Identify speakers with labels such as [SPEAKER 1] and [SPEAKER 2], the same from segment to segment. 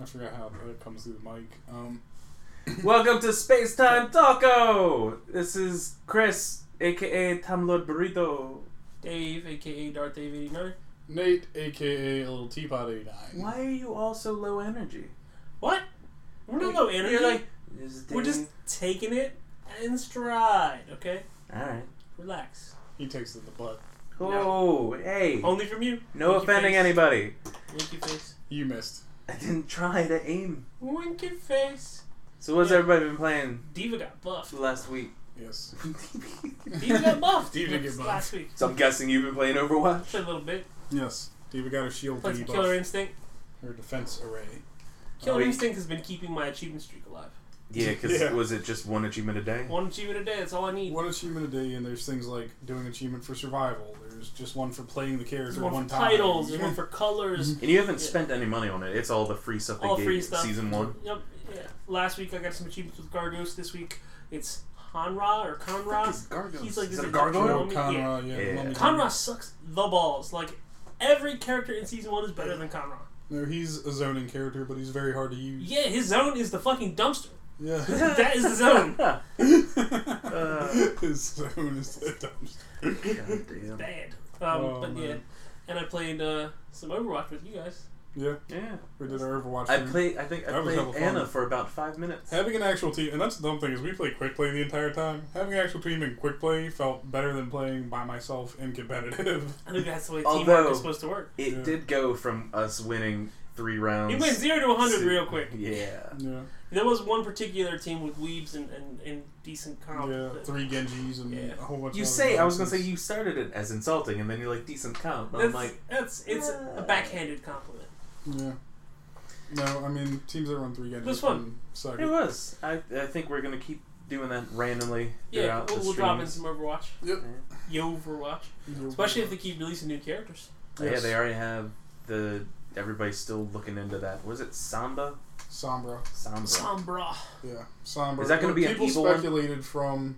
[SPEAKER 1] I forgot how it comes through the mic. Um,
[SPEAKER 2] Welcome to Space Time Taco. This is Chris, aka Time Lord Burrito.
[SPEAKER 3] Dave, aka Darth Dave 89.
[SPEAKER 1] Nate, aka a little teapot eighty nine.
[SPEAKER 2] Why are you all so low energy?
[SPEAKER 3] What? We're not low energy.
[SPEAKER 2] You're like
[SPEAKER 3] We're just taking it in stride, okay?
[SPEAKER 2] all right.
[SPEAKER 3] Relax.
[SPEAKER 1] He takes it in the butt.
[SPEAKER 2] Oh, hey!
[SPEAKER 3] Only from you.
[SPEAKER 2] no
[SPEAKER 3] Winky
[SPEAKER 2] offending
[SPEAKER 3] face.
[SPEAKER 2] anybody.
[SPEAKER 3] Winky face.
[SPEAKER 1] You missed.
[SPEAKER 2] I didn't try to aim.
[SPEAKER 3] Winky face.
[SPEAKER 2] So what's
[SPEAKER 3] Yeah.
[SPEAKER 2] everybody been playing
[SPEAKER 3] Diva got buffed.
[SPEAKER 2] last week?
[SPEAKER 1] Yes.
[SPEAKER 3] Diva got buffed.
[SPEAKER 1] Diva
[SPEAKER 3] last-
[SPEAKER 1] get buffed.
[SPEAKER 3] Last week.
[SPEAKER 2] so I'm guessing you've been playing Overwatch.
[SPEAKER 3] Played a little bit.
[SPEAKER 1] Yes. Diva Oh, got her shield
[SPEAKER 3] Played some
[SPEAKER 1] debuff.
[SPEAKER 3] Killer Instinct.
[SPEAKER 1] Her defense array.
[SPEAKER 3] Killer
[SPEAKER 2] Oh, you-
[SPEAKER 3] Instinct has been keeping my achievement streak alive.
[SPEAKER 2] Yeah, because
[SPEAKER 1] Yeah.
[SPEAKER 2] was it just one achievement a day?
[SPEAKER 3] One achievement a day, that's all I need.
[SPEAKER 1] One achievement a day, and there's things like doing achievement for survival. There's just one for playing the character
[SPEAKER 3] There's one,
[SPEAKER 1] one
[SPEAKER 3] for
[SPEAKER 1] time.
[SPEAKER 3] titles, there's one for colors.
[SPEAKER 2] And you haven't
[SPEAKER 3] Yeah.
[SPEAKER 2] spent any money on it. It's all the free stuff they
[SPEAKER 3] All
[SPEAKER 2] gave
[SPEAKER 3] free
[SPEAKER 2] you,
[SPEAKER 3] stuff.
[SPEAKER 2] season one.
[SPEAKER 3] Yep. Yeah. Last week I got some achievements with Gargos. This week it's Hanra or Conra. He's
[SPEAKER 2] Is
[SPEAKER 3] like this
[SPEAKER 2] it a
[SPEAKER 3] is
[SPEAKER 2] gargoyle?
[SPEAKER 1] Conrad,
[SPEAKER 3] Yeah.
[SPEAKER 1] Conrad, yeah.
[SPEAKER 2] Yeah.
[SPEAKER 1] Mummy Dude.
[SPEAKER 3] Conra sucks the balls. Like every character in season one is better than Conra.
[SPEAKER 1] No, he's a zoning character, but he's very hard to use.
[SPEAKER 3] Yeah, his zone is the fucking dumpster.
[SPEAKER 1] Yeah.
[SPEAKER 3] that is the zone. Uh.
[SPEAKER 1] His zone is the dumpster.
[SPEAKER 2] God damn.
[SPEAKER 3] Bad. Um,
[SPEAKER 1] Oh,
[SPEAKER 3] but yeah,
[SPEAKER 1] man.
[SPEAKER 3] and I played uh, some Overwatch with you guys.
[SPEAKER 1] Yeah,
[SPEAKER 2] Yeah.
[SPEAKER 1] we did our Overwatch.
[SPEAKER 2] I
[SPEAKER 1] thing.
[SPEAKER 2] played. I think I
[SPEAKER 1] That was
[SPEAKER 2] played
[SPEAKER 1] hella fun.
[SPEAKER 2] Anna for about five minutes.
[SPEAKER 1] Having an actual team, and that's the dumb thing is we played quick play the entire time. Having an actual team in quick play felt better than playing by myself in competitive.
[SPEAKER 3] I think that's the way teamwork
[SPEAKER 2] Although-
[SPEAKER 3] is supposed to work.
[SPEAKER 2] It
[SPEAKER 1] Yeah.
[SPEAKER 2] did go from us winning three rounds.
[SPEAKER 3] It went zero to a hundred real quick.
[SPEAKER 2] Yeah.
[SPEAKER 1] Yeah,
[SPEAKER 3] There was one particular team with weebs and, and, and decent comp.
[SPEAKER 1] yeah,
[SPEAKER 3] that-
[SPEAKER 1] three Genjis and
[SPEAKER 3] Yeah.
[SPEAKER 1] a whole bunch.
[SPEAKER 2] Oh, You
[SPEAKER 1] of
[SPEAKER 2] say
[SPEAKER 1] other
[SPEAKER 2] I was gonna say
[SPEAKER 1] nonsense.
[SPEAKER 2] you started it as insulting, and then you're like decent count. And I'm
[SPEAKER 3] That's,
[SPEAKER 2] like,
[SPEAKER 3] that's it's a backhanded compliment.
[SPEAKER 1] Yeah. No, I mean teams that run three Genjis.
[SPEAKER 3] This one.
[SPEAKER 1] can suck
[SPEAKER 2] it
[SPEAKER 1] it.
[SPEAKER 2] was. I, I think we're gonna keep doing that randomly
[SPEAKER 3] Yeah,
[SPEAKER 2] throughout
[SPEAKER 3] we'll,
[SPEAKER 2] the
[SPEAKER 3] we'll drop in
[SPEAKER 2] streams.
[SPEAKER 3] some Overwatch.
[SPEAKER 1] Yep.
[SPEAKER 3] Yo, Overwatch. Especially if they keep releasing new characters.
[SPEAKER 2] Yeah,
[SPEAKER 1] Yes.
[SPEAKER 2] they already have the. Everybody's still looking into that. Was it Samba?
[SPEAKER 1] Sombra.
[SPEAKER 2] Samba.
[SPEAKER 3] Sombra.
[SPEAKER 1] Yeah, Sombra.
[SPEAKER 2] Is that gonna
[SPEAKER 1] But
[SPEAKER 2] be an
[SPEAKER 1] people
[SPEAKER 2] evil one?
[SPEAKER 1] speculated from?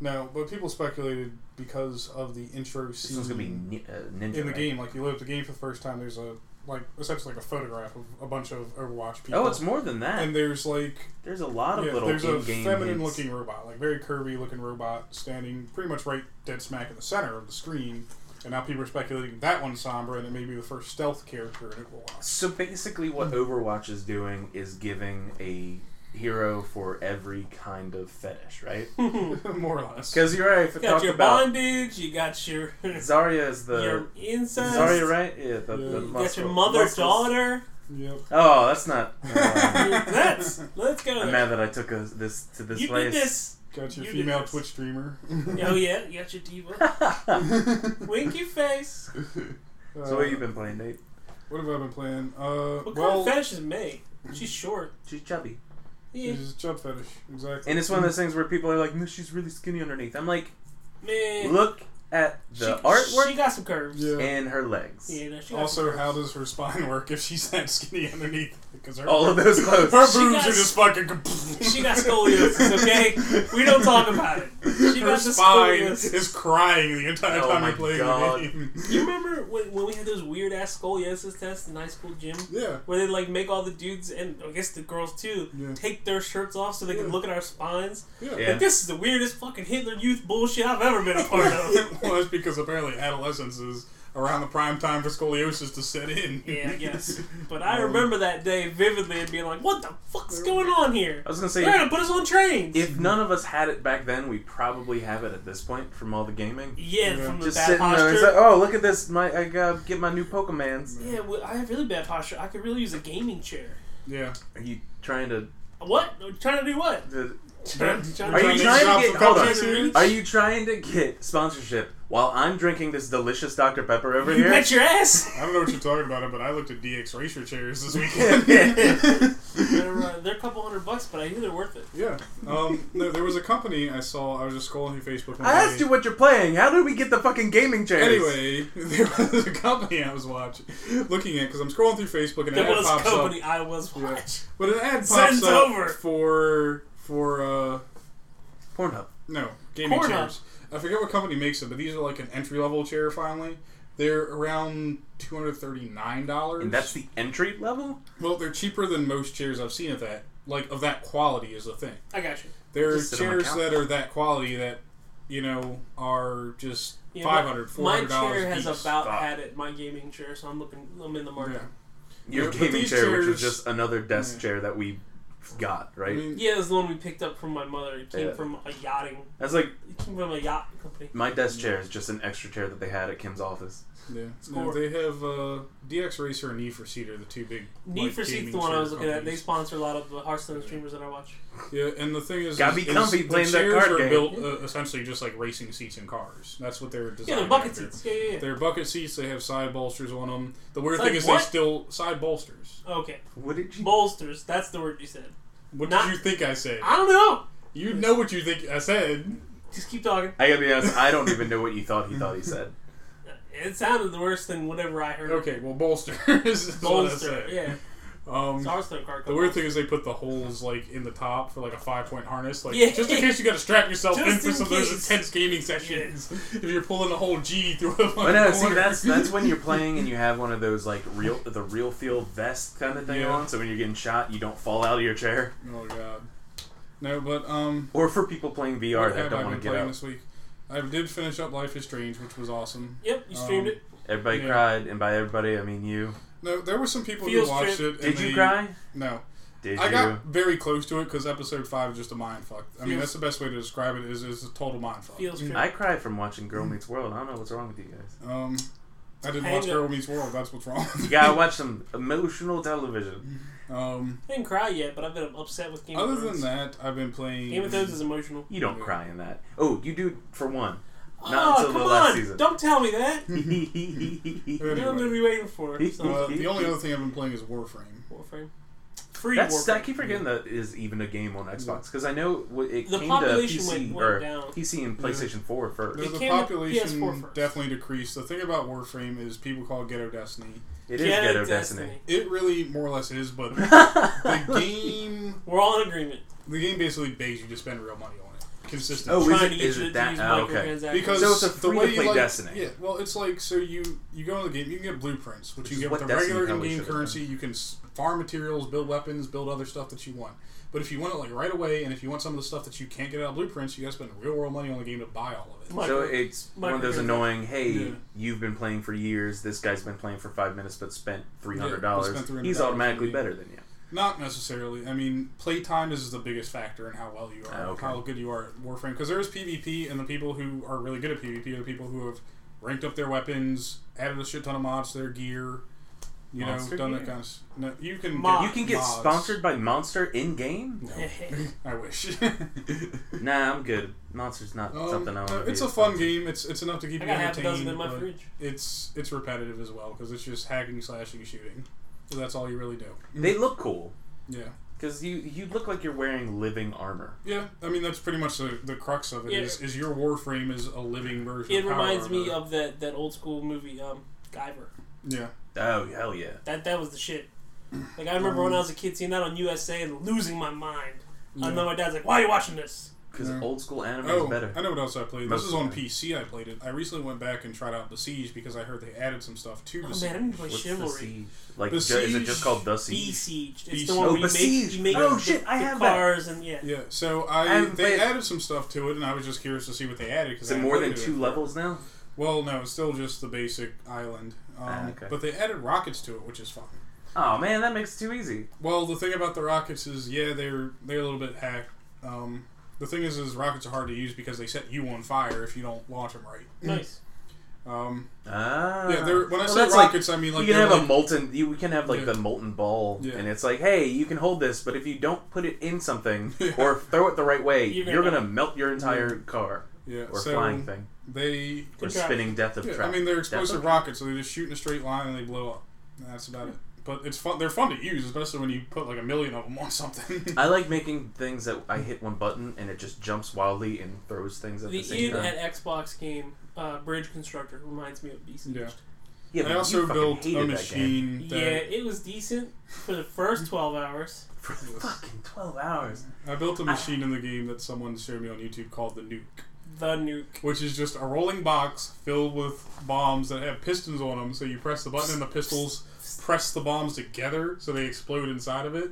[SPEAKER 1] No, but people speculated because of the intro
[SPEAKER 2] This
[SPEAKER 1] scene
[SPEAKER 2] one's gonna be ni- uh, ninja.
[SPEAKER 1] in the
[SPEAKER 2] right?
[SPEAKER 1] game. Like you load up the game for the first time, there's a like essentially like a photograph of a bunch of Overwatch people.
[SPEAKER 2] Oh, it's more than that.
[SPEAKER 1] and there's like
[SPEAKER 2] there's a lot of
[SPEAKER 1] yeah,
[SPEAKER 2] little
[SPEAKER 1] there's a
[SPEAKER 2] in-game
[SPEAKER 1] feminine
[SPEAKER 2] hints.
[SPEAKER 1] looking robot, like very curvy looking robot, standing pretty much right dead smack in the center of the screen. And now people are speculating that one's Sombra, and it may be the first stealth character in Overwatch.
[SPEAKER 2] So basically, what
[SPEAKER 3] Hmm.
[SPEAKER 2] Overwatch is doing is giving a hero for every kind of fetish, right?
[SPEAKER 1] More or less.
[SPEAKER 2] Because you're right. If
[SPEAKER 3] You
[SPEAKER 2] it
[SPEAKER 3] got
[SPEAKER 2] talked
[SPEAKER 3] your
[SPEAKER 2] about
[SPEAKER 3] bondage, you got your
[SPEAKER 2] Zarya is the
[SPEAKER 3] your incest,
[SPEAKER 2] Zarya, right? Yeah, the,
[SPEAKER 1] Yeah.
[SPEAKER 2] the
[SPEAKER 1] You
[SPEAKER 3] you got
[SPEAKER 2] muscle-
[SPEAKER 3] your mother
[SPEAKER 2] muscles.
[SPEAKER 3] daughter.
[SPEAKER 1] Yep.
[SPEAKER 2] Oh, that's not. uh,
[SPEAKER 3] Let's let's go.
[SPEAKER 2] I'm
[SPEAKER 3] there.
[SPEAKER 2] mad that I took a, this to this
[SPEAKER 3] you
[SPEAKER 2] place.
[SPEAKER 3] did this.
[SPEAKER 1] Got your
[SPEAKER 3] You did
[SPEAKER 1] female
[SPEAKER 3] this.
[SPEAKER 1] Twitch streamer.
[SPEAKER 3] Oh yeah, you got your diva. Winky face.
[SPEAKER 1] Uh,
[SPEAKER 2] so what you been playing, Nate?
[SPEAKER 1] What have I been playing? Uh,
[SPEAKER 3] What kind
[SPEAKER 1] well,
[SPEAKER 3] of fetish is May? She's short.
[SPEAKER 2] She's chubby,
[SPEAKER 3] Yeah,
[SPEAKER 1] it's a chub fetish, exactly.
[SPEAKER 2] and it's one of those things where people are like, "No, she's really skinny underneath." I'm like,
[SPEAKER 3] man.
[SPEAKER 2] look at the
[SPEAKER 3] she,
[SPEAKER 2] artwork
[SPEAKER 3] She got some curves.
[SPEAKER 1] Yeah.
[SPEAKER 2] and her legs.
[SPEAKER 3] Yeah, no, she got some
[SPEAKER 1] Also,
[SPEAKER 3] curves.
[SPEAKER 1] how does her spine work if she's that skinny underneath? Because her
[SPEAKER 2] All of those
[SPEAKER 1] her
[SPEAKER 2] clothes.
[SPEAKER 1] boobs
[SPEAKER 3] She got
[SPEAKER 1] are
[SPEAKER 3] s-
[SPEAKER 1] just fucking.
[SPEAKER 3] She got scoliosis. Okay, we don't talk about it. She
[SPEAKER 1] her
[SPEAKER 3] got the
[SPEAKER 1] spine
[SPEAKER 3] scoliosis.
[SPEAKER 1] is crying the entire
[SPEAKER 2] Oh
[SPEAKER 1] time
[SPEAKER 2] my
[SPEAKER 1] you're playing
[SPEAKER 2] God.
[SPEAKER 1] the game.
[SPEAKER 3] You remember when, when we had those weird ass scoliosis tests in high school gym?
[SPEAKER 1] Yeah.
[SPEAKER 3] Where they like make all the dudes and I guess the girls too
[SPEAKER 1] Yeah.
[SPEAKER 3] take their shirts off so they can
[SPEAKER 1] Yeah.
[SPEAKER 3] look at our spines.
[SPEAKER 1] Yeah.
[SPEAKER 2] Yeah.
[SPEAKER 3] Like this is the weirdest fucking Hitler Youth bullshit I've ever been a part of.
[SPEAKER 1] well, that's because apparently adolescence is around the prime time for scoliosis to set in.
[SPEAKER 3] yeah, I guess. But I remember that day vividly and being like, "What the fuck's going on here?
[SPEAKER 2] I was gonna say,
[SPEAKER 3] They're gonna put us on trains."
[SPEAKER 2] If none of us had it back then, we probably have it at this point from all the gaming.
[SPEAKER 3] yeah,
[SPEAKER 1] Yeah.
[SPEAKER 3] from the
[SPEAKER 2] Just
[SPEAKER 3] bad
[SPEAKER 2] sitting there,
[SPEAKER 3] posture.
[SPEAKER 2] it's like, oh, look at this! My I gotta get my new Pokemans.
[SPEAKER 3] yeah, well, I have really bad posture. I could really use a gaming chair.
[SPEAKER 1] Yeah.
[SPEAKER 2] Are you trying to?
[SPEAKER 3] What? I'm trying to do what?
[SPEAKER 2] The,
[SPEAKER 3] Trying- trying
[SPEAKER 2] Are you
[SPEAKER 3] make
[SPEAKER 2] trying to
[SPEAKER 3] shots
[SPEAKER 2] get-
[SPEAKER 3] with
[SPEAKER 2] hold on.
[SPEAKER 3] competition?
[SPEAKER 2] are you trying to get sponsorship while I'm drinking this delicious Dr Pepper over
[SPEAKER 3] You
[SPEAKER 2] here?
[SPEAKER 3] bet your ass.
[SPEAKER 1] I don't know what you're talking about, but I looked at DX Racer chairs this weekend.
[SPEAKER 3] they're, uh, they're a couple hundred bucks, but I hear they're worth it.
[SPEAKER 1] Yeah. Um, no, there was a company I saw. I was just scrolling through Facebook. One
[SPEAKER 2] I asked
[SPEAKER 1] day.
[SPEAKER 2] you what you're playing. How did we get the fucking gaming chairs?
[SPEAKER 1] Anyway, there was a company I was watching, looking at because I'm scrolling through Facebook and an
[SPEAKER 3] There
[SPEAKER 1] ad
[SPEAKER 3] was
[SPEAKER 1] pops
[SPEAKER 3] company
[SPEAKER 1] up.
[SPEAKER 3] I was
[SPEAKER 1] Yeah.
[SPEAKER 3] watch.
[SPEAKER 1] But an ad pops
[SPEAKER 3] Sentence
[SPEAKER 1] up
[SPEAKER 3] over.
[SPEAKER 1] for for uh
[SPEAKER 2] Pornhub.
[SPEAKER 1] no gaming
[SPEAKER 3] Pornhub.
[SPEAKER 1] chairs. I forget what company makes them, but these are like an entry level chair finally. They're around two hundred thirty nine dollars.
[SPEAKER 2] And that's the entry level?
[SPEAKER 1] well, they're cheaper than most chairs I've seen at that. Like of that quality is the thing.
[SPEAKER 3] I got you.
[SPEAKER 1] There are
[SPEAKER 2] Just sit on my
[SPEAKER 1] chairs
[SPEAKER 2] couch.
[SPEAKER 1] that are that quality that you know are just
[SPEAKER 3] Yeah, my-
[SPEAKER 1] five hundred, four
[SPEAKER 3] My
[SPEAKER 1] hundred dollars.
[SPEAKER 3] chair has
[SPEAKER 1] piece.
[SPEAKER 3] about
[SPEAKER 2] Stop.
[SPEAKER 3] had it. My gaming chair, so I'm looking. I'm in the market.
[SPEAKER 1] Yeah.
[SPEAKER 2] Your
[SPEAKER 1] Yeah, but
[SPEAKER 2] gaming
[SPEAKER 1] these
[SPEAKER 2] chair, which
[SPEAKER 1] chairs-
[SPEAKER 2] was just another desk
[SPEAKER 1] Yeah.
[SPEAKER 2] chair that we got,
[SPEAKER 1] I
[SPEAKER 2] right?
[SPEAKER 1] mean,
[SPEAKER 3] Yeah, it's the one we picked up from my mother. It came
[SPEAKER 2] Yeah.
[SPEAKER 3] from a yachting.
[SPEAKER 2] That's like
[SPEAKER 3] It came from a yacht company.
[SPEAKER 2] my desk chair is just an extra chair that they had at Kim's office.
[SPEAKER 1] yeah. No,
[SPEAKER 3] Score.
[SPEAKER 1] they have uh, DX Racer and Need for Seat are the two big.
[SPEAKER 3] Need
[SPEAKER 1] like,
[SPEAKER 3] for Seat's
[SPEAKER 1] gaming
[SPEAKER 3] the one I
[SPEAKER 1] chair
[SPEAKER 3] was looking at. They
[SPEAKER 1] companies.
[SPEAKER 3] sponsor a lot of the Hearthstone streamers that I watch.
[SPEAKER 1] Yeah, and the thing is,
[SPEAKER 2] Gotta
[SPEAKER 1] is-
[SPEAKER 2] be
[SPEAKER 1] is
[SPEAKER 2] comfy
[SPEAKER 1] the
[SPEAKER 2] playing that
[SPEAKER 1] chairs
[SPEAKER 2] card
[SPEAKER 1] are
[SPEAKER 2] game.
[SPEAKER 1] built uh, essentially just like racing seats in cars. That's what they're
[SPEAKER 3] Yeah,
[SPEAKER 1] designed.
[SPEAKER 3] they're bucket
[SPEAKER 1] after.
[SPEAKER 3] seats. Yeah, yeah, yeah.
[SPEAKER 1] They're bucket seats. They have side bolsters on them. The weird
[SPEAKER 3] Side
[SPEAKER 1] thing is
[SPEAKER 3] what?
[SPEAKER 1] they still side bolsters.
[SPEAKER 3] Okay,
[SPEAKER 2] What did you?
[SPEAKER 3] bolsters. That's the word you said.
[SPEAKER 1] What
[SPEAKER 3] Not-
[SPEAKER 1] did you think I said?
[SPEAKER 3] I don't know.
[SPEAKER 1] You know what you think I said.
[SPEAKER 3] Just keep talking.
[SPEAKER 2] I gotta be honest. I don't even know what you thought he thought he said.
[SPEAKER 3] It sounded the worse than whatever I heard.
[SPEAKER 1] Okay, well bolsters is what I
[SPEAKER 3] Bolster.
[SPEAKER 1] said.
[SPEAKER 3] Yeah.
[SPEAKER 1] Um,
[SPEAKER 3] It's a Hearthstone card.
[SPEAKER 1] the weird thing is they put the holes like in the top for like a five point harness, like
[SPEAKER 3] Yeah.
[SPEAKER 1] just in case you got to strap yourself in
[SPEAKER 3] Just
[SPEAKER 1] for
[SPEAKER 3] in
[SPEAKER 1] some of
[SPEAKER 3] case.
[SPEAKER 1] those intense gaming sessions. If you're pulling a whole G through a
[SPEAKER 2] But no, see,
[SPEAKER 1] corner.
[SPEAKER 2] that's that's when you're playing and you have one of those like real the real feel vest kind of thing
[SPEAKER 1] Yeah.
[SPEAKER 2] on. So when you're getting shot, you don't fall out of your chair.
[SPEAKER 1] Oh god. No, but um,
[SPEAKER 2] Or for people playing VR
[SPEAKER 1] what
[SPEAKER 2] that
[SPEAKER 1] have I
[SPEAKER 2] don't
[SPEAKER 1] been
[SPEAKER 2] want to get
[SPEAKER 1] playing
[SPEAKER 2] out,
[SPEAKER 1] this week? I did finish up Life is Strange, which was awesome.
[SPEAKER 3] Yep, you streamed
[SPEAKER 1] Um,
[SPEAKER 3] it.
[SPEAKER 2] everybody
[SPEAKER 1] Yeah.
[SPEAKER 2] cried, and by everybody I mean you.
[SPEAKER 1] No, there were some people
[SPEAKER 3] Feels
[SPEAKER 1] who watched
[SPEAKER 3] true.
[SPEAKER 1] it. And
[SPEAKER 2] Did you
[SPEAKER 1] they-
[SPEAKER 2] cry?
[SPEAKER 1] No,
[SPEAKER 2] Did
[SPEAKER 1] I
[SPEAKER 2] you?
[SPEAKER 1] got very close to it because episode five is just a mind fuck. I mean,
[SPEAKER 3] Feels-
[SPEAKER 1] that's the best way to describe it. Is is a total mind fuck.
[SPEAKER 3] Feels true.
[SPEAKER 2] I cry from watching Girl Meets World. I don't know what's wrong with you guys.
[SPEAKER 1] Um, I didn't
[SPEAKER 3] Hang
[SPEAKER 1] watch
[SPEAKER 3] up.
[SPEAKER 1] Girl Meets World. That's what's wrong.
[SPEAKER 2] You gotta watch some emotional television.
[SPEAKER 1] um,
[SPEAKER 3] I didn't cry yet, but I've been upset with Game
[SPEAKER 1] other
[SPEAKER 3] of Thrones.
[SPEAKER 1] than that, I've been playing.
[SPEAKER 3] Game of Thrones is emotional.
[SPEAKER 2] You don't
[SPEAKER 1] Yeah.
[SPEAKER 2] cry in that. Oh, you do for one.
[SPEAKER 3] oh,
[SPEAKER 2] Not until
[SPEAKER 3] come
[SPEAKER 2] the last
[SPEAKER 3] on.
[SPEAKER 2] season.
[SPEAKER 3] Don't tell me that.
[SPEAKER 1] Anyway.
[SPEAKER 3] You know what I'm going to be waiting for. So,
[SPEAKER 1] uh, the only other thing I've been playing is Warframe.
[SPEAKER 3] Warframe. Free
[SPEAKER 2] That's, I
[SPEAKER 3] Warframe.
[SPEAKER 2] keep forgetting that is even a game on Xbox because I know wh- it
[SPEAKER 3] The
[SPEAKER 2] came to
[SPEAKER 3] population
[SPEAKER 2] PC
[SPEAKER 3] went- went
[SPEAKER 2] or
[SPEAKER 3] down.
[SPEAKER 2] PC and
[SPEAKER 1] Mm-hmm.
[SPEAKER 2] PlayStation 4 first.
[SPEAKER 1] There's
[SPEAKER 3] It
[SPEAKER 1] a
[SPEAKER 3] came to
[SPEAKER 1] population
[SPEAKER 3] PS4 first.
[SPEAKER 1] definitely decreased. The thing about Warframe is people call it Ghetto Destiny.
[SPEAKER 2] It is
[SPEAKER 3] Get it,
[SPEAKER 2] Ghetto Destiny.
[SPEAKER 1] It really more or less is, but the game
[SPEAKER 3] We're all in agreement.
[SPEAKER 1] the game basically begs you to spend real money on it consistently.
[SPEAKER 2] Oh, is
[SPEAKER 3] Trying
[SPEAKER 2] it-
[SPEAKER 3] to get
[SPEAKER 2] is
[SPEAKER 3] you
[SPEAKER 2] it
[SPEAKER 3] to
[SPEAKER 2] that-
[SPEAKER 3] use
[SPEAKER 2] ah, okay.
[SPEAKER 3] microtransactions.
[SPEAKER 1] because
[SPEAKER 2] So it's a
[SPEAKER 1] the way you
[SPEAKER 2] free-to-play
[SPEAKER 1] like,
[SPEAKER 2] Destiny.
[SPEAKER 1] Yeah, well, it's like so you you go in the game, you can get blueprints, which
[SPEAKER 2] Which
[SPEAKER 1] you
[SPEAKER 2] is
[SPEAKER 1] get
[SPEAKER 2] what
[SPEAKER 1] with the
[SPEAKER 2] Destiny
[SPEAKER 1] regular
[SPEAKER 2] probably
[SPEAKER 1] in-game
[SPEAKER 2] should have
[SPEAKER 1] currency. You can s- farm materials, build weapons, build other stuff that you want. But if you want it like right away, and if you want some of the stuff that you can't get out of blueprints, you got to spend real world money on the game to buy all of it.
[SPEAKER 2] So it's one of those
[SPEAKER 3] microtrans-
[SPEAKER 2] annoying, hey,
[SPEAKER 1] Yeah.
[SPEAKER 2] you've been playing for years, this guy's been playing for five minutes but spent $300.
[SPEAKER 1] Yeah, but spent
[SPEAKER 2] He's
[SPEAKER 1] $300
[SPEAKER 2] automatically
[SPEAKER 1] on the game.
[SPEAKER 2] better than you.
[SPEAKER 1] Not necessarily. I mean, playtime is the biggest factor in how well you are,
[SPEAKER 2] Ah, okay.
[SPEAKER 1] how good you are at Warframe. Because there is PvP, and the people who are really good at PvP are the people who have ranked up their weapons, added a shit ton of mods to their gear. You
[SPEAKER 2] Monster
[SPEAKER 1] know, done
[SPEAKER 2] gear.
[SPEAKER 1] that kind of. s- No, you can
[SPEAKER 3] Mod-
[SPEAKER 2] You can get
[SPEAKER 1] mods.
[SPEAKER 2] sponsored by Monster in game?
[SPEAKER 1] No. I wish.
[SPEAKER 2] Nah, I'm good. Monster's not
[SPEAKER 1] Um,
[SPEAKER 2] something I
[SPEAKER 1] no,
[SPEAKER 2] want to
[SPEAKER 1] it's a fun game. It's it's enough to keep
[SPEAKER 3] I
[SPEAKER 1] you
[SPEAKER 3] got half a
[SPEAKER 1] entertained.
[SPEAKER 3] dozen in my
[SPEAKER 1] but
[SPEAKER 3] fridge.
[SPEAKER 1] It's it's repetitive as well because it's just hacking, slashing, shooting. So that's all you really do.
[SPEAKER 2] They look cool
[SPEAKER 1] Yeah,
[SPEAKER 2] because you, you look like you're wearing living armor.
[SPEAKER 1] yeah. I mean, that's pretty much the, the crux of it. Is
[SPEAKER 3] Yeah.
[SPEAKER 1] is your Warframe is a living version.
[SPEAKER 3] It
[SPEAKER 1] of Power
[SPEAKER 3] reminds me
[SPEAKER 1] Armor.
[SPEAKER 3] of that, that old school movie, um, Guyver.
[SPEAKER 1] yeah.
[SPEAKER 2] Oh, hell yeah.
[SPEAKER 3] That that was the shit. Like I remember when I was a kid seeing that on USA and losing my mind.
[SPEAKER 1] Yeah.
[SPEAKER 3] And then my dad's like, "Why are you watching this?"
[SPEAKER 2] Because
[SPEAKER 1] Yeah.
[SPEAKER 2] old school anime
[SPEAKER 1] Oh,
[SPEAKER 2] is better.
[SPEAKER 1] I know what else I played. This
[SPEAKER 2] Most
[SPEAKER 1] is on
[SPEAKER 2] of them.
[SPEAKER 1] PC. I played it. I recently went back and tried out Besiege because I heard they added some stuff to
[SPEAKER 3] Oh
[SPEAKER 1] Besiege.
[SPEAKER 3] man, I need to play
[SPEAKER 2] What's the
[SPEAKER 3] Chivalry.
[SPEAKER 2] siege? Like,
[SPEAKER 1] The
[SPEAKER 2] ju- is it
[SPEAKER 1] siege-
[SPEAKER 2] just called the siege?
[SPEAKER 3] Besieged. It's
[SPEAKER 1] Besieged.
[SPEAKER 3] the one
[SPEAKER 2] Oh,
[SPEAKER 3] where you make,
[SPEAKER 2] Besieged.
[SPEAKER 3] you make
[SPEAKER 2] Oh,
[SPEAKER 3] the,
[SPEAKER 2] shit, I
[SPEAKER 3] the
[SPEAKER 2] have that.
[SPEAKER 3] cars and yeah.
[SPEAKER 1] Yeah, so
[SPEAKER 2] I
[SPEAKER 1] I,
[SPEAKER 2] haven't
[SPEAKER 1] they
[SPEAKER 2] played-
[SPEAKER 1] added some stuff to it, and I was just curious to see what they added because
[SPEAKER 2] Is it more than two levels now?
[SPEAKER 1] Well, no, it's still just the basic island. Um,
[SPEAKER 2] Ah, okay.
[SPEAKER 1] But they added rockets to it, which is fun.
[SPEAKER 2] Oh man, that makes it too easy.
[SPEAKER 1] Well, the thing about the rockets is, yeah, they're they're a little bit hacked. Um, the thing is, is rockets are hard to use because they set you on fire if you don't launch them right.
[SPEAKER 3] Nice.
[SPEAKER 1] Um,
[SPEAKER 2] Ah.
[SPEAKER 1] yeah, they're, when I
[SPEAKER 2] Well,
[SPEAKER 1] say
[SPEAKER 2] that's like-
[SPEAKER 1] rockets, I mean like
[SPEAKER 2] you can
[SPEAKER 1] they're
[SPEAKER 2] have
[SPEAKER 1] like,
[SPEAKER 2] a molten. You we can have like
[SPEAKER 1] Yeah.
[SPEAKER 2] the molten ball,
[SPEAKER 1] Yeah.
[SPEAKER 2] and it's like, hey, you can hold this, but if you don't put it in something
[SPEAKER 1] Yeah.
[SPEAKER 2] or throw it the right way,
[SPEAKER 3] You're
[SPEAKER 2] you're,
[SPEAKER 3] gonna-
[SPEAKER 2] gonna melt your entire car
[SPEAKER 1] yeah,
[SPEAKER 2] or
[SPEAKER 1] so
[SPEAKER 2] flying thing
[SPEAKER 1] They
[SPEAKER 2] or
[SPEAKER 3] Good job.
[SPEAKER 2] spinning death of
[SPEAKER 1] Yeah,
[SPEAKER 2] traffic.
[SPEAKER 1] I mean, they're explosive
[SPEAKER 2] Definitely.
[SPEAKER 1] rockets, so they just shoot in a straight line and they blow up. And that's about it. But it's fun. They're fun to use, especially when you put like a million of them on something.
[SPEAKER 2] I like making things that I hit one button and it just jumps wildly and throws things at the,
[SPEAKER 3] The
[SPEAKER 2] same
[SPEAKER 3] Ian
[SPEAKER 2] time.
[SPEAKER 3] at Xbox game, uh, Bridge Constructor, reminds me of Besieged.
[SPEAKER 1] yeah.
[SPEAKER 2] yeah, but
[SPEAKER 1] I
[SPEAKER 2] you
[SPEAKER 1] also
[SPEAKER 2] fucking
[SPEAKER 1] built
[SPEAKER 2] hated
[SPEAKER 1] a
[SPEAKER 2] that game.
[SPEAKER 1] machine.
[SPEAKER 3] Yeah,
[SPEAKER 1] That
[SPEAKER 3] it was decent for the first twelve hours.
[SPEAKER 2] for fucking twelve hours.
[SPEAKER 1] I built a machine in the game that someone showed me on YouTube called the Nuke.
[SPEAKER 3] the nuke.
[SPEAKER 1] which is just a rolling box filled with bombs that have pistons on them. So you press the button and the pistols press the bombs together so they explode inside of it.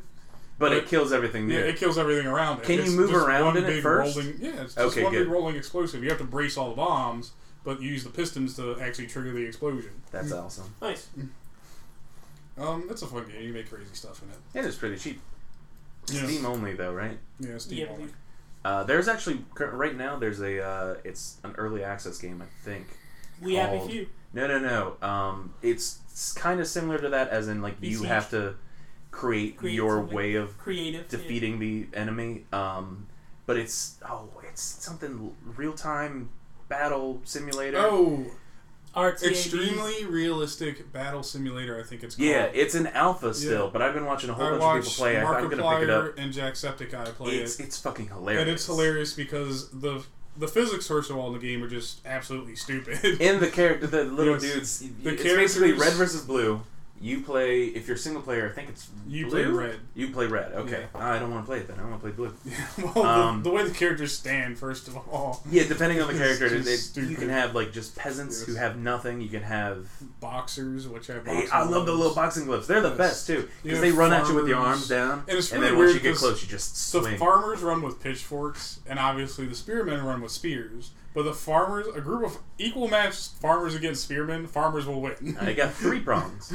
[SPEAKER 2] But it kills everything
[SPEAKER 1] Yeah,
[SPEAKER 2] new.
[SPEAKER 1] it kills everything around it.
[SPEAKER 2] Can you
[SPEAKER 1] It's
[SPEAKER 2] move
[SPEAKER 1] just
[SPEAKER 2] around
[SPEAKER 1] one
[SPEAKER 2] in it
[SPEAKER 1] big
[SPEAKER 2] first?
[SPEAKER 1] Rolling, yeah, it's just
[SPEAKER 2] Okay,
[SPEAKER 1] one
[SPEAKER 2] good.
[SPEAKER 1] big rolling explosive. You have to brace all the bombs, but you use the pistons to actually trigger the explosion.
[SPEAKER 2] That's awesome.
[SPEAKER 3] Nice.
[SPEAKER 1] Um, it's a fun game. You make crazy stuff in it.
[SPEAKER 2] It is pretty cheap.
[SPEAKER 1] Yes.
[SPEAKER 2] Steam only though, right?
[SPEAKER 1] Yeah, Steam
[SPEAKER 3] Yeah,
[SPEAKER 1] only.
[SPEAKER 3] dude.
[SPEAKER 2] Uh, there's actually cur- right now there's a uh, it's an early access game I think.
[SPEAKER 3] We happy
[SPEAKER 2] Called-
[SPEAKER 3] few.
[SPEAKER 2] No, no, no. Um, it's kind of similar to that, as in like
[SPEAKER 3] Be
[SPEAKER 2] you
[SPEAKER 3] sieged.
[SPEAKER 2] have to create,
[SPEAKER 3] Create
[SPEAKER 2] your
[SPEAKER 3] something.
[SPEAKER 2] way of
[SPEAKER 3] Creative. yeah.
[SPEAKER 2] defeating the enemy. Um, but it's oh, it's something real time battle simulator.
[SPEAKER 1] Oh,
[SPEAKER 3] RTAD.
[SPEAKER 1] extremely realistic battle simulator. I think it's called.
[SPEAKER 2] yeah, it's an alpha still, but I've been watching a whole
[SPEAKER 1] I
[SPEAKER 2] bunch of
[SPEAKER 1] watched
[SPEAKER 2] people play. I, I'm gonna pick it up.
[SPEAKER 1] Markiplier and Jacksepticeye play it.
[SPEAKER 2] It's it's fucking hilarious.
[SPEAKER 1] and it's hilarious because the the physics first of all in the game are just absolutely stupid.
[SPEAKER 2] In the character, the little
[SPEAKER 1] Yes.
[SPEAKER 2] dudes.
[SPEAKER 1] The
[SPEAKER 2] it's basically
[SPEAKER 1] characters-
[SPEAKER 2] red versus blue. You play if you're single player. I think it's
[SPEAKER 1] You play
[SPEAKER 2] blue.
[SPEAKER 1] red.
[SPEAKER 2] You play red. Okay, Ah, I don't want to play it then. I want to play blue.
[SPEAKER 1] well,
[SPEAKER 2] Um,
[SPEAKER 1] the, the way the characters stand first of all,
[SPEAKER 2] Yeah, depending on the
[SPEAKER 1] It's
[SPEAKER 2] character,
[SPEAKER 1] just
[SPEAKER 2] it, you
[SPEAKER 1] stupid.
[SPEAKER 2] can have like just peasants who
[SPEAKER 1] Yes.
[SPEAKER 2] have nothing. You can have.
[SPEAKER 1] boxers which have.
[SPEAKER 2] Hey,
[SPEAKER 1] boxing
[SPEAKER 2] I love the
[SPEAKER 1] gloves.
[SPEAKER 2] little boxing gloves. They're the
[SPEAKER 1] Yes.
[SPEAKER 2] best too
[SPEAKER 1] You
[SPEAKER 2] because they
[SPEAKER 1] have
[SPEAKER 2] run at you with your
[SPEAKER 1] farmers.
[SPEAKER 2] arms down,
[SPEAKER 1] And it's
[SPEAKER 2] and
[SPEAKER 1] really
[SPEAKER 2] then once
[SPEAKER 1] weird
[SPEAKER 2] you get
[SPEAKER 1] 'cause
[SPEAKER 2] close, you just
[SPEAKER 1] The
[SPEAKER 2] swing.
[SPEAKER 1] farmers run with pitchforks, and obviously the spearmen run with spears. But the farmers, a group of equal match farmers against spearmen, farmers will win.
[SPEAKER 2] I got three prongs.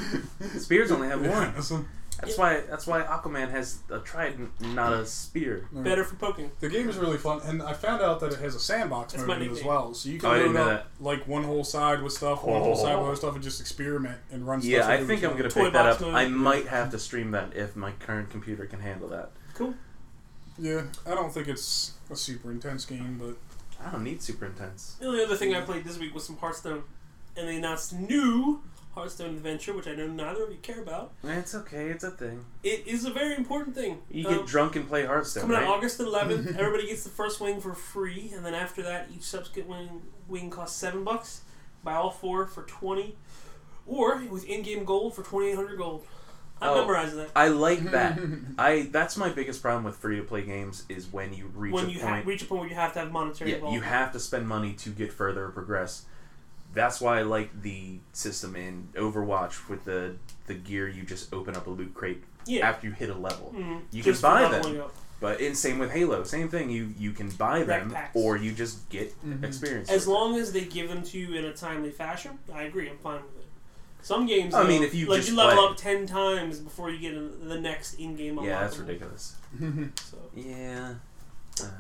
[SPEAKER 2] Spears only have one.
[SPEAKER 1] Yeah, so
[SPEAKER 2] That's why. That's why Aquaman has a trident, not a spear.
[SPEAKER 3] Better for poking.
[SPEAKER 1] The game is really fun, and I found out that it has a sandbox
[SPEAKER 3] That's
[SPEAKER 1] mode in
[SPEAKER 3] my
[SPEAKER 1] it as
[SPEAKER 3] nickname.
[SPEAKER 1] well. So you
[SPEAKER 2] Oh, I
[SPEAKER 1] can
[SPEAKER 2] didn't
[SPEAKER 1] load
[SPEAKER 2] know Oh.
[SPEAKER 1] up like one whole side with stuff, one whole side with other stuff, and just experiment and run.
[SPEAKER 2] Yeah,
[SPEAKER 1] stuff
[SPEAKER 2] I
[SPEAKER 1] through
[SPEAKER 2] think
[SPEAKER 1] each
[SPEAKER 2] I'm
[SPEAKER 1] one.
[SPEAKER 2] gonna
[SPEAKER 3] Toy
[SPEAKER 2] pick that
[SPEAKER 3] box
[SPEAKER 2] up.
[SPEAKER 3] mode.
[SPEAKER 2] I might have to stream that if my current computer can handle that.
[SPEAKER 3] Cool.
[SPEAKER 1] Yeah, I don't think it's a super intense game, but
[SPEAKER 2] I don't need super intense.
[SPEAKER 3] The only other thing I played this week was some Hearthstone, and they announced new Hearthstone Adventure, which I know neither of you care about.
[SPEAKER 2] It's okay. It's a thing.
[SPEAKER 3] It is a very important thing.
[SPEAKER 2] You
[SPEAKER 3] Um,
[SPEAKER 2] get drunk and play Hearthstone,
[SPEAKER 3] Coming out
[SPEAKER 2] right?
[SPEAKER 3] August 11th, everybody gets the first wing for free, and then after that, each subsequent wing, wing costs seven bucks. Buy all four for twenty, or with in-game gold for 2,800 gold. I
[SPEAKER 2] Oh.
[SPEAKER 3] memorized that.
[SPEAKER 2] I like that. I that's my biggest problem with free to play games is when you reach
[SPEAKER 3] When
[SPEAKER 2] a
[SPEAKER 3] you ha-
[SPEAKER 2] point.
[SPEAKER 3] reach a point where you have to have monetary
[SPEAKER 2] yeah, you
[SPEAKER 3] involvement.
[SPEAKER 2] have to spend money to get further or progress. That's why I like the system in Overwatch with the the gear. You just open up a loot crate
[SPEAKER 3] yeah.
[SPEAKER 2] after you hit a level.
[SPEAKER 3] Mhm.
[SPEAKER 2] You
[SPEAKER 3] Just for
[SPEAKER 2] can buy
[SPEAKER 3] leveling
[SPEAKER 2] them,
[SPEAKER 3] up.
[SPEAKER 2] but in same with Halo, same thing. You you can buy them
[SPEAKER 3] packs.
[SPEAKER 2] or you just get
[SPEAKER 1] Mhm.
[SPEAKER 2] experience.
[SPEAKER 3] As
[SPEAKER 2] with it.
[SPEAKER 3] long as they give them to you in a timely fashion, I agree. I'm fine with it. Some games,
[SPEAKER 2] I
[SPEAKER 3] though,
[SPEAKER 2] mean, if you
[SPEAKER 3] like
[SPEAKER 2] just
[SPEAKER 3] you level
[SPEAKER 2] play-
[SPEAKER 3] up ten times before you get in the next in-game.
[SPEAKER 2] yeah, that's
[SPEAKER 3] unlockable.
[SPEAKER 2] ridiculous.
[SPEAKER 3] So,
[SPEAKER 2] Yeah.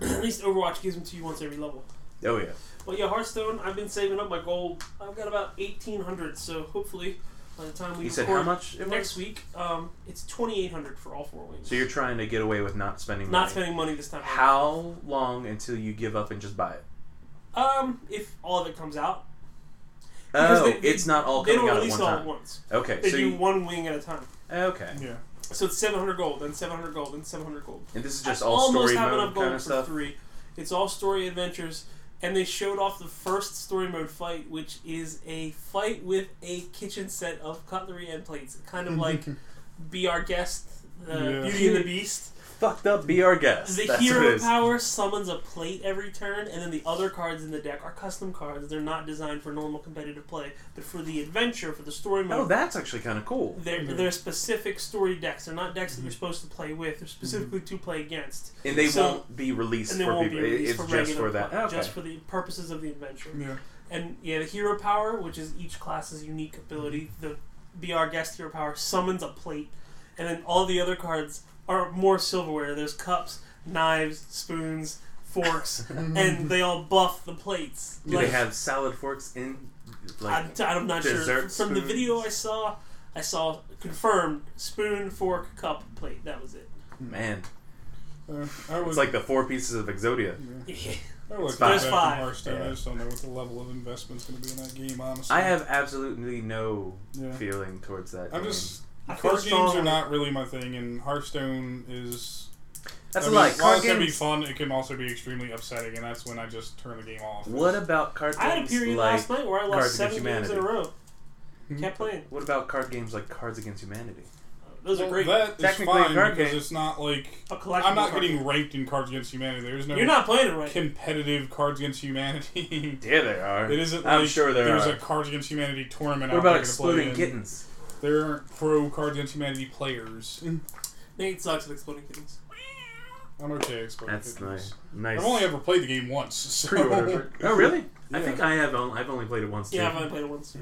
[SPEAKER 3] at least Overwatch gives them to you once every level.
[SPEAKER 2] Oh yeah.
[SPEAKER 3] Well, yeah, Hearthstone. I've been saving up my gold. I've got about eighteen hundred. So hopefully, by the time we
[SPEAKER 2] You
[SPEAKER 3] record
[SPEAKER 2] said how much? It
[SPEAKER 3] next
[SPEAKER 2] was?
[SPEAKER 3] week, um, it's twenty eight hundred for all four wings.
[SPEAKER 2] So you're trying to get away with not spending
[SPEAKER 3] not
[SPEAKER 2] money.
[SPEAKER 3] spending money this time.
[SPEAKER 2] How long until you give up and just buy it?
[SPEAKER 3] Um, if all of it comes out, Because
[SPEAKER 2] Oh,
[SPEAKER 3] they- they-
[SPEAKER 2] it's not all
[SPEAKER 3] they
[SPEAKER 2] coming
[SPEAKER 3] don't
[SPEAKER 2] out at
[SPEAKER 3] release
[SPEAKER 2] one
[SPEAKER 3] it all at
[SPEAKER 2] time.
[SPEAKER 3] once.
[SPEAKER 2] Okay,
[SPEAKER 3] They
[SPEAKER 2] so
[SPEAKER 3] do
[SPEAKER 2] you,
[SPEAKER 3] one wing at a time.
[SPEAKER 2] okay,
[SPEAKER 1] yeah,
[SPEAKER 3] So it's seven hundred gold, then seven hundred gold, then seven hundred gold.
[SPEAKER 2] and this is just
[SPEAKER 3] I
[SPEAKER 2] all
[SPEAKER 3] almost
[SPEAKER 2] story
[SPEAKER 3] have
[SPEAKER 2] mode
[SPEAKER 3] enough gold
[SPEAKER 2] kind of
[SPEAKER 3] for
[SPEAKER 2] stuff.
[SPEAKER 3] Three. It's all story adventures, and they showed off the first story mode fight, which is a fight with a kitchen set of cutlery and plates, kind of like "Be Our Guest," uh,
[SPEAKER 1] Yeah.
[SPEAKER 3] Beauty and the Beast.
[SPEAKER 2] Fucked up. Be our guest.
[SPEAKER 3] The
[SPEAKER 2] That's what it
[SPEAKER 3] hero
[SPEAKER 2] is.
[SPEAKER 3] power summons a plate every turn, and then the other cards in the deck are custom cards. They're not designed for normal competitive play, but for the adventure, for the story mode.
[SPEAKER 2] Oh, that's actually kind of cool.
[SPEAKER 3] they're,
[SPEAKER 1] Mhm.
[SPEAKER 3] they're specific story decks. They're not decks that you're supposed to play with. They're specifically to play against.
[SPEAKER 2] And they
[SPEAKER 3] So-
[SPEAKER 2] won't be released
[SPEAKER 3] and they
[SPEAKER 2] for
[SPEAKER 3] won't
[SPEAKER 2] people.
[SPEAKER 3] be released
[SPEAKER 2] it's
[SPEAKER 3] for
[SPEAKER 2] just
[SPEAKER 3] regular
[SPEAKER 2] for that.
[SPEAKER 3] play-
[SPEAKER 2] Okay.
[SPEAKER 3] just for the purposes of the adventure.
[SPEAKER 1] yeah.
[SPEAKER 3] And yeah, the hero power, which is each class's unique ability,
[SPEAKER 2] Mm-hmm.
[SPEAKER 3] the be our guest hero power summons a plate, and then all the other cards are more silverware. There's cups, knives, spoons, forks, and they all buff the plates.
[SPEAKER 2] do
[SPEAKER 3] like,
[SPEAKER 2] they have salad forks in? Like,
[SPEAKER 3] I'm, I'm not sure.
[SPEAKER 2] dessert
[SPEAKER 3] From the video
[SPEAKER 2] spoons?
[SPEAKER 3] I saw, I saw confirmed spoon, fork, cup, plate. That was it.
[SPEAKER 2] man,
[SPEAKER 1] Uh, I would,
[SPEAKER 2] it's like the four pieces of Exodia.
[SPEAKER 1] I would like
[SPEAKER 2] five.
[SPEAKER 1] to go
[SPEAKER 2] There's
[SPEAKER 1] back
[SPEAKER 3] five.
[SPEAKER 1] to Hearthstone.
[SPEAKER 2] Yeah.
[SPEAKER 1] I just don't know what the level of investment's going to be in that game. Honestly,
[SPEAKER 2] I have absolutely no
[SPEAKER 1] Yeah.
[SPEAKER 2] feeling towards that.
[SPEAKER 1] I'm
[SPEAKER 2] game.
[SPEAKER 1] just
[SPEAKER 3] I feel
[SPEAKER 1] card games
[SPEAKER 3] strongly-
[SPEAKER 1] are not really my thing, and Hearthstone is.
[SPEAKER 2] that's
[SPEAKER 1] I
[SPEAKER 2] a
[SPEAKER 1] mean,
[SPEAKER 2] lie.
[SPEAKER 1] While
[SPEAKER 2] Card
[SPEAKER 1] it can be
[SPEAKER 2] games.
[SPEAKER 1] fun, it can also be extremely upsetting, and that's when I just turn the game off.
[SPEAKER 2] What about card
[SPEAKER 3] I had a
[SPEAKER 2] games
[SPEAKER 3] period
[SPEAKER 2] like?
[SPEAKER 3] last night where I
[SPEAKER 2] Cards
[SPEAKER 3] lost
[SPEAKER 2] Against
[SPEAKER 3] seven games in a
[SPEAKER 2] Humanity.
[SPEAKER 3] row.
[SPEAKER 1] Hmm?
[SPEAKER 3] Kept playing.
[SPEAKER 2] What about card games like Cards Against Humanity?
[SPEAKER 3] Oh, Those are
[SPEAKER 1] Well,
[SPEAKER 3] great.
[SPEAKER 1] That is
[SPEAKER 2] Technically a
[SPEAKER 1] fine
[SPEAKER 2] card
[SPEAKER 1] because
[SPEAKER 2] game.
[SPEAKER 1] it's not like
[SPEAKER 3] a collectible
[SPEAKER 1] I'm not
[SPEAKER 3] card.
[SPEAKER 1] getting ranked in Cards Against Humanity. There's no
[SPEAKER 3] You're not playing it right.
[SPEAKER 1] competitive Cards Against Humanity.
[SPEAKER 2] Yeah, they are.
[SPEAKER 1] it isn't.
[SPEAKER 2] I'm
[SPEAKER 1] like
[SPEAKER 2] sure there
[SPEAKER 1] there's
[SPEAKER 2] are.
[SPEAKER 1] a Cards Against Humanity tournament.
[SPEAKER 2] what
[SPEAKER 1] out
[SPEAKER 2] about
[SPEAKER 1] there to play
[SPEAKER 2] exploding
[SPEAKER 1] in.
[SPEAKER 2] kittens?
[SPEAKER 1] There aren't pro Cards Against Humanity players.
[SPEAKER 2] Mm.
[SPEAKER 3] Nate sucks at exploding kittens.
[SPEAKER 1] I'm okay. at Exploding
[SPEAKER 4] That's
[SPEAKER 1] Kittens.
[SPEAKER 4] nice. Nice.
[SPEAKER 1] I've only ever played the game once. So
[SPEAKER 4] Pre-order. Oh, really? I
[SPEAKER 1] Yeah.
[SPEAKER 4] think I have. Only, I've only played it once. Too.
[SPEAKER 3] Yeah, I've only played it
[SPEAKER 1] Hmm.
[SPEAKER 3] once.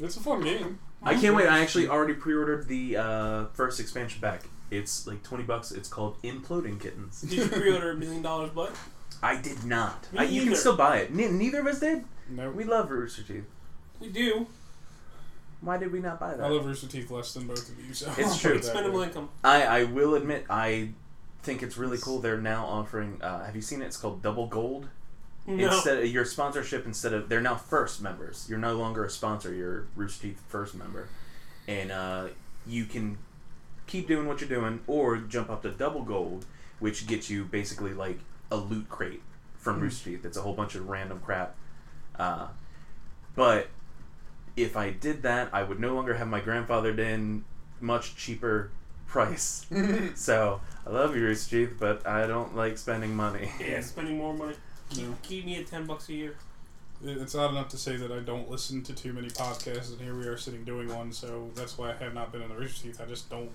[SPEAKER 1] It's a fun game.
[SPEAKER 2] I can't wait. I actually already pre-ordered the uh, first expansion pack. It's like twenty bucks. It's called Imploding Kittens.
[SPEAKER 3] Did you pre-order a million dollars butt?
[SPEAKER 2] I did not.
[SPEAKER 3] Me
[SPEAKER 2] I, you can
[SPEAKER 3] neither.
[SPEAKER 2] still buy it. Ne- neither of us did.
[SPEAKER 1] No,
[SPEAKER 2] We love Rooster Teeth.
[SPEAKER 3] We do.
[SPEAKER 2] Why did we not buy that?
[SPEAKER 1] I love Rooster Teeth less than both of you. So
[SPEAKER 2] It's true.
[SPEAKER 3] It's minimal income.
[SPEAKER 2] I, I will admit I think it's really cool. They're now offering. Uh, have you seen it? It's called Double Gold.
[SPEAKER 3] No.
[SPEAKER 2] Instead of your sponsorship, instead of they're now first members. You're no longer a sponsor. You're Rooster Teeth first member, and uh, you can keep doing what you're doing, or jump up to Double Gold, which gets you basically like a loot crate from Rooster Teeth. It's a whole bunch of random crap. Uh, but if I did that, I would no longer have my grandfathered in much cheaper price. so I love you, Rooster Teeth, but I don't like spending money.
[SPEAKER 3] yeah, spending more money. Keep,
[SPEAKER 1] No.
[SPEAKER 3] keep me at ten bucks a year.
[SPEAKER 1] It's not enough to say that I don't listen to too many podcasts, and here we are sitting doing one. So that's why I have not been in the Rooster Teeth. I just don't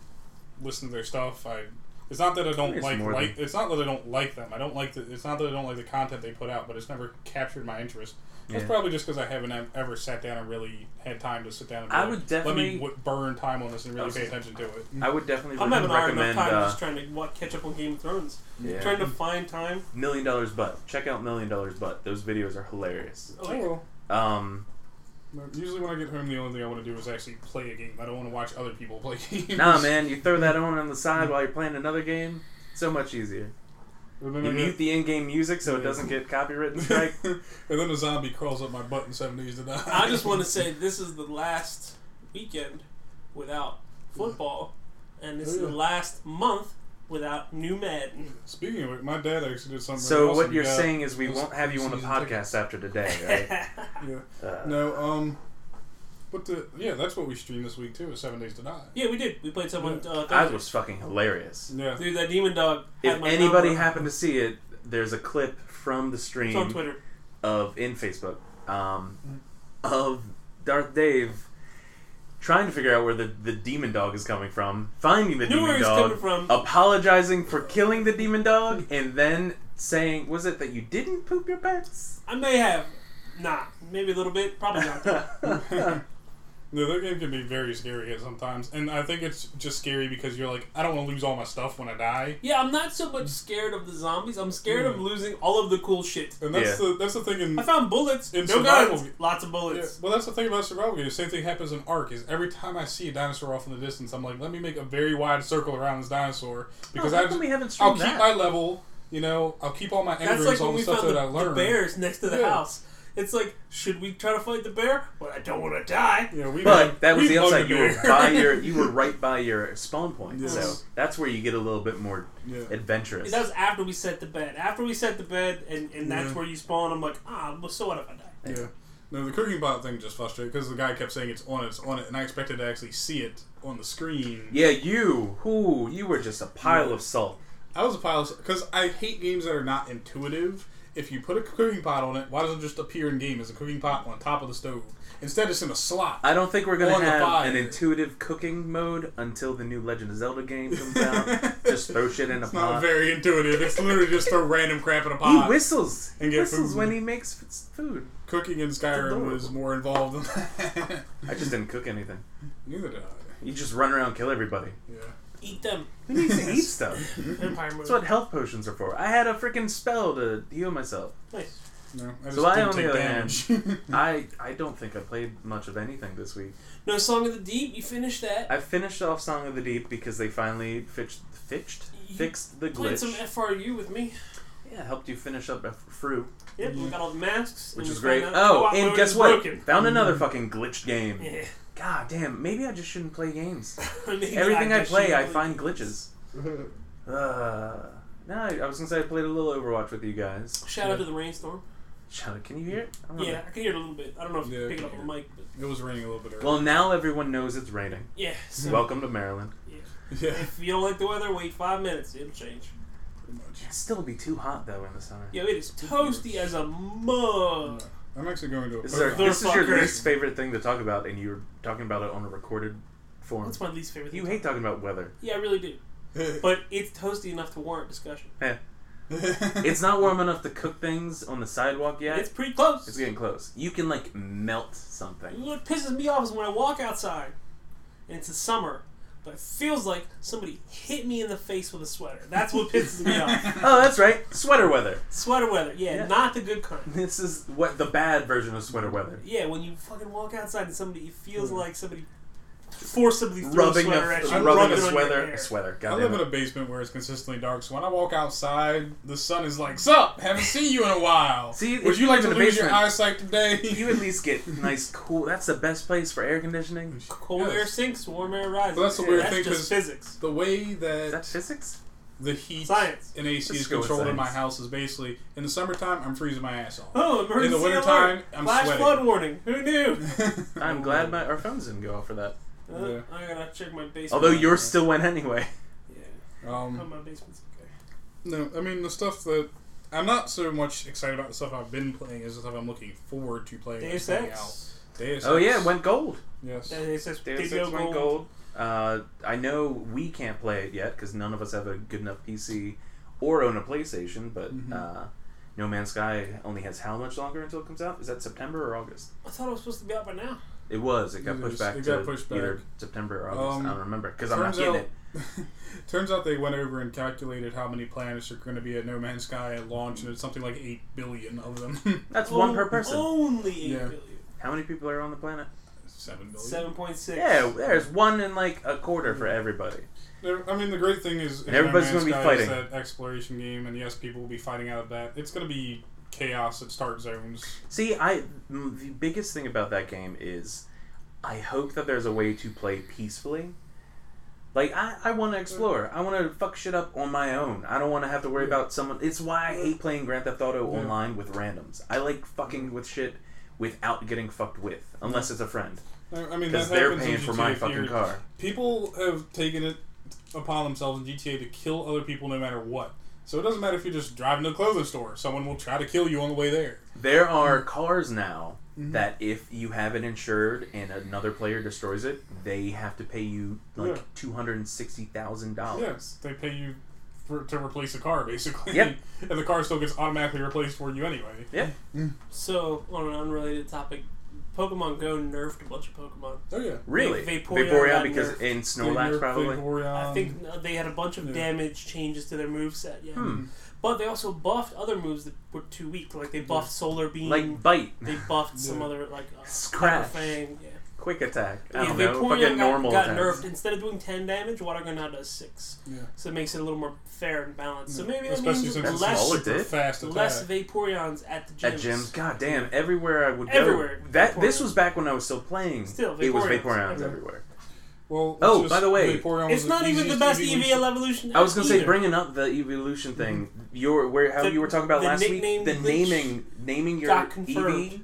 [SPEAKER 1] listen to their stuff. I. It's not that I don't
[SPEAKER 2] It's
[SPEAKER 1] like
[SPEAKER 2] more
[SPEAKER 1] like. It's not that I don't like them. I don't like the. It's not that I don't like the content they put out, but it's never captured my interest. That's
[SPEAKER 2] Yeah.
[SPEAKER 1] probably just because I haven't ev- ever sat down and really had time to sit down. And be
[SPEAKER 2] I
[SPEAKER 1] like,
[SPEAKER 2] would
[SPEAKER 1] let
[SPEAKER 2] definitely-
[SPEAKER 1] me w- burn time on this and really
[SPEAKER 2] That's-
[SPEAKER 1] pay attention to it.
[SPEAKER 2] I would definitely
[SPEAKER 3] I'm having a hard enough
[SPEAKER 2] recommend
[SPEAKER 3] time
[SPEAKER 2] uh,
[SPEAKER 3] just trying to what, catch up on Game of Thrones.
[SPEAKER 2] yeah.
[SPEAKER 3] Trying to find time.
[SPEAKER 2] Million Dollars Butt. Check out Million Dollars Butt. Those videos are hilarious.
[SPEAKER 3] Oh, yeah.
[SPEAKER 2] Um,
[SPEAKER 1] Usually when I get home, the only thing I want to do is actually play a game. I don't want to watch other people play games.
[SPEAKER 2] nah, man, you throw that on on the side while you're playing another game. So much easier.
[SPEAKER 1] And then
[SPEAKER 3] Mm-hmm.
[SPEAKER 2] You
[SPEAKER 1] I get-
[SPEAKER 2] mute the in-game music so it doesn't get copyright strike.
[SPEAKER 1] and then a zombie crawls up my butt in seven days to die.
[SPEAKER 3] I just want to say this is the last weekend without football, and this is the
[SPEAKER 1] Oh, Yeah.
[SPEAKER 3] last month without new Madden.
[SPEAKER 1] Speaking of it, my dad actually did something.
[SPEAKER 2] So
[SPEAKER 1] really
[SPEAKER 2] what
[SPEAKER 1] awesome.
[SPEAKER 2] you're
[SPEAKER 1] Yeah.
[SPEAKER 2] saying is we
[SPEAKER 1] those
[SPEAKER 2] won't have you on the
[SPEAKER 1] preseason
[SPEAKER 2] podcast after today,
[SPEAKER 1] Yeah.
[SPEAKER 2] right? Uh,
[SPEAKER 1] No. Um. But the yeah, that's what we streamed this week too. Is Seven Days to Die.
[SPEAKER 3] yeah, we did. We played someone. Uh,
[SPEAKER 2] I
[SPEAKER 3] Thursday.
[SPEAKER 2] was fucking hilarious.
[SPEAKER 1] Yeah.
[SPEAKER 3] Dude, that demon dog. had
[SPEAKER 2] If
[SPEAKER 3] my
[SPEAKER 2] anybody
[SPEAKER 3] number.
[SPEAKER 2] happened to see it, there's a clip from the
[SPEAKER 3] it's on
[SPEAKER 2] stream
[SPEAKER 3] Twitter.
[SPEAKER 1] Mm-hmm.
[SPEAKER 2] of in Facebook um, of Darth Dave trying to figure out where the, the demon dog is coming from, finding the
[SPEAKER 3] Knew
[SPEAKER 2] demon
[SPEAKER 3] where he's
[SPEAKER 2] dog,
[SPEAKER 3] coming from.
[SPEAKER 2] apologizing for killing the demon dog, and then saying, "Was it that you didn't poop your pants?"
[SPEAKER 3] I may have. Nah, maybe a little bit. Probably not.
[SPEAKER 1] No, that game can be very scary at sometimes, and I think it's just scary because you're like, I don't want to lose all my stuff when I die.
[SPEAKER 3] yeah, I'm not so much scared of the zombies. I'm scared of losing all of the cool shit.
[SPEAKER 1] And that's
[SPEAKER 2] Yeah.
[SPEAKER 1] the that's the thing in.
[SPEAKER 3] I found bullets.
[SPEAKER 1] In
[SPEAKER 3] no
[SPEAKER 1] survival-
[SPEAKER 3] guns. Lots of
[SPEAKER 1] Yeah,
[SPEAKER 3] bullets.
[SPEAKER 1] well, that's the thing about survival games. Same thing happens in Ark. Is every time I see a dinosaur off in the distance, I'm like, let me make a very wide circle around this dinosaur because
[SPEAKER 2] oh,
[SPEAKER 1] I
[SPEAKER 2] how
[SPEAKER 1] just,
[SPEAKER 2] come we haven't
[SPEAKER 1] I'll
[SPEAKER 2] streamed
[SPEAKER 1] keep
[SPEAKER 2] that?
[SPEAKER 1] my level. You know, I'll keep all my
[SPEAKER 3] That's
[SPEAKER 1] engrams,
[SPEAKER 3] like
[SPEAKER 1] all
[SPEAKER 3] when
[SPEAKER 1] the
[SPEAKER 3] we
[SPEAKER 1] stuff
[SPEAKER 3] found
[SPEAKER 1] that I
[SPEAKER 3] the, the
[SPEAKER 1] learned.
[SPEAKER 3] bears next to the
[SPEAKER 1] Yeah.
[SPEAKER 3] house. It's like, should we try to fight the bear? Well, I don't want to die.
[SPEAKER 1] Yeah, we
[SPEAKER 2] but that was
[SPEAKER 1] we
[SPEAKER 2] the
[SPEAKER 1] hugged
[SPEAKER 2] upside. You were
[SPEAKER 1] bear.
[SPEAKER 2] by your, you were right by your spawn point,
[SPEAKER 1] Yes.
[SPEAKER 2] so that's where you get a little bit more
[SPEAKER 1] yeah.
[SPEAKER 2] adventurous.
[SPEAKER 3] That was after we set the bed. After we set the bed, and, and that's
[SPEAKER 1] Yeah.
[SPEAKER 3] where you spawn. I'm like, ah, well, so what if I die?
[SPEAKER 1] yeah. No, the cooking pot thing just frustrated because the guy kept saying it's on it, it's on it, and I expected to actually see it on the screen.
[SPEAKER 2] Yeah, you, who, you were just a pile of salt.
[SPEAKER 1] I was a pile because I hate games that are not intuitive. If you put a cooking pot on it, why does it just appear in game as a cooking pot on top of the stove? Instead, it's in a slot.
[SPEAKER 2] I don't think we're
[SPEAKER 1] On
[SPEAKER 2] gonna
[SPEAKER 1] the
[SPEAKER 2] have
[SPEAKER 1] fire.
[SPEAKER 2] an intuitive cooking mode until the new Legend of Zelda game comes out. Just throw shit in a
[SPEAKER 1] It's not
[SPEAKER 2] pot.
[SPEAKER 1] very intuitive. It's literally just throw random crap in a
[SPEAKER 2] He
[SPEAKER 1] pot.
[SPEAKER 2] whistles.
[SPEAKER 1] And
[SPEAKER 2] He
[SPEAKER 1] get
[SPEAKER 2] whistles
[SPEAKER 1] food.
[SPEAKER 2] when he makes f- food.
[SPEAKER 1] Cooking in Skyrim
[SPEAKER 2] adorable.
[SPEAKER 1] was more involved than that.
[SPEAKER 2] I just didn't cook anything.
[SPEAKER 1] Neither did I.
[SPEAKER 2] You just run around, and kill everybody.
[SPEAKER 1] Yeah.
[SPEAKER 3] Eat them.
[SPEAKER 2] Who needs to eat stuff?
[SPEAKER 1] Mm-hmm.
[SPEAKER 3] Vampire movie.
[SPEAKER 2] That's what health potions are for. I had a freaking spell to heal myself.
[SPEAKER 3] nice.
[SPEAKER 1] No, I just
[SPEAKER 2] So I,
[SPEAKER 1] didn't
[SPEAKER 2] on the
[SPEAKER 1] take
[SPEAKER 2] other
[SPEAKER 1] damage.
[SPEAKER 2] I I don't think I played much of anything this week.
[SPEAKER 3] No Song of the Deep. You finished that.
[SPEAKER 2] I finished off Song of the Deep because they finally fixed fixed
[SPEAKER 3] You
[SPEAKER 2] fixed the
[SPEAKER 3] Played
[SPEAKER 2] glitch.
[SPEAKER 3] some FRU with me.
[SPEAKER 1] e-
[SPEAKER 2] yeah, helped you finish up F- Fruit.
[SPEAKER 3] Yep, we
[SPEAKER 1] Yeah.
[SPEAKER 3] got all the masks. and
[SPEAKER 2] which
[SPEAKER 3] we
[SPEAKER 2] is great.
[SPEAKER 3] found out
[SPEAKER 2] Oh,
[SPEAKER 3] co-op
[SPEAKER 2] and
[SPEAKER 3] mode
[SPEAKER 2] guess
[SPEAKER 3] is
[SPEAKER 2] what?
[SPEAKER 3] Broken.
[SPEAKER 2] Found another fucking glitched game.
[SPEAKER 3] Yeah.
[SPEAKER 2] God damn, maybe I just shouldn't play games.
[SPEAKER 3] Maybe
[SPEAKER 2] Everything I
[SPEAKER 3] just
[SPEAKER 2] play,
[SPEAKER 3] should
[SPEAKER 2] I
[SPEAKER 3] really-
[SPEAKER 2] find glitches. Uh, no, I I was gonna say I played a little Overwatch with you guys.
[SPEAKER 3] Shout out to the rainstorm.
[SPEAKER 2] Shout out, can you hear it? I don't know.
[SPEAKER 3] Yeah, I can hear it a little bit. I don't know if you
[SPEAKER 1] Yeah,
[SPEAKER 3] can pick it
[SPEAKER 1] I
[SPEAKER 3] up
[SPEAKER 1] can
[SPEAKER 3] on the mic, but
[SPEAKER 1] it was raining a little bit earlier.
[SPEAKER 2] Well, now everyone knows it's raining.
[SPEAKER 3] yeah. So
[SPEAKER 2] Welcome to Maryland.
[SPEAKER 3] yeah.
[SPEAKER 1] Yeah,
[SPEAKER 3] If you don't like the weather, wait five minutes. It'll change.
[SPEAKER 1] pretty much.
[SPEAKER 2] It'd still be too hot though in the summer.
[SPEAKER 3] Yo, it is toasty as a mug.
[SPEAKER 1] I'm actually going to.
[SPEAKER 2] This is, our,
[SPEAKER 3] They're
[SPEAKER 2] this is your
[SPEAKER 3] fuckers.
[SPEAKER 2] least favorite thing to talk about, and you're talking about it on a recorded form.
[SPEAKER 3] That's my least favorite thing.
[SPEAKER 2] You hate talking about weather.
[SPEAKER 3] Yeah, I really do. But it's toasty enough to warrant discussion.
[SPEAKER 2] It's not warm enough to cook things on the sidewalk yet.
[SPEAKER 3] It's pretty close.
[SPEAKER 2] It's getting close. You can like melt something.
[SPEAKER 3] What pisses me off is when I walk outside and it's the summer, but it feels like somebody hit me in the face with a sweater. That's what pisses me off.
[SPEAKER 2] Oh, that's right. Sweater weather.
[SPEAKER 3] Sweater weather, yeah,
[SPEAKER 2] Yeah.
[SPEAKER 3] not the good kind.
[SPEAKER 2] This is what the bad version of sweater weather.
[SPEAKER 3] Yeah, when you fucking walk outside and somebody, it feels like somebody forcibly threw
[SPEAKER 2] Rubbing
[SPEAKER 3] a
[SPEAKER 2] a,
[SPEAKER 3] sweater at you.
[SPEAKER 1] I'm
[SPEAKER 3] and
[SPEAKER 2] rubbing
[SPEAKER 3] rubbed
[SPEAKER 2] a
[SPEAKER 3] it on your
[SPEAKER 2] sweater.
[SPEAKER 3] hair.
[SPEAKER 2] A sweater.
[SPEAKER 1] I
[SPEAKER 2] God
[SPEAKER 1] live
[SPEAKER 2] damn
[SPEAKER 1] in a
[SPEAKER 2] it.
[SPEAKER 1] basement where it's consistently dark, so when I walk outside, the sun is like, "Sup? Haven't seen you in a while.
[SPEAKER 2] See,
[SPEAKER 1] would
[SPEAKER 2] if
[SPEAKER 1] you
[SPEAKER 2] you
[SPEAKER 1] like to
[SPEAKER 2] live in
[SPEAKER 1] lose
[SPEAKER 2] a
[SPEAKER 1] your
[SPEAKER 2] basement-
[SPEAKER 1] eyesight today?"
[SPEAKER 2] You at least get nice cool. That's the best place for air conditioning.
[SPEAKER 3] Cold air sinks, warm air rises.
[SPEAKER 1] Well, that's the weird
[SPEAKER 3] that's
[SPEAKER 1] thing,
[SPEAKER 3] just
[SPEAKER 1] 'cause-
[SPEAKER 3] physics.
[SPEAKER 1] The way
[SPEAKER 2] Is that
[SPEAKER 1] that
[SPEAKER 2] physics?
[SPEAKER 1] the heat
[SPEAKER 3] Science.
[SPEAKER 1] and AC
[SPEAKER 2] Let's
[SPEAKER 1] is
[SPEAKER 2] go with
[SPEAKER 1] controlled in my
[SPEAKER 2] science.
[SPEAKER 1] house is basically in the summertime I'm freezing my ass off.
[SPEAKER 3] Oh, emergency
[SPEAKER 1] In the
[SPEAKER 3] alert.
[SPEAKER 1] wintertime I'm
[SPEAKER 3] Flash
[SPEAKER 1] sweating.
[SPEAKER 3] flood warning. Who knew?
[SPEAKER 2] I'm glad my our phones didn't go off for that.
[SPEAKER 3] Uh,
[SPEAKER 1] Yeah.
[SPEAKER 3] I gotta check my basement.
[SPEAKER 2] Although yours still went anyway.
[SPEAKER 3] Yeah. Oh,
[SPEAKER 1] Um,
[SPEAKER 3] my basement's okay.
[SPEAKER 1] no, I mean the stuff that I'm not so much excited about the stuff I've been playing is the stuff I'm looking forward to playing.
[SPEAKER 3] Deus
[SPEAKER 1] and coming
[SPEAKER 3] Ex.
[SPEAKER 1] out. Deus
[SPEAKER 2] Oh
[SPEAKER 1] Ex.
[SPEAKER 2] yeah, it went gold.
[SPEAKER 1] yes.
[SPEAKER 3] Deus Ex
[SPEAKER 2] Deus
[SPEAKER 3] Video
[SPEAKER 2] Ex went
[SPEAKER 3] Gold.
[SPEAKER 2] gold. Uh, I know we can't play it yet because none of us have a good enough PC or own a PlayStation. But
[SPEAKER 1] Mhm.
[SPEAKER 2] uh, No Man's Sky only has how much longer until it comes out? Is that September or August?
[SPEAKER 3] I thought it was supposed to be out by now.
[SPEAKER 2] It was. It got
[SPEAKER 1] It
[SPEAKER 2] pushed
[SPEAKER 1] is.
[SPEAKER 2] back
[SPEAKER 1] It
[SPEAKER 2] to
[SPEAKER 1] got pushed back.
[SPEAKER 2] either September or August.
[SPEAKER 1] Um,
[SPEAKER 2] I don't remember because I'm not
[SPEAKER 1] turns
[SPEAKER 2] getting
[SPEAKER 1] out-
[SPEAKER 2] it.
[SPEAKER 1] Turns out they went over and calculated how many planets are going to be at No Man's Sky at launch, and it's something like eight billion of them.
[SPEAKER 2] That's one
[SPEAKER 3] On-
[SPEAKER 2] per person.
[SPEAKER 3] Only eight
[SPEAKER 1] Yeah.
[SPEAKER 3] billion.
[SPEAKER 2] How many people are on the planet?
[SPEAKER 1] Seven billion.
[SPEAKER 3] Seven point six.
[SPEAKER 2] Yeah, there's one in like a quarter for
[SPEAKER 1] Mm-hmm.
[SPEAKER 2] everybody.
[SPEAKER 1] There- I mean, the great thing is, in
[SPEAKER 2] And everybody's
[SPEAKER 1] No Man's
[SPEAKER 2] gonna be
[SPEAKER 1] Sky is
[SPEAKER 2] fighting.
[SPEAKER 1] that exploration game, and yes, people will be fighting out of that. It's going to be chaos at start zones.
[SPEAKER 2] See, I m- the biggest thing about that game is I hope that there's a way to play peacefully. Like I, I
[SPEAKER 1] Mm-hmm.
[SPEAKER 2] want to explore. I want to fuck shit up on my own. I don't want to have to worry about someone. It's why I hate playing Grand Theft Auto
[SPEAKER 1] Yeah. Mm-hmm.
[SPEAKER 2] online with randoms. I like fucking with shit without getting fucked with, unless it's a friend,
[SPEAKER 1] I I mean, that
[SPEAKER 2] because they're
[SPEAKER 1] happens in
[SPEAKER 2] paying for my
[SPEAKER 1] GTA
[SPEAKER 2] fucking
[SPEAKER 1] theory.
[SPEAKER 2] car.
[SPEAKER 1] People have taken it upon themselves in GTA to kill other people no matter what. So it doesn't matter if you're just driving to a clothing store; someone will try to kill you on the way there.
[SPEAKER 2] There are
[SPEAKER 1] Mm-hmm.
[SPEAKER 2] cars now that if you have it insured and another player destroys it, they have to pay you like
[SPEAKER 1] Yeah.
[SPEAKER 2] two hundred and sixty thousand dollars.
[SPEAKER 1] Yes, they pay you for, to replace a car, basically.
[SPEAKER 2] Yep.
[SPEAKER 1] and the car still gets automatically replaced for you anyway.
[SPEAKER 3] So on an unrelated topic, Pokemon Go nerfed a bunch of Pokemon.
[SPEAKER 1] Oh yeah.
[SPEAKER 2] Really?
[SPEAKER 3] Vaporeon
[SPEAKER 2] Vaporeon
[SPEAKER 3] got
[SPEAKER 2] because
[SPEAKER 3] nerfed.
[SPEAKER 2] in Snorlax probably.
[SPEAKER 3] I think they had a bunch of
[SPEAKER 1] Um, yeah.
[SPEAKER 3] damage changes to their moveset. Yeah.
[SPEAKER 2] Hmm.
[SPEAKER 3] But they also buffed other moves that were too weak. Like they buffed Solar Beam.
[SPEAKER 2] Like bite,
[SPEAKER 3] they buffed some
[SPEAKER 1] Yeah.
[SPEAKER 3] other like uh,
[SPEAKER 2] Scratch.
[SPEAKER 3] Hyper Fang. Yeah.
[SPEAKER 2] quick attack. I
[SPEAKER 3] Yeah,
[SPEAKER 2] don't know.
[SPEAKER 3] Vaporeon
[SPEAKER 2] Fucking
[SPEAKER 3] got,
[SPEAKER 2] normal
[SPEAKER 3] got
[SPEAKER 2] attacks.
[SPEAKER 3] nerfed. Instead of doing 10 damage, Water Gun does 6.
[SPEAKER 1] Yeah.
[SPEAKER 3] So it makes it a little more fair and balanced. So maybe that
[SPEAKER 1] Hmm. Especially
[SPEAKER 3] means
[SPEAKER 1] since it's
[SPEAKER 2] That's
[SPEAKER 3] less,
[SPEAKER 2] smaller,
[SPEAKER 1] super
[SPEAKER 2] dude.
[SPEAKER 1] fast attack.
[SPEAKER 3] less Vaporeons at the gyms.
[SPEAKER 2] At gyms, god damn, everywhere I would go.
[SPEAKER 3] Everywhere,
[SPEAKER 2] That this
[SPEAKER 3] Vaporeon.
[SPEAKER 2] was back when I was still playing.
[SPEAKER 3] Still,
[SPEAKER 2] it was
[SPEAKER 3] Vaporeon's
[SPEAKER 2] Vaporeons
[SPEAKER 1] everywhere.
[SPEAKER 2] everywhere.
[SPEAKER 1] Well,
[SPEAKER 2] Oh,
[SPEAKER 1] it's
[SPEAKER 2] by the way,
[SPEAKER 1] Vaporeon was
[SPEAKER 3] It's not even the
[SPEAKER 1] easiest
[SPEAKER 3] best E
[SPEAKER 1] EV evolution.
[SPEAKER 3] EVL evolution.
[SPEAKER 2] I was gonna say
[SPEAKER 3] either. Mm-hmm.
[SPEAKER 2] bringing up the evolution thing. Your where how
[SPEAKER 3] The-
[SPEAKER 2] you were talking about
[SPEAKER 3] the
[SPEAKER 2] last week.
[SPEAKER 3] nickname
[SPEAKER 2] The
[SPEAKER 3] glitch
[SPEAKER 2] naming naming your
[SPEAKER 3] got confirmed.
[SPEAKER 2] Eevee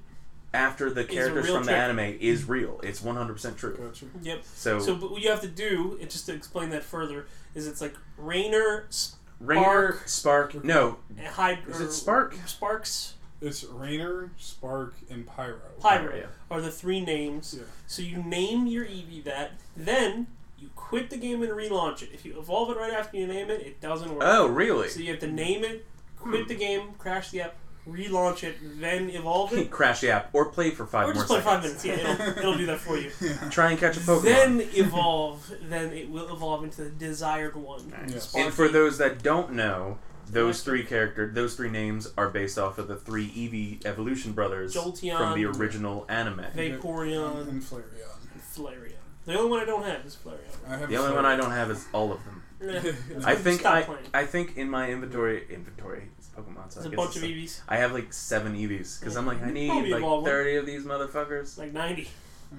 [SPEAKER 2] after the
[SPEAKER 3] a
[SPEAKER 2] characters
[SPEAKER 3] real
[SPEAKER 2] from the
[SPEAKER 3] trick.
[SPEAKER 2] anime is real. It's one hundred percent true.
[SPEAKER 1] Gotcha.
[SPEAKER 3] Yep.
[SPEAKER 2] So,
[SPEAKER 3] So but what you have to do, it, just to explain that further, is it's like Rainer, Sp-
[SPEAKER 2] Rainer Spark. No,
[SPEAKER 3] Hyd-
[SPEAKER 2] is
[SPEAKER 3] or
[SPEAKER 2] it Spark?
[SPEAKER 3] Sparks,
[SPEAKER 1] It's Rainer, Spark, and Pyro.
[SPEAKER 3] Pyro
[SPEAKER 2] Oh, yeah.
[SPEAKER 3] are the three names.
[SPEAKER 1] Yeah.
[SPEAKER 3] So you name your Eevee that, then you quit the game and relaunch it. If you evolve it right after you name it, it doesn't work.
[SPEAKER 2] Oh, really?
[SPEAKER 3] So you have to name it, quit the game, crash the app, relaunch it, then evolve it.
[SPEAKER 2] Crash the app or play for five
[SPEAKER 3] Or
[SPEAKER 2] more
[SPEAKER 3] just play
[SPEAKER 2] seconds.
[SPEAKER 3] five minutes. Yeah, it'll, it'll do that for you.
[SPEAKER 2] Try and catch a
[SPEAKER 1] Oh,
[SPEAKER 2] Pokemon.
[SPEAKER 3] Then evolve. then it will evolve into the desired one.
[SPEAKER 1] Yes.
[SPEAKER 2] and for those that don't know, those three character, those three names are based off of the three Eevee evolution brothers
[SPEAKER 3] Jolteon.
[SPEAKER 2] from the original anime.
[SPEAKER 1] Um,
[SPEAKER 3] Vaporeon
[SPEAKER 1] and Flareon.
[SPEAKER 3] and Flareon. The only one I don't have is Flareon.
[SPEAKER 1] I have
[SPEAKER 2] The only one I don't have is all of them.
[SPEAKER 3] Eh,
[SPEAKER 2] I think
[SPEAKER 3] Stop
[SPEAKER 2] I,
[SPEAKER 3] playing.
[SPEAKER 2] I think in my inventory inventory it's Pokemon. So
[SPEAKER 3] There's
[SPEAKER 2] I
[SPEAKER 3] a
[SPEAKER 2] guess
[SPEAKER 3] bunch of E
[SPEAKER 2] it's-
[SPEAKER 3] Eevees.
[SPEAKER 2] I have like seven Eevees because I'm like I need
[SPEAKER 3] Probably evolve
[SPEAKER 2] like
[SPEAKER 3] them.
[SPEAKER 2] thirty of these motherfuckers.
[SPEAKER 3] Like 90.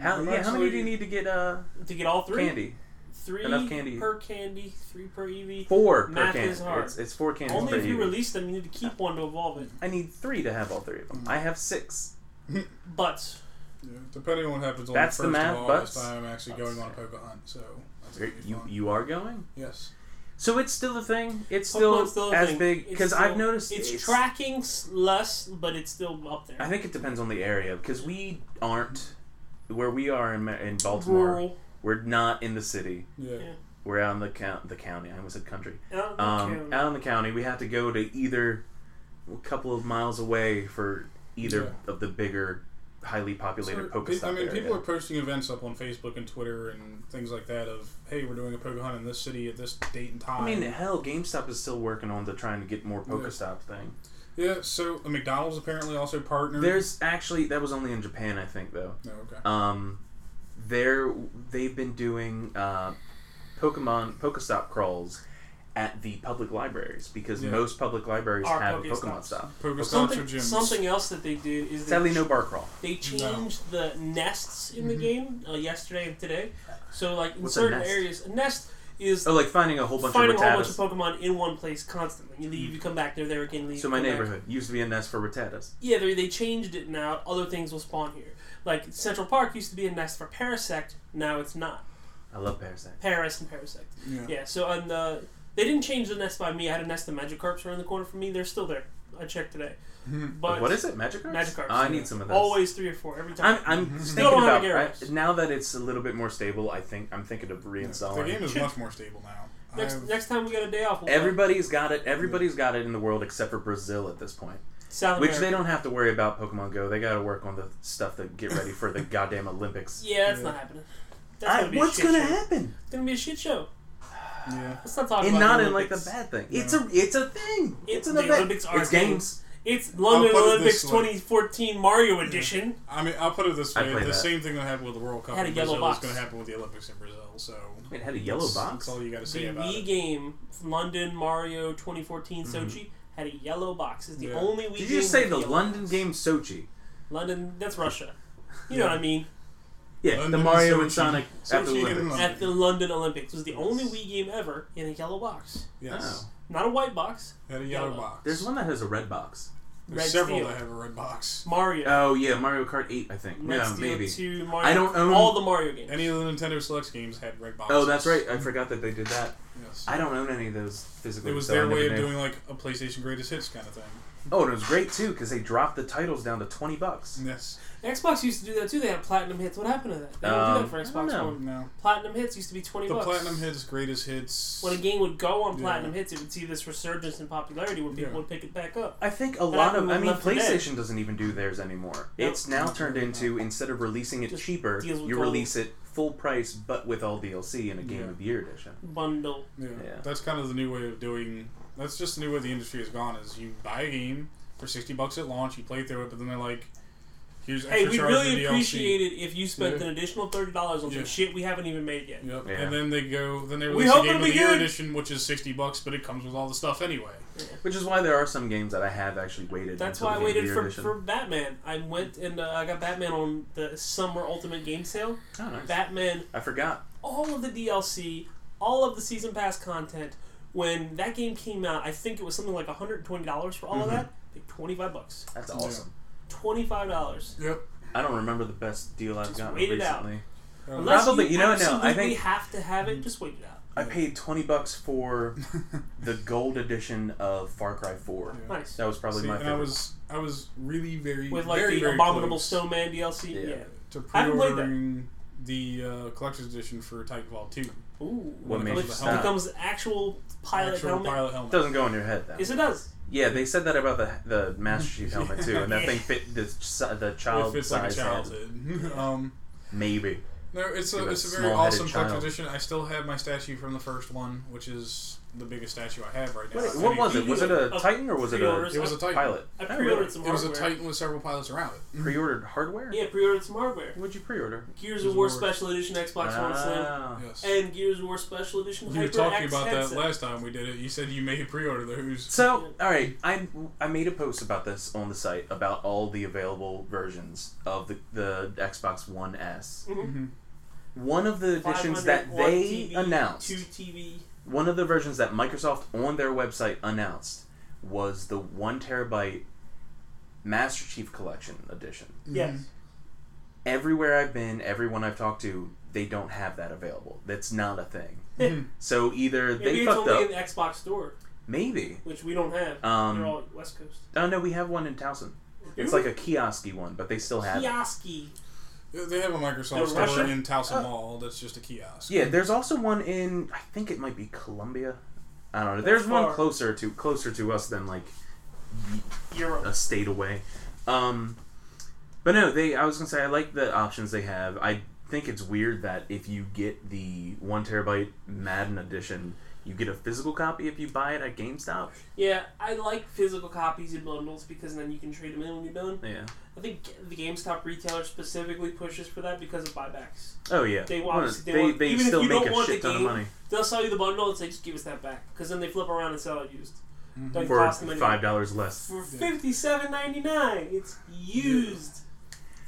[SPEAKER 2] How,
[SPEAKER 1] I'm
[SPEAKER 2] yeah, how many do
[SPEAKER 1] actually-
[SPEAKER 2] you need to get uh
[SPEAKER 3] To get all three?
[SPEAKER 2] candy?
[SPEAKER 3] Three
[SPEAKER 2] Enough candy.
[SPEAKER 3] per candy, three per Eevee.
[SPEAKER 2] Four per
[SPEAKER 3] Math
[SPEAKER 2] candy.
[SPEAKER 3] is hard.
[SPEAKER 2] It's, it's four candies
[SPEAKER 3] Only
[SPEAKER 2] per E
[SPEAKER 3] if you
[SPEAKER 2] Eevee.
[SPEAKER 3] release them, you need to keep one to evolve it.
[SPEAKER 2] I need three to have all three of
[SPEAKER 3] Mm.
[SPEAKER 2] them. I have six.
[SPEAKER 3] But
[SPEAKER 1] Yeah, depending on what happens on
[SPEAKER 2] That's
[SPEAKER 1] the
[SPEAKER 2] the
[SPEAKER 1] first
[SPEAKER 2] math,
[SPEAKER 1] of August,
[SPEAKER 2] butts.
[SPEAKER 1] I'm actually
[SPEAKER 2] Butts,
[SPEAKER 1] going on a
[SPEAKER 2] yeah.
[SPEAKER 1] poker hunt, so I It's
[SPEAKER 2] Are-
[SPEAKER 1] gonna be
[SPEAKER 2] You
[SPEAKER 1] fun.
[SPEAKER 2] you are going,
[SPEAKER 1] yes.
[SPEAKER 2] so it's still a thing. It's still,
[SPEAKER 3] Pokemon's still a
[SPEAKER 2] as
[SPEAKER 3] thing.
[SPEAKER 2] big
[SPEAKER 3] Oh, It's
[SPEAKER 2] because I've
[SPEAKER 3] still-
[SPEAKER 2] noticed
[SPEAKER 3] it's, tracking s- less, but it's still up there.
[SPEAKER 2] I think it depends on the area because we aren't where we are in, Ma- in Baltimore.
[SPEAKER 3] Rural.
[SPEAKER 2] We're not in the city.
[SPEAKER 1] Yeah.
[SPEAKER 3] Yeah.
[SPEAKER 2] We're out in the count the county. I almost said country.
[SPEAKER 3] Out in the
[SPEAKER 2] Um,
[SPEAKER 3] county.
[SPEAKER 2] out in the county, we have to go to either a couple of miles away for either of the bigger, highly populated
[SPEAKER 1] So,
[SPEAKER 2] Pokestop
[SPEAKER 1] I mean,
[SPEAKER 2] area.
[SPEAKER 1] people are posting events up on Facebook and Twitter and things like that of, hey, we're doing a poke hunt in this city at this date and time.
[SPEAKER 2] I mean, hell, GameStop is still working on the trying to get more Pokestop thing.
[SPEAKER 1] yeah. So uh, McDonald's apparently also partnered.
[SPEAKER 2] There's actually that was only in Japan, I think, though.
[SPEAKER 1] No, okay.
[SPEAKER 2] Um, they're they've been doing uh, Pokemon Pokestop crawls at the public libraries because
[SPEAKER 1] Yeah.
[SPEAKER 2] most public libraries
[SPEAKER 3] Are
[SPEAKER 2] have a
[SPEAKER 3] Pokestops.
[SPEAKER 2] Pokemon stop.
[SPEAKER 1] Pokestops or
[SPEAKER 3] Something,
[SPEAKER 1] gyms.
[SPEAKER 3] something else that they did is they,
[SPEAKER 2] Sadly, no bar crawl.
[SPEAKER 3] they changed the nests in the game uh, yesterday and today. So like in
[SPEAKER 2] What's a
[SPEAKER 3] certain
[SPEAKER 2] nest?
[SPEAKER 3] areas, a nest is
[SPEAKER 2] Oh, like finding a whole bunch
[SPEAKER 3] finding
[SPEAKER 2] of
[SPEAKER 3] a whole bunch of
[SPEAKER 2] Rattatas. Mm.
[SPEAKER 3] Pokemon in one place constantly. You leave, you come back, they're there again. Leave.
[SPEAKER 2] so my
[SPEAKER 3] come back.
[SPEAKER 2] neighborhood used to be a nest for Rattatas.
[SPEAKER 3] Yeah, they, they changed it now. Other things will spawn here. Like Central Park used to be a nest for Parasect, now it's not.
[SPEAKER 2] I love Parasite.
[SPEAKER 3] Paris and Parasect.
[SPEAKER 1] Yeah.
[SPEAKER 3] Yeah, so on the they didn't change the nest by me. I had a nest of Magikarps around the corner from me. They're still there. I checked today. But
[SPEAKER 2] what is it? Magikarp.
[SPEAKER 3] Magikarp?
[SPEAKER 2] I need some of those.
[SPEAKER 3] Always three or four every time.
[SPEAKER 2] I'm, I'm
[SPEAKER 3] Still
[SPEAKER 2] thinking
[SPEAKER 3] don't
[SPEAKER 2] about
[SPEAKER 3] have a
[SPEAKER 2] I,
[SPEAKER 3] Gyarados.
[SPEAKER 2] now that it's a little bit more stable. I think I'm thinking of
[SPEAKER 1] The
[SPEAKER 2] reinstalling.
[SPEAKER 1] game is
[SPEAKER 3] Should-
[SPEAKER 1] much more stable now.
[SPEAKER 3] next
[SPEAKER 1] I've-
[SPEAKER 3] next time we got a day off, we'll
[SPEAKER 2] Everybody's got it. Everybody's got it in the world except for Brazil at this point.
[SPEAKER 3] South
[SPEAKER 2] Which
[SPEAKER 3] America.
[SPEAKER 2] they don't have to worry about Pokemon Go. They got to work on the stuff that get ready for the goddamn Olympics.
[SPEAKER 3] Yeah, that's
[SPEAKER 1] Yeah.
[SPEAKER 3] not happening. That's gonna be
[SPEAKER 2] what's
[SPEAKER 3] a shit
[SPEAKER 2] gonna
[SPEAKER 3] show.
[SPEAKER 2] happen?
[SPEAKER 3] It's gonna be a shit show.
[SPEAKER 1] yeah.
[SPEAKER 3] Let's not talk
[SPEAKER 2] And
[SPEAKER 3] about
[SPEAKER 2] not
[SPEAKER 3] the
[SPEAKER 2] in like the
[SPEAKER 3] Olympics.
[SPEAKER 2] bad thing. It's a it's a thing. It's an
[SPEAKER 3] the
[SPEAKER 2] event.
[SPEAKER 3] Olympics are
[SPEAKER 2] it's
[SPEAKER 3] a thing.
[SPEAKER 2] games.
[SPEAKER 3] It's London
[SPEAKER 1] I'll put it
[SPEAKER 3] Olympics
[SPEAKER 1] this way. Mm-hmm.
[SPEAKER 3] 2014 Mario edition.
[SPEAKER 1] I mean, I'll put it this
[SPEAKER 2] I
[SPEAKER 1] way:
[SPEAKER 2] play
[SPEAKER 1] the
[SPEAKER 2] that.
[SPEAKER 1] same thing that happened with the World Cup
[SPEAKER 3] Had a
[SPEAKER 1] in
[SPEAKER 3] yellow
[SPEAKER 1] Brazil
[SPEAKER 3] box.
[SPEAKER 1] is going to happen with the Olympics in Brazil. So
[SPEAKER 2] It had a yellow
[SPEAKER 1] that's,
[SPEAKER 2] box.
[SPEAKER 1] That's all you got to
[SPEAKER 3] The
[SPEAKER 1] say about
[SPEAKER 3] Wii
[SPEAKER 1] it.
[SPEAKER 3] game, London Mario 2014 Sochi, had a yellow box. It's the
[SPEAKER 1] Yeah.
[SPEAKER 3] only Wii
[SPEAKER 2] Mm-hmm. Did
[SPEAKER 3] game
[SPEAKER 2] you just say
[SPEAKER 3] with
[SPEAKER 2] the
[SPEAKER 3] yellow
[SPEAKER 2] London
[SPEAKER 3] box.
[SPEAKER 2] game Sochi?
[SPEAKER 3] London, that's Russia. You know what I mean.
[SPEAKER 2] Yeah, the
[SPEAKER 1] London,
[SPEAKER 2] Mario and
[SPEAKER 1] Sochi.
[SPEAKER 2] Sonic after the
[SPEAKER 1] Sochi and
[SPEAKER 2] Olympics.
[SPEAKER 1] London.
[SPEAKER 3] At the London Olympics, it was the only Wii game ever in a yellow box,
[SPEAKER 1] Yes,
[SPEAKER 3] not a white box.
[SPEAKER 1] had a yellow
[SPEAKER 3] Yellow.
[SPEAKER 1] box.
[SPEAKER 2] Oh. There's one that has a red box.
[SPEAKER 1] There's
[SPEAKER 3] Red
[SPEAKER 1] several
[SPEAKER 3] Steel.
[SPEAKER 1] that have a red box.
[SPEAKER 3] Mario.
[SPEAKER 2] Oh yeah, Mario Kart 8, I think.
[SPEAKER 3] Red
[SPEAKER 2] yeah,
[SPEAKER 3] Steel
[SPEAKER 2] maybe.
[SPEAKER 3] 2, Mario.
[SPEAKER 2] I don't own-
[SPEAKER 3] all the Mario games.
[SPEAKER 1] Any of the Nintendo Selects games had red boxes.
[SPEAKER 2] Oh, that's right. I forgot that they did that.
[SPEAKER 1] Yes.
[SPEAKER 2] I don't own any of those physically.
[SPEAKER 1] It was
[SPEAKER 2] so I
[SPEAKER 1] their
[SPEAKER 2] never
[SPEAKER 1] way of
[SPEAKER 2] knew.
[SPEAKER 1] doing like a PlayStation Greatest Hits kind of thing.
[SPEAKER 2] Oh, and it was great too because they dropped the titles down to twenty bucks.
[SPEAKER 1] Yes.
[SPEAKER 3] Xbox used to do that too. They had platinum hits. What happened to that? They don't
[SPEAKER 2] Um,
[SPEAKER 3] do that for
[SPEAKER 2] I don't
[SPEAKER 3] Xbox
[SPEAKER 2] know.
[SPEAKER 3] One.
[SPEAKER 1] No.
[SPEAKER 3] Platinum hits used to be twenty
[SPEAKER 1] The
[SPEAKER 3] bucks.
[SPEAKER 1] Platinum Hits, Greatest Hits.
[SPEAKER 3] When a game would go on
[SPEAKER 1] Yeah.
[SPEAKER 3] platinum hits, it would see this resurgence in popularity where people
[SPEAKER 1] Yeah.
[SPEAKER 3] would pick it back up.
[SPEAKER 2] I think a lot of.
[SPEAKER 3] happened
[SPEAKER 2] I
[SPEAKER 3] with
[SPEAKER 2] mean,
[SPEAKER 3] Left 4 Dead.
[SPEAKER 2] PlayStation doesn't even do theirs anymore.
[SPEAKER 3] Nope.
[SPEAKER 2] It's now turned into instead of releasing it
[SPEAKER 3] Just
[SPEAKER 2] cheaper,
[SPEAKER 3] deals with
[SPEAKER 2] you
[SPEAKER 3] gold.
[SPEAKER 2] release it full price but with all DLC in a Game
[SPEAKER 1] Yeah.
[SPEAKER 2] of the Year edition.
[SPEAKER 3] Bundle.
[SPEAKER 1] yeah.
[SPEAKER 2] Yeah.
[SPEAKER 1] That's kind of the new way of doing. That's just the new way the industry has gone. Is you buy a game for sixty bucks at launch, you play through it, but then they're like, "Here's extra
[SPEAKER 3] Hey, we'd
[SPEAKER 1] charge for
[SPEAKER 3] really
[SPEAKER 1] DLC.
[SPEAKER 3] appreciate it if you spent
[SPEAKER 1] Yeah.
[SPEAKER 3] an additional thirty dollars on
[SPEAKER 1] Yeah.
[SPEAKER 3] some shit we haven't even made yet.
[SPEAKER 1] Yep.
[SPEAKER 2] Yeah.
[SPEAKER 1] And then they go. Then they
[SPEAKER 3] We
[SPEAKER 1] release a
[SPEAKER 3] hope
[SPEAKER 1] Game of
[SPEAKER 3] it'll
[SPEAKER 1] the
[SPEAKER 3] be
[SPEAKER 1] Year
[SPEAKER 3] good.
[SPEAKER 1] edition, which is sixty bucks, but it comes with all the stuff anyway.
[SPEAKER 2] Which is why there are some games that I have actually waited.
[SPEAKER 3] That's
[SPEAKER 2] until
[SPEAKER 3] why
[SPEAKER 2] the
[SPEAKER 3] I
[SPEAKER 2] Game of
[SPEAKER 3] waited
[SPEAKER 2] the
[SPEAKER 3] for,
[SPEAKER 2] Year edition.
[SPEAKER 3] for Batman. I went and uh, I got Batman on the summer Ultimate Game Sale.
[SPEAKER 2] Oh, nice.
[SPEAKER 3] Batman,
[SPEAKER 2] I forgot.
[SPEAKER 3] all of the DLC, all of the season pass content. When that game came out, I think it was something like hundred and twenty dollars for all
[SPEAKER 2] Mm-hmm.
[SPEAKER 3] of that. Like twenty five bucks,
[SPEAKER 2] That's awesome.
[SPEAKER 3] twenty five dollars.
[SPEAKER 1] Yep.
[SPEAKER 2] I don't remember the best deal I've gotten
[SPEAKER 3] wait it
[SPEAKER 2] recently.
[SPEAKER 3] out.
[SPEAKER 1] Um,
[SPEAKER 2] Unless Probably- you know, no, I
[SPEAKER 3] absolutely
[SPEAKER 2] think-
[SPEAKER 3] have to have it. Just wait it out.
[SPEAKER 2] I paid twenty bucks for the gold edition of Far Cry Four.
[SPEAKER 1] Yeah.
[SPEAKER 3] Nice.
[SPEAKER 2] That was probably
[SPEAKER 1] See,
[SPEAKER 2] my
[SPEAKER 1] and
[SPEAKER 2] favorite.
[SPEAKER 1] I was I was really very
[SPEAKER 3] With like
[SPEAKER 1] very,
[SPEAKER 3] the
[SPEAKER 1] very
[SPEAKER 3] abominable
[SPEAKER 1] close
[SPEAKER 3] snowman DLC.
[SPEAKER 2] Yeah.
[SPEAKER 3] Yeah.
[SPEAKER 1] to
[SPEAKER 3] I haven't played that.
[SPEAKER 1] pre-ordering the uh, collector's edition for Titanfall two.
[SPEAKER 3] Ooh.
[SPEAKER 2] What
[SPEAKER 1] when it
[SPEAKER 2] made
[SPEAKER 1] comes
[SPEAKER 3] Which
[SPEAKER 2] you
[SPEAKER 1] to
[SPEAKER 2] stop?
[SPEAKER 1] helmet.
[SPEAKER 3] becomes actual pilot
[SPEAKER 1] Actual
[SPEAKER 3] helmet.
[SPEAKER 1] pilot helmet.
[SPEAKER 2] Doesn't go in your head though.
[SPEAKER 3] Yes, it does.
[SPEAKER 2] Yeah, they said that about the the Master Chief helmet too, and that
[SPEAKER 3] Yeah.
[SPEAKER 2] thing fit the si- the
[SPEAKER 1] It
[SPEAKER 2] child
[SPEAKER 1] fits like a
[SPEAKER 2] size
[SPEAKER 1] child
[SPEAKER 2] head.
[SPEAKER 1] did. um,
[SPEAKER 2] Maybe
[SPEAKER 1] no, it's a
[SPEAKER 2] You're a
[SPEAKER 1] it's a very
[SPEAKER 2] small-headed
[SPEAKER 1] awesome collector's
[SPEAKER 2] child.
[SPEAKER 1] edition. I still have my statue from the first one, which is the biggest statue I have right now.
[SPEAKER 2] what,
[SPEAKER 1] I
[SPEAKER 2] what was
[SPEAKER 1] think
[SPEAKER 2] it? Was it a Titan or was it
[SPEAKER 3] Pre-orders.
[SPEAKER 2] a
[SPEAKER 1] It was a Titan.
[SPEAKER 2] pilot?
[SPEAKER 3] I
[SPEAKER 2] Oh,
[SPEAKER 3] pre-ordered
[SPEAKER 2] really?
[SPEAKER 3] some
[SPEAKER 1] It was
[SPEAKER 3] hardware.
[SPEAKER 1] a Titan with several pilots around it.
[SPEAKER 2] Pre-ordered hardware.
[SPEAKER 3] Yeah, pre-ordered some hardware.
[SPEAKER 2] What'd you pre-order?
[SPEAKER 3] Gears
[SPEAKER 1] Gears
[SPEAKER 3] of
[SPEAKER 1] of
[SPEAKER 3] War
[SPEAKER 1] War.
[SPEAKER 3] Special Edition Xbox One Slim
[SPEAKER 2] Ah.
[SPEAKER 1] Yes.
[SPEAKER 3] and Gears of War Special Edition
[SPEAKER 1] we were
[SPEAKER 3] HyperX
[SPEAKER 1] talking about that
[SPEAKER 3] headset.
[SPEAKER 1] last time we did it. You said you may pre-order those.
[SPEAKER 2] So, all right, I I made a post about this on the site about all the available versions of the the Xbox One S.
[SPEAKER 1] Mhm.
[SPEAKER 2] One of the editions
[SPEAKER 3] 500,
[SPEAKER 2] that
[SPEAKER 3] one
[SPEAKER 2] they
[SPEAKER 3] TV,
[SPEAKER 2] announced
[SPEAKER 3] Two TV.
[SPEAKER 2] one of the versions that Microsoft on their website announced was the
[SPEAKER 1] Mm-hmm.
[SPEAKER 2] one terabyte Master Chief Collection edition.
[SPEAKER 3] Yes.
[SPEAKER 2] everywhere I've been, everyone I've talked to, they don't have that available. That's not a thing.
[SPEAKER 1] Mhm.
[SPEAKER 2] So either
[SPEAKER 3] Maybe
[SPEAKER 2] they
[SPEAKER 3] it's
[SPEAKER 2] fucked
[SPEAKER 3] only
[SPEAKER 2] up,
[SPEAKER 3] in the Xbox store,
[SPEAKER 2] maybe.
[SPEAKER 3] which we don't have.
[SPEAKER 2] Um,
[SPEAKER 3] They're all West Coast.
[SPEAKER 2] Oh no, we have one in Towson. It's like a kiosky one, but they still have. it.
[SPEAKER 3] Kiosky.
[SPEAKER 1] They have a Microsoft
[SPEAKER 3] In
[SPEAKER 1] store
[SPEAKER 3] Russia?
[SPEAKER 1] in Towson
[SPEAKER 2] Oh.
[SPEAKER 1] Mall that's just a kiosk.
[SPEAKER 2] Yeah, there's also one in I think it might be Columbia. I don't know. There's one
[SPEAKER 3] far.
[SPEAKER 2] closer to closer to us than like a
[SPEAKER 3] Europe.
[SPEAKER 2] state away. Um, but no, they. I was gonna say I like the options they have. I think it's weird that if you get the one terabyte Madden edition, you get a physical copy if you buy it at GameStop.
[SPEAKER 3] Yeah, I like physical copies in bundles because then you can trade them in when you're done.
[SPEAKER 2] Yeah.
[SPEAKER 3] I think the GameStop retailer specifically pushes for that because of buybacks.
[SPEAKER 2] Oh yeah.
[SPEAKER 3] They
[SPEAKER 2] Well,
[SPEAKER 3] obviously- they
[SPEAKER 2] they,
[SPEAKER 3] want-
[SPEAKER 2] they
[SPEAKER 3] even if
[SPEAKER 2] still
[SPEAKER 3] you
[SPEAKER 2] make
[SPEAKER 3] don't
[SPEAKER 2] a
[SPEAKER 3] want
[SPEAKER 2] shit
[SPEAKER 3] the
[SPEAKER 2] ton of
[SPEAKER 3] game,
[SPEAKER 2] money
[SPEAKER 3] They'll sell you the bundle and say, just give us that back. Because then they flip around and sell it used.
[SPEAKER 1] Mm-hmm.
[SPEAKER 3] Doesn't
[SPEAKER 2] for
[SPEAKER 3] cost them anything.
[SPEAKER 2] five dollars less.
[SPEAKER 3] For fifty seven ninety nine, it's used.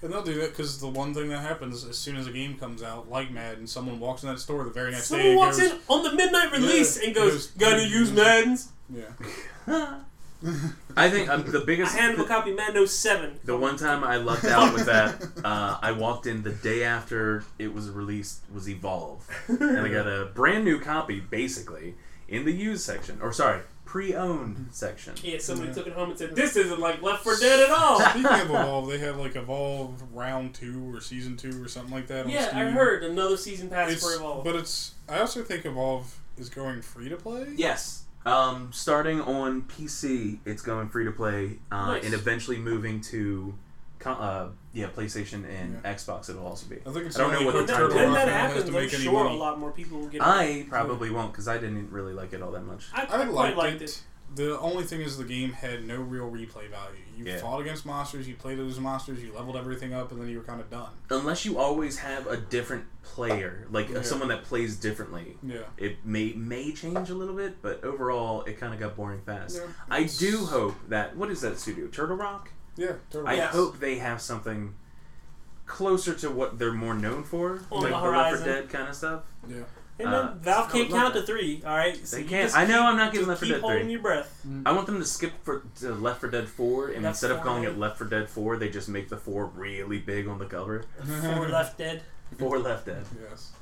[SPEAKER 1] And they'll do that because the one thing that happens as soon as a game comes out, like Madden, someone walks in that store the very next day.
[SPEAKER 3] Someone
[SPEAKER 1] and
[SPEAKER 3] walks
[SPEAKER 1] goes,
[SPEAKER 3] in on the midnight release
[SPEAKER 1] Yeah,
[SPEAKER 3] and
[SPEAKER 1] it
[SPEAKER 3] goes,
[SPEAKER 1] was- Mm-hmm.
[SPEAKER 3] "Gotta use Madden's."
[SPEAKER 1] Yeah.
[SPEAKER 2] I think um, the
[SPEAKER 3] I
[SPEAKER 2] biggest
[SPEAKER 3] hand him a copy of Madden 07.
[SPEAKER 2] The one time I lucked out with that, uh, I walked in the day after it was released was Evolve, and I got a brand new copy basically in the used section, or sorry, pre-owned section.
[SPEAKER 3] Yeah, somebody
[SPEAKER 1] Yeah.
[SPEAKER 3] took it home and said, "This isn't like Left 4 Dead at all."
[SPEAKER 1] Oh, Speaking of Evolve, they have like Evolve Round Two or Season Two or something like that. On
[SPEAKER 3] yeah,
[SPEAKER 1] Steam.
[SPEAKER 3] I heard another season pass
[SPEAKER 1] It's,
[SPEAKER 3] for Evolve.
[SPEAKER 1] But it's. I also think Evolve is going free to play.
[SPEAKER 2] Yes. Um, starting on PC, it's going free to play, uh,
[SPEAKER 3] Nice.
[SPEAKER 2] and eventually moving to, co- uh, yeah, PlayStation and Xbox. It'll also be.
[SPEAKER 1] I think it's
[SPEAKER 2] I don't know
[SPEAKER 1] only
[SPEAKER 2] what
[SPEAKER 1] when
[SPEAKER 3] when
[SPEAKER 2] the
[SPEAKER 3] that,
[SPEAKER 2] time
[SPEAKER 1] Turbo
[SPEAKER 3] when
[SPEAKER 1] Rock
[SPEAKER 3] that
[SPEAKER 1] now has
[SPEAKER 3] happens,
[SPEAKER 1] to
[SPEAKER 3] I'm
[SPEAKER 1] make any
[SPEAKER 3] sure a
[SPEAKER 1] money.
[SPEAKER 3] lot more people will get it.
[SPEAKER 2] I probably won't because I didn't really like it all that much.
[SPEAKER 3] I,
[SPEAKER 1] I
[SPEAKER 3] quite
[SPEAKER 1] liked,
[SPEAKER 3] liked,
[SPEAKER 1] it.
[SPEAKER 3] it.
[SPEAKER 1] The only thing is the game had no real replay value. You
[SPEAKER 2] Yeah.
[SPEAKER 1] fought against monsters, you played those monsters, you leveled everything up, and then you were kind of done.
[SPEAKER 2] Unless you always have a different player, like uh
[SPEAKER 1] Yeah.
[SPEAKER 2] someone that plays differently,
[SPEAKER 1] Yeah.
[SPEAKER 2] it may may change a little bit, but overall it kind of got boring fast. I do hope that what is that studio? Turtle Rock.
[SPEAKER 1] Yeah. Turtle
[SPEAKER 2] I
[SPEAKER 1] Rock.
[SPEAKER 3] Yes.
[SPEAKER 2] hope they have something closer to what they're more known for, like the
[SPEAKER 3] On the
[SPEAKER 2] Left 4
[SPEAKER 3] horizon.
[SPEAKER 2] Dead kind of stuff.
[SPEAKER 1] Yeah.
[SPEAKER 3] And then
[SPEAKER 2] Uh,
[SPEAKER 3] Valve
[SPEAKER 1] I would
[SPEAKER 3] can't
[SPEAKER 1] love
[SPEAKER 3] count
[SPEAKER 1] that.
[SPEAKER 3] to three. All right, so
[SPEAKER 2] They
[SPEAKER 3] you
[SPEAKER 2] can't.
[SPEAKER 3] Just
[SPEAKER 2] I know
[SPEAKER 3] keep-
[SPEAKER 2] I'm not giving
[SPEAKER 3] just
[SPEAKER 2] Left 4
[SPEAKER 3] keep
[SPEAKER 2] Dead
[SPEAKER 3] holding
[SPEAKER 2] 3.
[SPEAKER 3] your breath.
[SPEAKER 2] I want them to skip for to Left 4 Dead 4, and
[SPEAKER 3] Left
[SPEAKER 2] instead of
[SPEAKER 3] 4
[SPEAKER 2] calling
[SPEAKER 3] Dead.
[SPEAKER 2] it Left 4 Dead 4, they just make the 4 really big on the cover.
[SPEAKER 3] Four Left Dead.
[SPEAKER 2] 4 Left Dead.
[SPEAKER 1] Yes.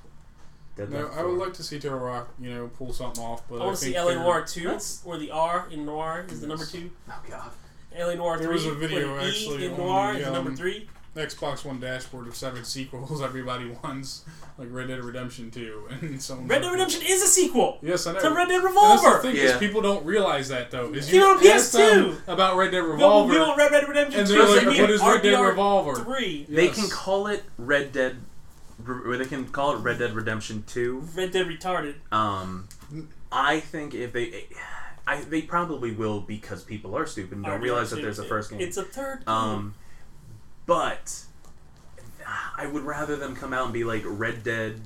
[SPEAKER 2] Dead
[SPEAKER 1] No,
[SPEAKER 2] Left
[SPEAKER 1] I would
[SPEAKER 2] 4.
[SPEAKER 1] like to see Turtle Rock, you know, pull something off, but
[SPEAKER 3] I
[SPEAKER 1] I,
[SPEAKER 3] want to
[SPEAKER 1] think uh,
[SPEAKER 3] see LA
[SPEAKER 1] there-
[SPEAKER 3] Noir 2,
[SPEAKER 2] That's-
[SPEAKER 3] where the R in Noir is the number
[SPEAKER 1] Yes.
[SPEAKER 3] 2.
[SPEAKER 2] Oh, God.
[SPEAKER 3] LA Noir 3,
[SPEAKER 1] There was a video
[SPEAKER 3] where the
[SPEAKER 1] actually
[SPEAKER 3] E in
[SPEAKER 1] on
[SPEAKER 3] Noir
[SPEAKER 1] the,
[SPEAKER 3] is the number
[SPEAKER 1] um,
[SPEAKER 3] 3.
[SPEAKER 1] Xbox One dashboard of seven sequels everybody wants, like Red Dead Redemption Two, and someone.
[SPEAKER 3] Red Dead Redemption is a sequel
[SPEAKER 1] Yes, I know.
[SPEAKER 3] to Red Dead
[SPEAKER 1] And that's the
[SPEAKER 3] Revolver.
[SPEAKER 1] thing
[SPEAKER 2] Yeah.
[SPEAKER 1] is people don't realize that though. Is
[SPEAKER 3] Came
[SPEAKER 1] you
[SPEAKER 3] out on
[SPEAKER 1] ask them
[SPEAKER 3] PS2.
[SPEAKER 1] about Red Dead
[SPEAKER 3] We want,
[SPEAKER 1] Revolver,
[SPEAKER 3] we want Red Dead Redemption
[SPEAKER 1] and
[SPEAKER 3] 2.
[SPEAKER 1] they're
[SPEAKER 3] so
[SPEAKER 1] like,
[SPEAKER 3] we
[SPEAKER 1] "What
[SPEAKER 3] need
[SPEAKER 1] is Red Dead
[SPEAKER 3] RDR
[SPEAKER 1] Revolver?"
[SPEAKER 3] 3.
[SPEAKER 2] They
[SPEAKER 1] Yes.
[SPEAKER 2] can call it Red Dead. Or they can call it Red Dead Redemption 2.
[SPEAKER 3] Red Dead Retarded.
[SPEAKER 2] Um, I think if they, I they probably will because people are stupid and don't
[SPEAKER 3] RDR
[SPEAKER 2] realize that
[SPEAKER 3] 2.
[SPEAKER 2] there's a first game.
[SPEAKER 3] It's a third game.
[SPEAKER 2] um, but I would rather them come out and be like Red Dead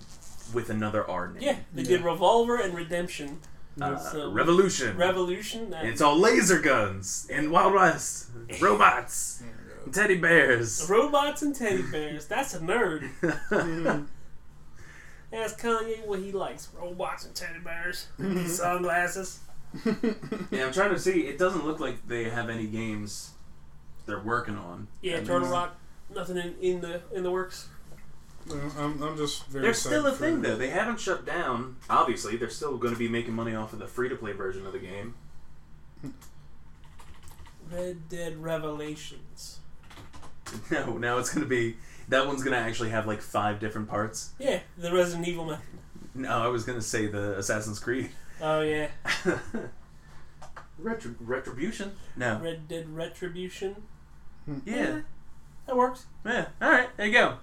[SPEAKER 2] with another R name.
[SPEAKER 3] yeah, they did
[SPEAKER 1] Yeah.
[SPEAKER 3] Revolver and Redemption.
[SPEAKER 2] Uh,
[SPEAKER 3] So-
[SPEAKER 2] Revolution.
[SPEAKER 3] Revolution. that-
[SPEAKER 2] And it's all laser guns and Wild West, robots, and teddy bears.
[SPEAKER 3] Robots and teddy bears. That's a nerd. Ask Kanye what he likes. Robots and teddy bears. Sunglasses.
[SPEAKER 2] Yeah, I'm trying to see. It doesn't look like they have any games they're working on.
[SPEAKER 3] Yeah,
[SPEAKER 2] And
[SPEAKER 3] Turtle Rock. Nothing in, in the in the works.
[SPEAKER 1] No, Uh, I'm, I'm just very.
[SPEAKER 2] There's
[SPEAKER 1] sad
[SPEAKER 2] still a
[SPEAKER 1] for-
[SPEAKER 2] thing though. They haven't shut down. Obviously, they're still going to be making money off of the free to play version of the game.
[SPEAKER 3] Red Dead Revelations.
[SPEAKER 2] No, now it's going to be that one's going to actually have like five different parts.
[SPEAKER 3] Yeah, the Resident Evil man.
[SPEAKER 2] No, I was going to say the Assassin's Creed.
[SPEAKER 3] Oh yeah,
[SPEAKER 2] Retri- retribution? No.
[SPEAKER 3] Red Dead Retribution.
[SPEAKER 2] Yeah.
[SPEAKER 3] That works.
[SPEAKER 2] Yeah. All right. There you go.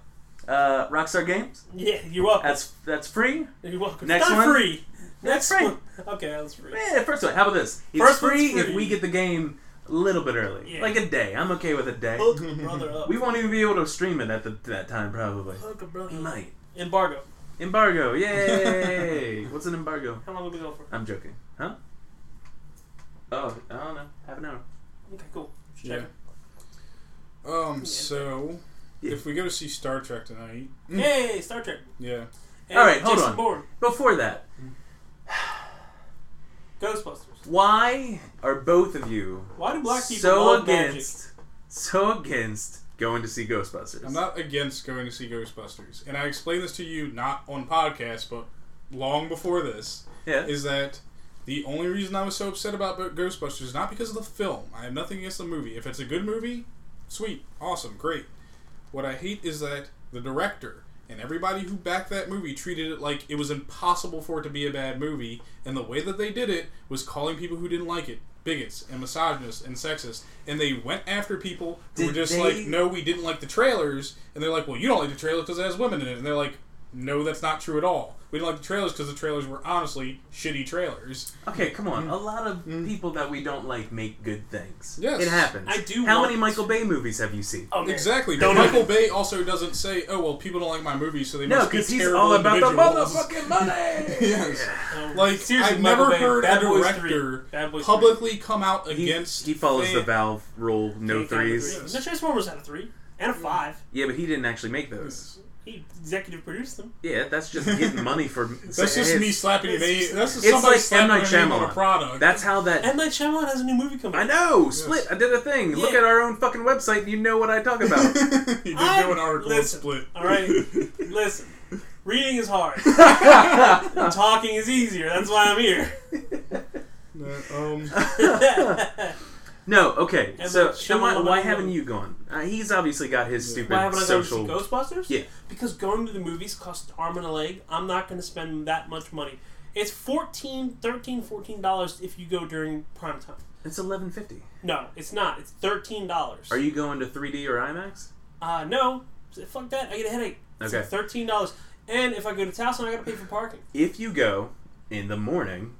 [SPEAKER 2] Uh, Rockstar Games.
[SPEAKER 3] Yeah, you're welcome.
[SPEAKER 2] That's that's free.
[SPEAKER 3] You're welcome.
[SPEAKER 2] Uh, Next
[SPEAKER 3] Not
[SPEAKER 2] one?
[SPEAKER 3] free. Next
[SPEAKER 2] free.
[SPEAKER 3] one. Okay, that was free.
[SPEAKER 2] Yeah, first one. How about this? It's
[SPEAKER 3] First one's
[SPEAKER 2] free, if
[SPEAKER 3] free.
[SPEAKER 2] we get the game a little bit early,
[SPEAKER 3] Yeah.
[SPEAKER 2] like a day. I'm okay with a day.
[SPEAKER 3] Hook brother up.
[SPEAKER 2] We won't even be able to stream it at the, that time probably.
[SPEAKER 3] Hook a brother
[SPEAKER 2] We
[SPEAKER 3] up.
[SPEAKER 2] might.
[SPEAKER 3] Embargo.
[SPEAKER 2] Embargo, yay! What's an embargo?
[SPEAKER 3] How long will we go for?
[SPEAKER 2] I'm joking. Huh? Oh, I don't know. Half an hour.
[SPEAKER 3] Okay, cool. Just
[SPEAKER 1] Yeah.
[SPEAKER 3] checking.
[SPEAKER 1] Um. So,
[SPEAKER 2] Yeah.
[SPEAKER 1] if we go to see Star Trek tonight,
[SPEAKER 3] Hey, Star Trek.
[SPEAKER 1] yeah,
[SPEAKER 3] And
[SPEAKER 2] All right, hold
[SPEAKER 3] Jason
[SPEAKER 2] on.
[SPEAKER 3] Bourne.
[SPEAKER 2] Before that,
[SPEAKER 3] Ghostbusters.
[SPEAKER 2] why are both of you
[SPEAKER 3] Why do black people
[SPEAKER 2] so
[SPEAKER 3] love
[SPEAKER 2] against so against going to see Ghostbusters.
[SPEAKER 1] I'm not against going to see Ghostbusters, and I explained this to you not on podcast, but long before this,
[SPEAKER 2] Yeah.
[SPEAKER 1] is that the only reason I was so upset about Bo- Ghostbusters is not because of the film. I have nothing against the movie. If it's a good movie, sweet, awesome, great. What I hate is that the director and everybody who backed that movie treated it like it was impossible for it to be a bad movie, and the way that they did it was calling people who didn't like it bigots and misogynists and sexists, and they went after people who were
[SPEAKER 2] Did
[SPEAKER 1] just
[SPEAKER 2] they-
[SPEAKER 1] like, no, we didn't like the trailers, and they're like, well, you don't like the trailer because it has women in it, and they're like, no, that's not true at all. We didn't like the trailers because the trailers were honestly shitty trailers.
[SPEAKER 2] Okay, come on. A lot of people that we don't like make good things.
[SPEAKER 1] Mm. Yes.
[SPEAKER 2] It happens.
[SPEAKER 3] I do
[SPEAKER 2] How
[SPEAKER 3] want- Oh.
[SPEAKER 2] many Michael Bay movies have you seen?
[SPEAKER 3] Okay.
[SPEAKER 1] Exactly.
[SPEAKER 3] Don't
[SPEAKER 1] But Michael Bay also doesn't say, "Oh well, people don't like my movies, so they
[SPEAKER 2] No,
[SPEAKER 1] must be
[SPEAKER 2] because he's
[SPEAKER 1] terrible
[SPEAKER 2] all about the
[SPEAKER 1] individuals."
[SPEAKER 2] motherfucking money.
[SPEAKER 1] yes.
[SPEAKER 3] Um,
[SPEAKER 1] Like
[SPEAKER 3] seriously,
[SPEAKER 1] I've
[SPEAKER 3] Michael
[SPEAKER 1] never
[SPEAKER 3] Bay,
[SPEAKER 1] heard
[SPEAKER 3] Bad
[SPEAKER 1] a
[SPEAKER 3] Boys
[SPEAKER 1] director
[SPEAKER 3] 3, Bad Boys
[SPEAKER 1] publicly come out
[SPEAKER 2] He,
[SPEAKER 1] against.
[SPEAKER 2] he follows the
[SPEAKER 1] fan-
[SPEAKER 2] Valve rule, no
[SPEAKER 3] Three. Three times
[SPEAKER 2] threes.
[SPEAKER 3] a three. No, Transformers had a three and a five.
[SPEAKER 2] Yeah, but he didn't actually make those.
[SPEAKER 3] He executive produced them.
[SPEAKER 2] Yeah, that's just getting money for.
[SPEAKER 1] That's just
[SPEAKER 2] it's-
[SPEAKER 1] me slapping your
[SPEAKER 3] it's
[SPEAKER 1] name.
[SPEAKER 3] just-
[SPEAKER 1] That's just
[SPEAKER 2] it's
[SPEAKER 1] somebody
[SPEAKER 2] like M.
[SPEAKER 1] slapping
[SPEAKER 2] Night
[SPEAKER 1] their name on a
[SPEAKER 2] Shyamalan.
[SPEAKER 1] product.
[SPEAKER 2] That's how that.
[SPEAKER 3] M Night Shyamalan has a new movie coming.
[SPEAKER 2] I
[SPEAKER 3] out.
[SPEAKER 2] know. Split. I did a thing. Look
[SPEAKER 3] Yeah.
[SPEAKER 2] at our own fucking website. and You know what I talk about.
[SPEAKER 1] you did
[SPEAKER 3] I-
[SPEAKER 1] do an article on
[SPEAKER 3] listen,
[SPEAKER 1] split.
[SPEAKER 3] All right, listen. Reading is hard. And talking is easier. That's why I'm here.
[SPEAKER 1] No, um,
[SPEAKER 2] no. Okay.
[SPEAKER 3] And
[SPEAKER 2] so
[SPEAKER 3] then
[SPEAKER 2] then why,
[SPEAKER 3] Shyamalan-
[SPEAKER 2] why haven't you gone? Uh, he's obviously got his stupid
[SPEAKER 3] Why haven't I gone to see
[SPEAKER 2] social.
[SPEAKER 3] Ghostbusters?
[SPEAKER 2] Yeah.
[SPEAKER 3] Because going to the movies costs an arm and a leg. I'm not going to spend that much money. It's 14 13 $14 if you go during prime time.
[SPEAKER 2] It's eleven fifty.
[SPEAKER 3] No, it's not. It's $13.
[SPEAKER 2] Are you going to 3D or IMAX?
[SPEAKER 3] Uh, no. Fuck that. I get a headache. It's
[SPEAKER 2] Okay.
[SPEAKER 3] like $13. And if I go to Towson, I got to pay for parking.
[SPEAKER 2] If you go in the morning,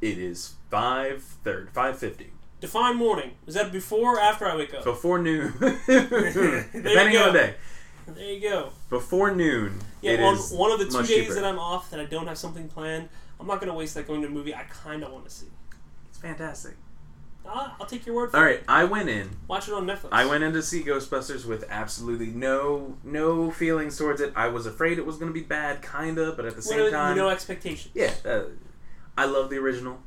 [SPEAKER 2] it is five thirty, five fifty
[SPEAKER 3] Define morning. Is that before or after I wake up?
[SPEAKER 2] before noon, depending
[SPEAKER 3] you
[SPEAKER 2] on the
[SPEAKER 3] go.
[SPEAKER 2] day.
[SPEAKER 3] There you go.
[SPEAKER 2] Before noon,
[SPEAKER 3] Yeah,
[SPEAKER 2] it
[SPEAKER 3] on
[SPEAKER 2] is
[SPEAKER 3] one of the two
[SPEAKER 2] much
[SPEAKER 3] days
[SPEAKER 2] cheaper.
[SPEAKER 3] that I'm off that I don't have something planned, I'm not going to waste that going to a movie I kind of want to see.
[SPEAKER 2] It's fantastic.
[SPEAKER 3] Ah, I'll take your word for
[SPEAKER 2] All
[SPEAKER 3] it.
[SPEAKER 2] right, I went in.
[SPEAKER 3] Watch it on Netflix.
[SPEAKER 2] I went in to see Ghostbusters with absolutely no no feelings towards it. I was afraid it was going to be bad, kinda, but at the same
[SPEAKER 3] Well,
[SPEAKER 2] time,
[SPEAKER 3] no expectation.
[SPEAKER 2] yeah, uh, I love the original.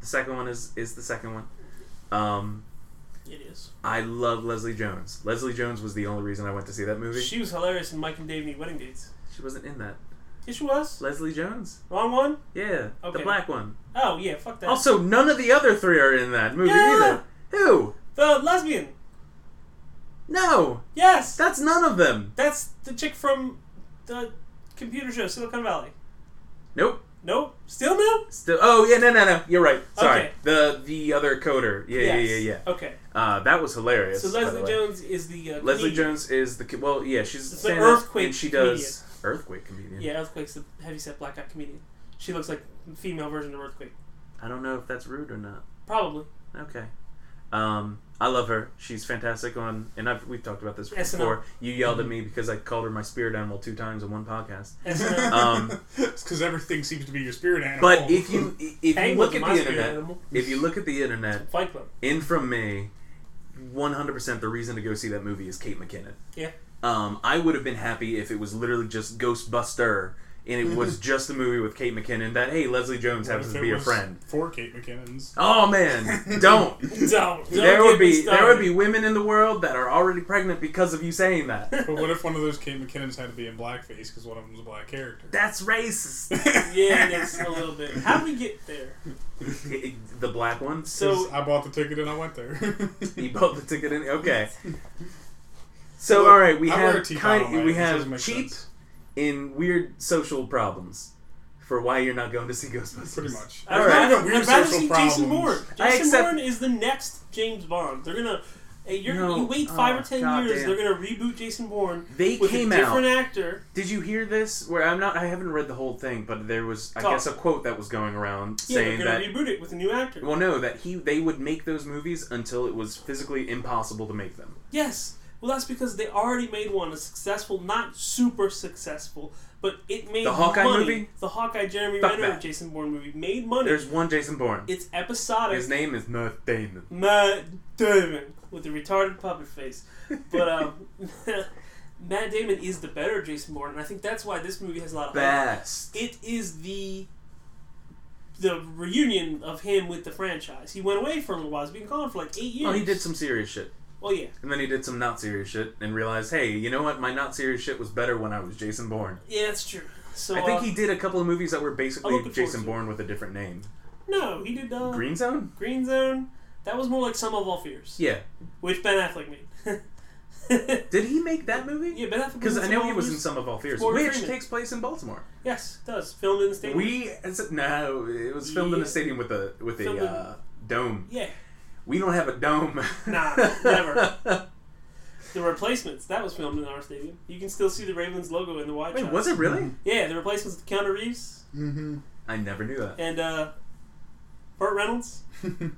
[SPEAKER 2] The second one is is the second one. Um,
[SPEAKER 3] It is.
[SPEAKER 2] I love Leslie Jones. Leslie Jones was the only reason I went to see that movie.
[SPEAKER 3] She was hilarious in Mike and Dave Need Wedding Dates.
[SPEAKER 2] She wasn't in that.
[SPEAKER 3] Yes, she was.
[SPEAKER 2] Leslie Jones.
[SPEAKER 3] Wrong one?
[SPEAKER 2] Yeah,
[SPEAKER 3] Okay.
[SPEAKER 2] the black one.
[SPEAKER 3] Oh, yeah, fuck that.
[SPEAKER 2] Also, none of the other three are in that movie
[SPEAKER 3] Yeah.
[SPEAKER 2] either. Who?
[SPEAKER 3] the lesbian.
[SPEAKER 2] No,
[SPEAKER 3] Yes.
[SPEAKER 2] that's none of them.
[SPEAKER 3] That's the chick from the computer show, Silicon Valley.
[SPEAKER 2] Nope.
[SPEAKER 3] Nope. Still no?
[SPEAKER 2] Still. Oh yeah, no, no, no. You're right. Sorry.
[SPEAKER 3] Okay.
[SPEAKER 2] The the other coder. Yeah,
[SPEAKER 3] Yes.
[SPEAKER 2] yeah, yeah, yeah.
[SPEAKER 3] Okay.
[SPEAKER 2] Uh, that was hilarious.
[SPEAKER 3] So
[SPEAKER 2] by the
[SPEAKER 3] Leslie
[SPEAKER 2] way.
[SPEAKER 3] Jones is the. Uh,
[SPEAKER 2] Leslie
[SPEAKER 3] comedian.
[SPEAKER 2] Jones is the co- well, yeah, she's
[SPEAKER 3] It's like
[SPEAKER 2] stand-up,
[SPEAKER 3] earthquake
[SPEAKER 2] and she does earthquake comedian.
[SPEAKER 3] Yeah, Earthquake's the heavyset black guy comedian. She looks like female version of Earthquake.
[SPEAKER 2] I don't know if that's rude or not.
[SPEAKER 3] Probably.
[SPEAKER 2] Okay. Um, I love her. She's fantastic on, and I've, we've talked about this
[SPEAKER 3] SNL.
[SPEAKER 2] before. You yelled at
[SPEAKER 3] Mm-hmm.
[SPEAKER 2] me because I called her my spirit animal two times in one podcast.
[SPEAKER 3] SNL.
[SPEAKER 2] Um,
[SPEAKER 1] because everything seems to be your spirit animal.
[SPEAKER 2] But if you if you
[SPEAKER 3] Penguin's
[SPEAKER 2] look at
[SPEAKER 3] my
[SPEAKER 2] the
[SPEAKER 3] spirit
[SPEAKER 2] internet,
[SPEAKER 3] animal.
[SPEAKER 2] if you look at the internet,
[SPEAKER 3] Fight Club.
[SPEAKER 2] in from me, one hundred percent the reason to go see that movie is Kate McKinnon.
[SPEAKER 3] Yeah.
[SPEAKER 2] Um, I would have been happy if it was literally just Ghostbuster and it was just the movie with Kate McKinnon that hey Leslie Jones
[SPEAKER 1] What
[SPEAKER 2] happens
[SPEAKER 1] if
[SPEAKER 2] to
[SPEAKER 1] it
[SPEAKER 2] be a
[SPEAKER 1] was
[SPEAKER 2] friend.
[SPEAKER 1] for Kate McKinnon's.
[SPEAKER 2] Oh man, don't.
[SPEAKER 3] Don't. don't
[SPEAKER 2] there
[SPEAKER 3] get
[SPEAKER 2] would
[SPEAKER 3] me
[SPEAKER 2] be there would be
[SPEAKER 3] started.
[SPEAKER 2] women in the world that are already pregnant because of you saying that.
[SPEAKER 1] But what if one of those Kate McKinnons had to be in blackface because one of them was a black character?
[SPEAKER 2] That's racist.
[SPEAKER 3] Yeah, that's a little bit. How do we get there?
[SPEAKER 2] the black one.
[SPEAKER 3] So
[SPEAKER 1] I bought the ticket and I went there.
[SPEAKER 2] You bought the ticket in. Okay. So all right, we
[SPEAKER 1] I wear a
[SPEAKER 2] have
[SPEAKER 1] teapot on my
[SPEAKER 2] kind, we
[SPEAKER 1] head, it doesn't
[SPEAKER 2] have
[SPEAKER 1] make
[SPEAKER 2] cheap
[SPEAKER 1] sense.
[SPEAKER 2] in weird social problems for why you're not going to see Ghostbusters.
[SPEAKER 1] pretty much.
[SPEAKER 3] I'd
[SPEAKER 2] All right.
[SPEAKER 3] rather,
[SPEAKER 1] We're gonna
[SPEAKER 3] I'd
[SPEAKER 1] weird
[SPEAKER 3] rather
[SPEAKER 1] social
[SPEAKER 3] see Jason
[SPEAKER 1] problems.
[SPEAKER 3] Bourne. Jason
[SPEAKER 2] I accept-
[SPEAKER 3] Bourne is the next James Bond. They're gonna. eh, You're,
[SPEAKER 2] No.
[SPEAKER 3] You wait five
[SPEAKER 2] Oh,
[SPEAKER 3] or ten
[SPEAKER 2] God
[SPEAKER 3] years,
[SPEAKER 2] damn.
[SPEAKER 3] they're gonna reboot Jason Bourne
[SPEAKER 2] They
[SPEAKER 3] with
[SPEAKER 2] came
[SPEAKER 3] a different
[SPEAKER 2] out.
[SPEAKER 3] actor.
[SPEAKER 2] Did you hear this? Where I'm not. I haven't read the whole thing, but there was, I
[SPEAKER 3] Talk.
[SPEAKER 2] guess, a quote that was going around
[SPEAKER 3] Yeah,
[SPEAKER 2] saying
[SPEAKER 3] they're
[SPEAKER 2] that.
[SPEAKER 3] gonna reboot it with a new actor.
[SPEAKER 2] well, no, that he they would make those movies until it was physically impossible to make them.
[SPEAKER 3] Yes. Well, that's because they already made one a successful, not super successful, but it made
[SPEAKER 2] The Hawkeye
[SPEAKER 3] money.
[SPEAKER 2] movie?
[SPEAKER 3] The Hawkeye Jeremy
[SPEAKER 2] Fuck
[SPEAKER 3] Renner
[SPEAKER 2] that.
[SPEAKER 3] Jason Bourne movie made money.
[SPEAKER 2] There's one Jason Bourne.
[SPEAKER 3] it's episodic.
[SPEAKER 2] His name is Matt Damon.
[SPEAKER 3] Matt Damon with the retarded puppet face. But um, Matt Damon is the better Jason Bourne, and I think that's why this movie has a lot of hype.
[SPEAKER 2] Best.
[SPEAKER 3] It is the the reunion of him with the franchise. He went away for a little while. He's been gone for like eight years.
[SPEAKER 2] Oh, he did Oh, some serious shit.
[SPEAKER 3] Well, yeah,
[SPEAKER 2] And then he did some not serious shit and realized, hey, you know what? My not serious shit was better when I was Jason Bourne.
[SPEAKER 3] yeah, that's true. So
[SPEAKER 2] I think
[SPEAKER 3] uh,
[SPEAKER 2] he did a couple of movies that were basically
[SPEAKER 3] looking forward
[SPEAKER 2] Jason
[SPEAKER 3] to it.
[SPEAKER 2] Bourne with a different name.
[SPEAKER 3] no, he did uh,
[SPEAKER 2] Green Zone?
[SPEAKER 3] Green Zone. That was more like Some of All Fears,
[SPEAKER 2] Yeah.
[SPEAKER 3] which Ben Affleck made. yeah,
[SPEAKER 2] Did he make that movie?
[SPEAKER 3] Ben Affleck.
[SPEAKER 2] Because
[SPEAKER 3] was in
[SPEAKER 2] I
[SPEAKER 3] Some
[SPEAKER 2] know
[SPEAKER 3] of
[SPEAKER 2] he
[SPEAKER 3] All
[SPEAKER 2] was in
[SPEAKER 3] Fears.
[SPEAKER 2] Some of All Fears,
[SPEAKER 3] Morgan
[SPEAKER 2] which
[SPEAKER 3] Freeman.
[SPEAKER 2] takes place in Baltimore.
[SPEAKER 3] Yes, it does filmed in the stadium.
[SPEAKER 2] We it's, no, it was filmed in a
[SPEAKER 3] Yeah.
[SPEAKER 2] stadium with a with
[SPEAKER 3] Filmed
[SPEAKER 2] a
[SPEAKER 3] in-
[SPEAKER 2] uh, dome.
[SPEAKER 3] yeah,
[SPEAKER 2] We don't have a dome.
[SPEAKER 3] Nah, never. the replacements that was filmed in our stadium. You can still see the Ravens logo in the wide
[SPEAKER 2] Wait,
[SPEAKER 3] shots.
[SPEAKER 2] was it really?
[SPEAKER 3] Yeah, the replacements with Keanu Reeves
[SPEAKER 1] Mm-hmm.
[SPEAKER 2] I never knew that.
[SPEAKER 3] and uh, Burt Reynolds.
[SPEAKER 2] Burt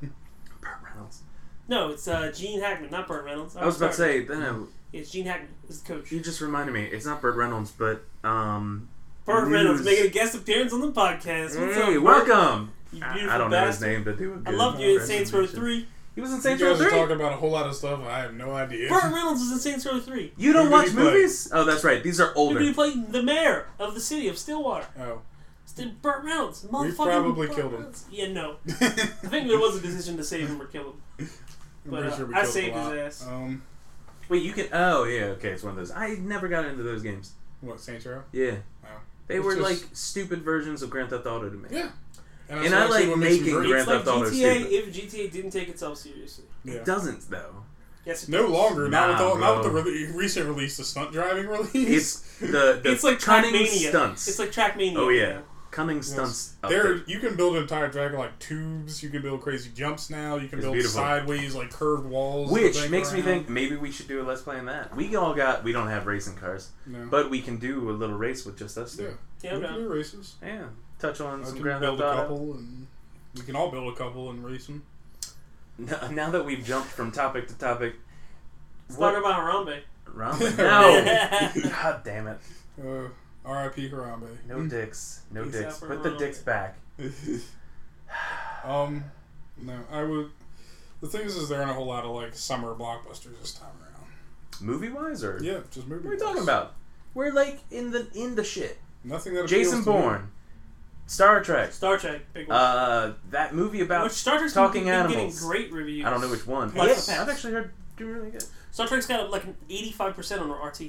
[SPEAKER 2] Reynolds.
[SPEAKER 3] No, it's uh, Gene Hackman, not Burt Reynolds.
[SPEAKER 2] I was about to say, then I-
[SPEAKER 3] it's Gene Hackman is the coach.
[SPEAKER 2] you just reminded me. It's not Burt Reynolds, but um.
[SPEAKER 3] Burt
[SPEAKER 2] News.
[SPEAKER 3] Reynolds making a guest appearance on the podcast. What's up,
[SPEAKER 2] Hey,
[SPEAKER 3] Burt?
[SPEAKER 2] welcome.
[SPEAKER 3] You
[SPEAKER 2] I,
[SPEAKER 3] beautiful
[SPEAKER 2] I don't know his
[SPEAKER 3] bastard.
[SPEAKER 2] name, but do a good
[SPEAKER 3] I loved you in
[SPEAKER 2] impression.
[SPEAKER 3] Saints Row Three.
[SPEAKER 2] He was in
[SPEAKER 1] You
[SPEAKER 2] Saints Row
[SPEAKER 1] guys are
[SPEAKER 2] Three.
[SPEAKER 1] talking about a whole lot of stuff. I have no idea.
[SPEAKER 3] Burt Reynolds was in Saints Row Three.
[SPEAKER 2] You don't
[SPEAKER 1] Who did
[SPEAKER 2] watch
[SPEAKER 1] he play?
[SPEAKER 2] movies? Oh, that's right. These are
[SPEAKER 3] Dude, he
[SPEAKER 2] older.
[SPEAKER 3] played the mayor of the city of Stillwater.
[SPEAKER 1] Oh.
[SPEAKER 3] It's the Burt Reynolds. Motherfucking
[SPEAKER 1] probably
[SPEAKER 3] Burt
[SPEAKER 1] killed him.
[SPEAKER 3] Reynolds. Yeah, no. I think there was a decision to save him or kill him.
[SPEAKER 1] I'm
[SPEAKER 3] But,
[SPEAKER 1] pretty
[SPEAKER 3] uh,
[SPEAKER 1] sure we
[SPEAKER 3] I
[SPEAKER 1] killed a
[SPEAKER 3] saved his
[SPEAKER 1] lot.
[SPEAKER 3] ass.
[SPEAKER 1] Um,
[SPEAKER 2] Wait, you can. Oh, yeah. Okay, it's one of those. I never got into those games.
[SPEAKER 1] what Saints Row?
[SPEAKER 2] Yeah.
[SPEAKER 1] Wow.
[SPEAKER 2] They
[SPEAKER 1] It's
[SPEAKER 2] were
[SPEAKER 1] just-
[SPEAKER 2] like stupid versions of Grand Theft Auto to me.
[SPEAKER 1] Yeah. that's
[SPEAKER 2] And I
[SPEAKER 1] actually
[SPEAKER 2] like
[SPEAKER 1] what makes me
[SPEAKER 2] making
[SPEAKER 1] great.
[SPEAKER 2] Grand
[SPEAKER 3] it's like
[SPEAKER 2] Theft Auto is
[SPEAKER 3] GTA if GTA didn't take itself seriously.
[SPEAKER 1] Yeah.
[SPEAKER 2] It doesn't though.
[SPEAKER 3] Yes, it
[SPEAKER 1] No
[SPEAKER 3] does.
[SPEAKER 1] longer. not with
[SPEAKER 2] Nah,
[SPEAKER 1] all, not with
[SPEAKER 2] bro.
[SPEAKER 1] the re- recent release, the stunt driving release.
[SPEAKER 2] It's the, the
[SPEAKER 3] It's like
[SPEAKER 2] cunning
[SPEAKER 3] Trackmania.
[SPEAKER 2] stunts.
[SPEAKER 3] It's like Trackmania.
[SPEAKER 2] oh
[SPEAKER 3] you
[SPEAKER 2] yeah,
[SPEAKER 3] know?
[SPEAKER 2] cunning
[SPEAKER 1] Yes.
[SPEAKER 2] stunts. up
[SPEAKER 1] There,
[SPEAKER 2] there.
[SPEAKER 1] you can build an entire dragon like tubes. You can build crazy jumps now. You can
[SPEAKER 2] It's
[SPEAKER 1] build
[SPEAKER 2] beautiful.
[SPEAKER 1] sideways like curved walls. to
[SPEAKER 2] which
[SPEAKER 1] bank
[SPEAKER 2] makes me
[SPEAKER 1] around.
[SPEAKER 2] think maybe we should do a let's play on that. We all got we don't have racing cars,
[SPEAKER 1] No.
[SPEAKER 2] but we can do a little race with just us.
[SPEAKER 1] yeah,
[SPEAKER 2] two.
[SPEAKER 3] Yeah,
[SPEAKER 1] we
[SPEAKER 3] no.
[SPEAKER 1] can do races.
[SPEAKER 2] Yeah. Touch on
[SPEAKER 1] I
[SPEAKER 2] some
[SPEAKER 1] can
[SPEAKER 2] Grand
[SPEAKER 1] build
[SPEAKER 2] Theft
[SPEAKER 1] a
[SPEAKER 2] Auto.
[SPEAKER 1] couple, and we can all build a couple and race them.
[SPEAKER 2] Now, now that we've jumped from topic to topic,
[SPEAKER 3] Let's
[SPEAKER 2] what-
[SPEAKER 3] talk about Harambe.
[SPEAKER 2] Ramen. No.
[SPEAKER 3] Yeah.
[SPEAKER 2] God damn it.
[SPEAKER 1] Uh, R.I.P. Harambe.
[SPEAKER 2] No dicks. No
[SPEAKER 3] Peace
[SPEAKER 2] dicks.
[SPEAKER 3] out for
[SPEAKER 2] Put the
[SPEAKER 3] Ramen.
[SPEAKER 2] dicks back.
[SPEAKER 1] um, no, I would. The thing is, is there aren't a whole lot of like summer blockbusters this time around.
[SPEAKER 2] Movie wise or
[SPEAKER 1] Yeah, just movie.
[SPEAKER 2] what are we talking about? We're like in the in the shit.
[SPEAKER 1] Nothing that appeals
[SPEAKER 2] Jason
[SPEAKER 1] to me.
[SPEAKER 2] Bourne, Star Trek,
[SPEAKER 3] Star Trek, big one.
[SPEAKER 2] uh, that movie about
[SPEAKER 3] which Star Trek's
[SPEAKER 2] talking
[SPEAKER 3] been getting
[SPEAKER 2] animals.
[SPEAKER 3] great reviews.
[SPEAKER 2] I don't know which one.
[SPEAKER 1] Life
[SPEAKER 2] Yes,
[SPEAKER 3] of Pets.
[SPEAKER 2] I've actually heard do really good.
[SPEAKER 3] Star Trek's got like an 85% on our RT.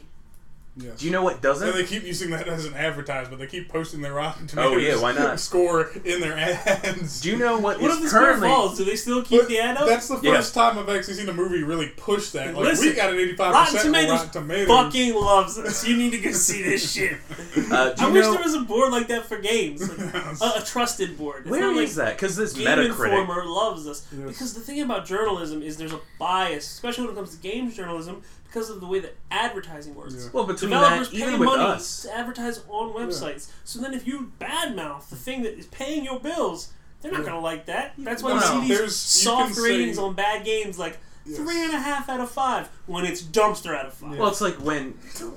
[SPEAKER 1] Yes.
[SPEAKER 2] Do you know what
[SPEAKER 1] And they
[SPEAKER 2] doesn't?
[SPEAKER 1] keep using that as an advertisement. They keep posting their Rotten
[SPEAKER 2] Oh,
[SPEAKER 1] Tomatoes
[SPEAKER 2] yeah, why not?
[SPEAKER 1] score in their ads.
[SPEAKER 2] Do you know what
[SPEAKER 3] What
[SPEAKER 2] is
[SPEAKER 3] if the score
[SPEAKER 2] currently?
[SPEAKER 3] falls? Do they still keep
[SPEAKER 1] But
[SPEAKER 3] the ad up?
[SPEAKER 1] That's the
[SPEAKER 2] Yeah.
[SPEAKER 1] first time I've actually seen a movie really push that. Like we
[SPEAKER 3] Listen,
[SPEAKER 1] got an eighty-five
[SPEAKER 3] Rotten
[SPEAKER 1] percent
[SPEAKER 3] Tomatoes,
[SPEAKER 1] Rotten Tomatoes.
[SPEAKER 3] fucking loves us. You need to go see this shit.
[SPEAKER 2] Uh, do you
[SPEAKER 3] I wish
[SPEAKER 2] know
[SPEAKER 3] there was a board like that for games, like, a, a trusted board. It's
[SPEAKER 2] where
[SPEAKER 3] not like
[SPEAKER 2] is that? Because this
[SPEAKER 3] Game
[SPEAKER 2] Metacritic.
[SPEAKER 3] Informer loves us
[SPEAKER 1] Yes.
[SPEAKER 3] because the thing about journalism is there's a bias, especially when it comes to games journalism, because of the way that advertising works.
[SPEAKER 1] Yeah.
[SPEAKER 2] Well, between
[SPEAKER 3] Developers
[SPEAKER 2] that,
[SPEAKER 3] pay
[SPEAKER 2] even with
[SPEAKER 3] money
[SPEAKER 2] us,
[SPEAKER 3] to advertise on websites. So then, if you badmouth the thing that is paying your bills, they're not
[SPEAKER 1] Yeah.
[SPEAKER 3] going to like that. That's why
[SPEAKER 1] No,
[SPEAKER 3] you see these
[SPEAKER 1] there's- you
[SPEAKER 3] soft
[SPEAKER 1] can
[SPEAKER 3] ratings
[SPEAKER 1] say-
[SPEAKER 3] on bad games, like
[SPEAKER 1] Yes.
[SPEAKER 3] three and a half out of five, when it's dumpster out of five.
[SPEAKER 2] well, it's like when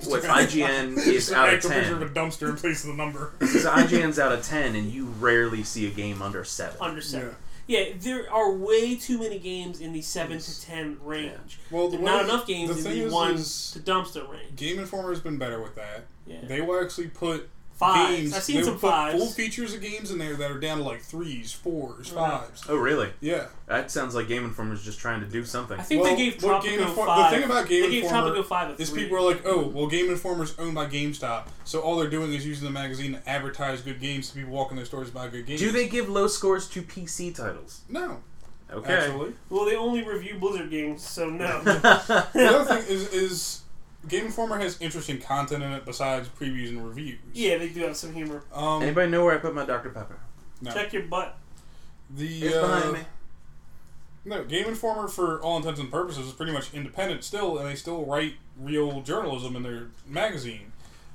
[SPEAKER 2] when IGN is
[SPEAKER 1] Just
[SPEAKER 2] out
[SPEAKER 1] make
[SPEAKER 2] of
[SPEAKER 1] a picture of a
[SPEAKER 2] ten.
[SPEAKER 1] dumpster in place of the number.
[SPEAKER 2] Because IGN's out of ten, and you rarely see a game under seven.
[SPEAKER 3] Under seven. Yeah. there are way too many games in the seven to ten range.
[SPEAKER 1] Well, the
[SPEAKER 3] And not
[SPEAKER 1] way-
[SPEAKER 3] enough games
[SPEAKER 1] the
[SPEAKER 3] in
[SPEAKER 1] thing
[SPEAKER 3] the
[SPEAKER 1] is-
[SPEAKER 3] one
[SPEAKER 1] is-
[SPEAKER 3] to dumpster range.
[SPEAKER 1] Game Informer has been better with that.
[SPEAKER 3] Yeah.
[SPEAKER 1] They will actually put
[SPEAKER 3] Fives.
[SPEAKER 1] games.
[SPEAKER 3] I've seen
[SPEAKER 1] they
[SPEAKER 3] some
[SPEAKER 1] will put
[SPEAKER 3] fives.
[SPEAKER 1] Full features of games in there that are down to like threes, fours, fives.
[SPEAKER 2] Oh, really?
[SPEAKER 1] Yeah.
[SPEAKER 2] That sounds like Game Informer's just trying to do something.
[SPEAKER 3] I think
[SPEAKER 1] Well,
[SPEAKER 3] they gave
[SPEAKER 1] what
[SPEAKER 3] Tropico
[SPEAKER 1] Game Inform- the
[SPEAKER 3] five.
[SPEAKER 1] thing about Game
[SPEAKER 3] they gave
[SPEAKER 1] Informer
[SPEAKER 3] Tropico five a
[SPEAKER 1] Is
[SPEAKER 3] three.
[SPEAKER 1] people are like, oh, well, Game Informer's owned by GameStop, so all they're doing is using the magazine to advertise good games to people walking their stores to buy good games.
[SPEAKER 2] Do they give low scores to PC titles?
[SPEAKER 1] No,
[SPEAKER 2] Okay.
[SPEAKER 1] actually.
[SPEAKER 3] well, they only review Blizzard games, so no.
[SPEAKER 1] the other thing is, is Game Informer has interesting content in it besides previews and reviews.
[SPEAKER 3] yeah, they do have some humor.
[SPEAKER 1] Um,
[SPEAKER 2] Anybody know where I put my Dr. Pepper?
[SPEAKER 1] No.
[SPEAKER 3] Check your butt.
[SPEAKER 1] the
[SPEAKER 2] It's
[SPEAKER 1] uh,
[SPEAKER 2] behind me.
[SPEAKER 1] no Game Informer, for all intents and purposes, is pretty much independent still, and they still write real journalism in their magazine.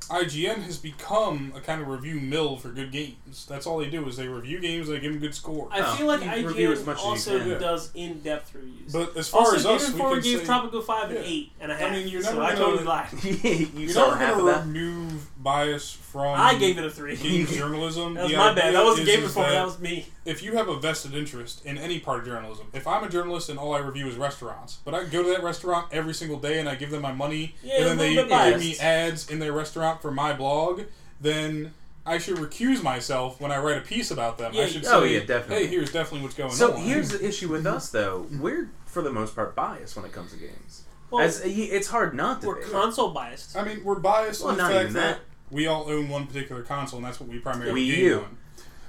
[SPEAKER 1] IGN has become a kind of review mill for good games. That's all they do is they review games and they give them good scores.
[SPEAKER 3] I
[SPEAKER 2] Oh,
[SPEAKER 3] feel like
[SPEAKER 2] you can review as
[SPEAKER 3] IGN
[SPEAKER 2] much as you
[SPEAKER 3] also
[SPEAKER 2] can.
[SPEAKER 3] does in-depth reviews.
[SPEAKER 1] But as far
[SPEAKER 3] also,
[SPEAKER 1] as
[SPEAKER 3] Game
[SPEAKER 1] us, we
[SPEAKER 3] Informer
[SPEAKER 1] can
[SPEAKER 3] gave
[SPEAKER 1] say,
[SPEAKER 3] Tropico five and
[SPEAKER 1] Yeah.
[SPEAKER 3] eight and a
[SPEAKER 1] I
[SPEAKER 3] half.
[SPEAKER 1] mean, you're
[SPEAKER 3] so
[SPEAKER 1] never
[SPEAKER 3] I
[SPEAKER 1] gonna-
[SPEAKER 3] totally lied.
[SPEAKER 2] you
[SPEAKER 1] you're
[SPEAKER 2] saw
[SPEAKER 1] never
[SPEAKER 2] half of
[SPEAKER 1] going to
[SPEAKER 2] that.
[SPEAKER 1] remove bias from
[SPEAKER 3] I gave it a three.
[SPEAKER 1] game
[SPEAKER 3] that
[SPEAKER 1] journalism.
[SPEAKER 3] was
[SPEAKER 1] The
[SPEAKER 3] my bad.
[SPEAKER 1] idea
[SPEAKER 3] That wasn't
[SPEAKER 1] is-
[SPEAKER 3] Game
[SPEAKER 1] is
[SPEAKER 3] Informer.
[SPEAKER 1] that
[SPEAKER 3] That was me.
[SPEAKER 1] if you have a vested interest in any part of journalism, if I'm a journalist and all I review is restaurants, but I go to that restaurant every single day and I give them my money,
[SPEAKER 3] Yeah,
[SPEAKER 1] and
[SPEAKER 3] a
[SPEAKER 1] then they
[SPEAKER 3] little bit
[SPEAKER 1] give
[SPEAKER 3] biased.
[SPEAKER 1] me ads in their restaurant for my blog, then I should recuse myself when I write a piece about them.
[SPEAKER 3] Yeah,
[SPEAKER 1] I should
[SPEAKER 2] oh,
[SPEAKER 1] say,
[SPEAKER 2] yeah, definitely.
[SPEAKER 1] hey, here's definitely what's going
[SPEAKER 2] So
[SPEAKER 1] on.
[SPEAKER 2] here's the issue with us, though. We're for the most part biased when it comes to games.
[SPEAKER 3] Well,
[SPEAKER 2] As it's hard not to.
[SPEAKER 3] we're
[SPEAKER 2] be.
[SPEAKER 3] console biased.
[SPEAKER 1] I mean, we're biased
[SPEAKER 2] Well,
[SPEAKER 1] on the
[SPEAKER 2] not
[SPEAKER 1] fact
[SPEAKER 2] even
[SPEAKER 1] that
[SPEAKER 2] that.
[SPEAKER 1] we all own one particular console, and that's what we primarily
[SPEAKER 2] Wii
[SPEAKER 1] game
[SPEAKER 2] U.
[SPEAKER 1] on.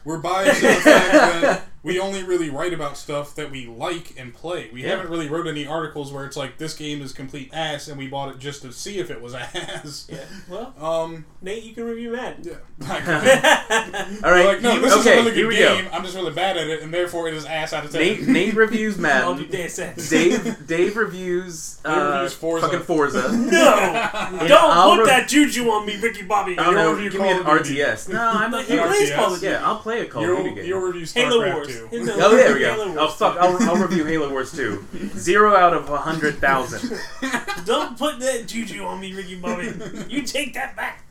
[SPEAKER 1] We're biased on the fact that we only really write about stuff that we like and play. We
[SPEAKER 2] Yeah.
[SPEAKER 1] haven't really wrote any articles where it's like this game is complete ass, and we bought it just to see if it was ass.
[SPEAKER 3] Yeah. Well,
[SPEAKER 1] Um.
[SPEAKER 3] Nate, you can review Madden.
[SPEAKER 1] Yeah. They're
[SPEAKER 2] All right,
[SPEAKER 1] like, no,
[SPEAKER 2] you-
[SPEAKER 1] this
[SPEAKER 2] okay,
[SPEAKER 1] is a really
[SPEAKER 2] here
[SPEAKER 1] good
[SPEAKER 2] we
[SPEAKER 1] game.
[SPEAKER 2] go.
[SPEAKER 1] I'm just really bad at it, and therefore it is ass out of ten.
[SPEAKER 2] Nate, Nate reviews
[SPEAKER 3] I'll do
[SPEAKER 2] Madden.
[SPEAKER 3] Deus Ex.
[SPEAKER 2] Dave Dave reviews,
[SPEAKER 1] Dave
[SPEAKER 2] uh,
[SPEAKER 1] reviews Forza.
[SPEAKER 2] fucking Forza.
[SPEAKER 3] No, don't
[SPEAKER 2] I'll
[SPEAKER 3] put
[SPEAKER 2] re-
[SPEAKER 3] that juju on me, Ricky Bobby.
[SPEAKER 2] I don't know,
[SPEAKER 1] review
[SPEAKER 2] give
[SPEAKER 1] Call
[SPEAKER 2] me an
[SPEAKER 1] of Duty.
[SPEAKER 2] RTS. No, I'm
[SPEAKER 3] Like,
[SPEAKER 2] not.
[SPEAKER 3] he
[SPEAKER 1] RTS?
[SPEAKER 3] plays Call of Duty.
[SPEAKER 2] Yeah, I'll play a Call of Duty
[SPEAKER 1] Your,
[SPEAKER 2] game.
[SPEAKER 1] your review StarCraft
[SPEAKER 3] Halo Wars.
[SPEAKER 1] 2.
[SPEAKER 3] His-
[SPEAKER 2] Oh, there we
[SPEAKER 3] Halo
[SPEAKER 2] go. Oh,
[SPEAKER 3] Wars.
[SPEAKER 2] fuck. I'll, I'll review Halo Wars 2. Zero out of a 100,000.
[SPEAKER 3] Don't put that juju on me, Ricky Bobby. You take that back.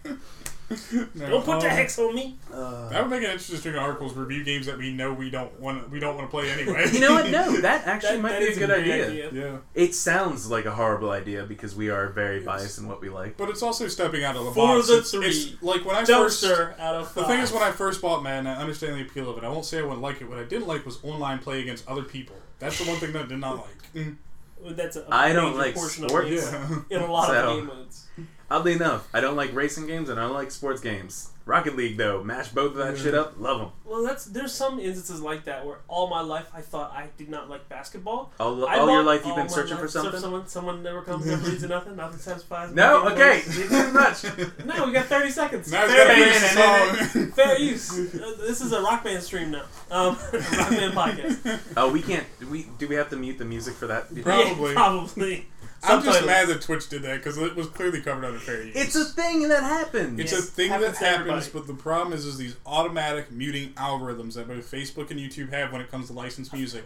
[SPEAKER 1] No,
[SPEAKER 3] Don't put the
[SPEAKER 1] um,
[SPEAKER 3] hex on me.
[SPEAKER 1] That would make it interesting articles review games that we know we don't want to, we don't want to play anyway.
[SPEAKER 2] You know what? No, that actually
[SPEAKER 3] That,
[SPEAKER 2] might
[SPEAKER 3] that
[SPEAKER 2] be a
[SPEAKER 3] is
[SPEAKER 2] good
[SPEAKER 3] great
[SPEAKER 2] idea.
[SPEAKER 1] Yeah,
[SPEAKER 2] It sounds like a horrible idea because we are very biased in what we like.
[SPEAKER 1] but it's also stepping out of the box.
[SPEAKER 3] Forza
[SPEAKER 1] It's- it's,
[SPEAKER 3] three. Ah.
[SPEAKER 1] like when I first. uh,
[SPEAKER 3] Dumpster out of
[SPEAKER 1] The
[SPEAKER 3] five.
[SPEAKER 1] thing is, when I first bought Madden, I understand the appeal of it. I won't say I wouldn't like it. What I didn't like was online play against other people. That's the one thing that I did not like.
[SPEAKER 3] that's a
[SPEAKER 2] I don't
[SPEAKER 3] major
[SPEAKER 2] like
[SPEAKER 3] portion of
[SPEAKER 2] sports.
[SPEAKER 3] games
[SPEAKER 1] Yeah.
[SPEAKER 3] in a lot
[SPEAKER 2] So-
[SPEAKER 3] of game modes.
[SPEAKER 2] Oddly enough, I don't like racing games and I don't like sports games. Rocket League, though, mash both of that
[SPEAKER 1] Yeah.
[SPEAKER 2] shit up. Love them.
[SPEAKER 3] Well, that's there's some instances like that where all my life I thought I did not like basketball.
[SPEAKER 2] All,
[SPEAKER 3] I
[SPEAKER 2] all your
[SPEAKER 3] want
[SPEAKER 2] life you've
[SPEAKER 3] all
[SPEAKER 2] been
[SPEAKER 3] my
[SPEAKER 2] searching
[SPEAKER 3] life-
[SPEAKER 2] for
[SPEAKER 3] so
[SPEAKER 2] something?
[SPEAKER 3] someone, someone never comes, never leads to nothing. Nothing satisfies.
[SPEAKER 2] No?
[SPEAKER 3] my
[SPEAKER 2] Okay.
[SPEAKER 3] game
[SPEAKER 2] Too much.
[SPEAKER 3] voice. no, we got 30 seconds.
[SPEAKER 1] Now it's
[SPEAKER 3] Fair
[SPEAKER 1] gotta be
[SPEAKER 3] use.
[SPEAKER 1] the song.
[SPEAKER 3] Fair use. Uh, This is a rock band stream now. Um, rock band podcast.
[SPEAKER 2] Oh, we can't. Do we, do we have to mute the music for that?
[SPEAKER 1] Probably.
[SPEAKER 3] Yeah, probably.
[SPEAKER 1] I'm just
[SPEAKER 3] Subtitles.
[SPEAKER 1] mad that Twitch did that because it was clearly covered under fair use.
[SPEAKER 2] It's a thing that happens.
[SPEAKER 1] It's
[SPEAKER 3] Yes,
[SPEAKER 1] a thing that
[SPEAKER 3] happens to
[SPEAKER 1] happens,
[SPEAKER 3] everybody.
[SPEAKER 1] but the problem is, is these automatic muting algorithms that both Facebook and YouTube have when it comes to licensed music.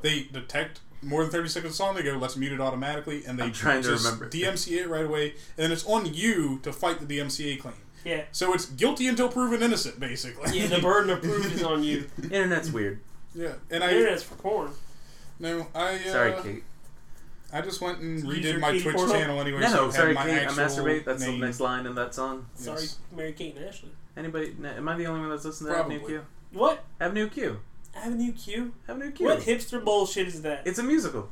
[SPEAKER 1] They detect more than thirty seconds of song, they go, "Let's mute it automatically," and they
[SPEAKER 2] I'm trying to
[SPEAKER 1] just
[SPEAKER 2] remember.
[SPEAKER 1] DMCA it right away, and then it's on you to fight the DMCA claim.
[SPEAKER 3] Yeah.
[SPEAKER 1] So it's guilty until proven innocent, basically.
[SPEAKER 3] Yeah, the burden of proof is on you.
[SPEAKER 2] Internet's weird.
[SPEAKER 1] Yeah, and
[SPEAKER 3] The
[SPEAKER 1] I
[SPEAKER 3] internet's for porn.
[SPEAKER 1] no, I uh,
[SPEAKER 2] Sorry, Kate.
[SPEAKER 1] I just went and
[SPEAKER 3] Use your
[SPEAKER 1] redid my
[SPEAKER 3] Katie
[SPEAKER 1] Twitch
[SPEAKER 3] portal?
[SPEAKER 1] channel anyway. so
[SPEAKER 2] No,
[SPEAKER 1] it had
[SPEAKER 2] sorry,
[SPEAKER 1] my
[SPEAKER 2] Kate. I
[SPEAKER 1] actual
[SPEAKER 2] masturbate. That's
[SPEAKER 1] name.
[SPEAKER 2] the next line in that song.
[SPEAKER 3] Sorry,
[SPEAKER 1] Yes.
[SPEAKER 3] Mary Kate and Ashley.
[SPEAKER 2] Anybody? n- Am I the only one that's listening to Avenue
[SPEAKER 1] Probably.
[SPEAKER 2] Q?
[SPEAKER 3] What?
[SPEAKER 2] Avenue Q.
[SPEAKER 3] Avenue Q?
[SPEAKER 2] Avenue Q.
[SPEAKER 3] What hipster bullshit is that?
[SPEAKER 2] It's a musical.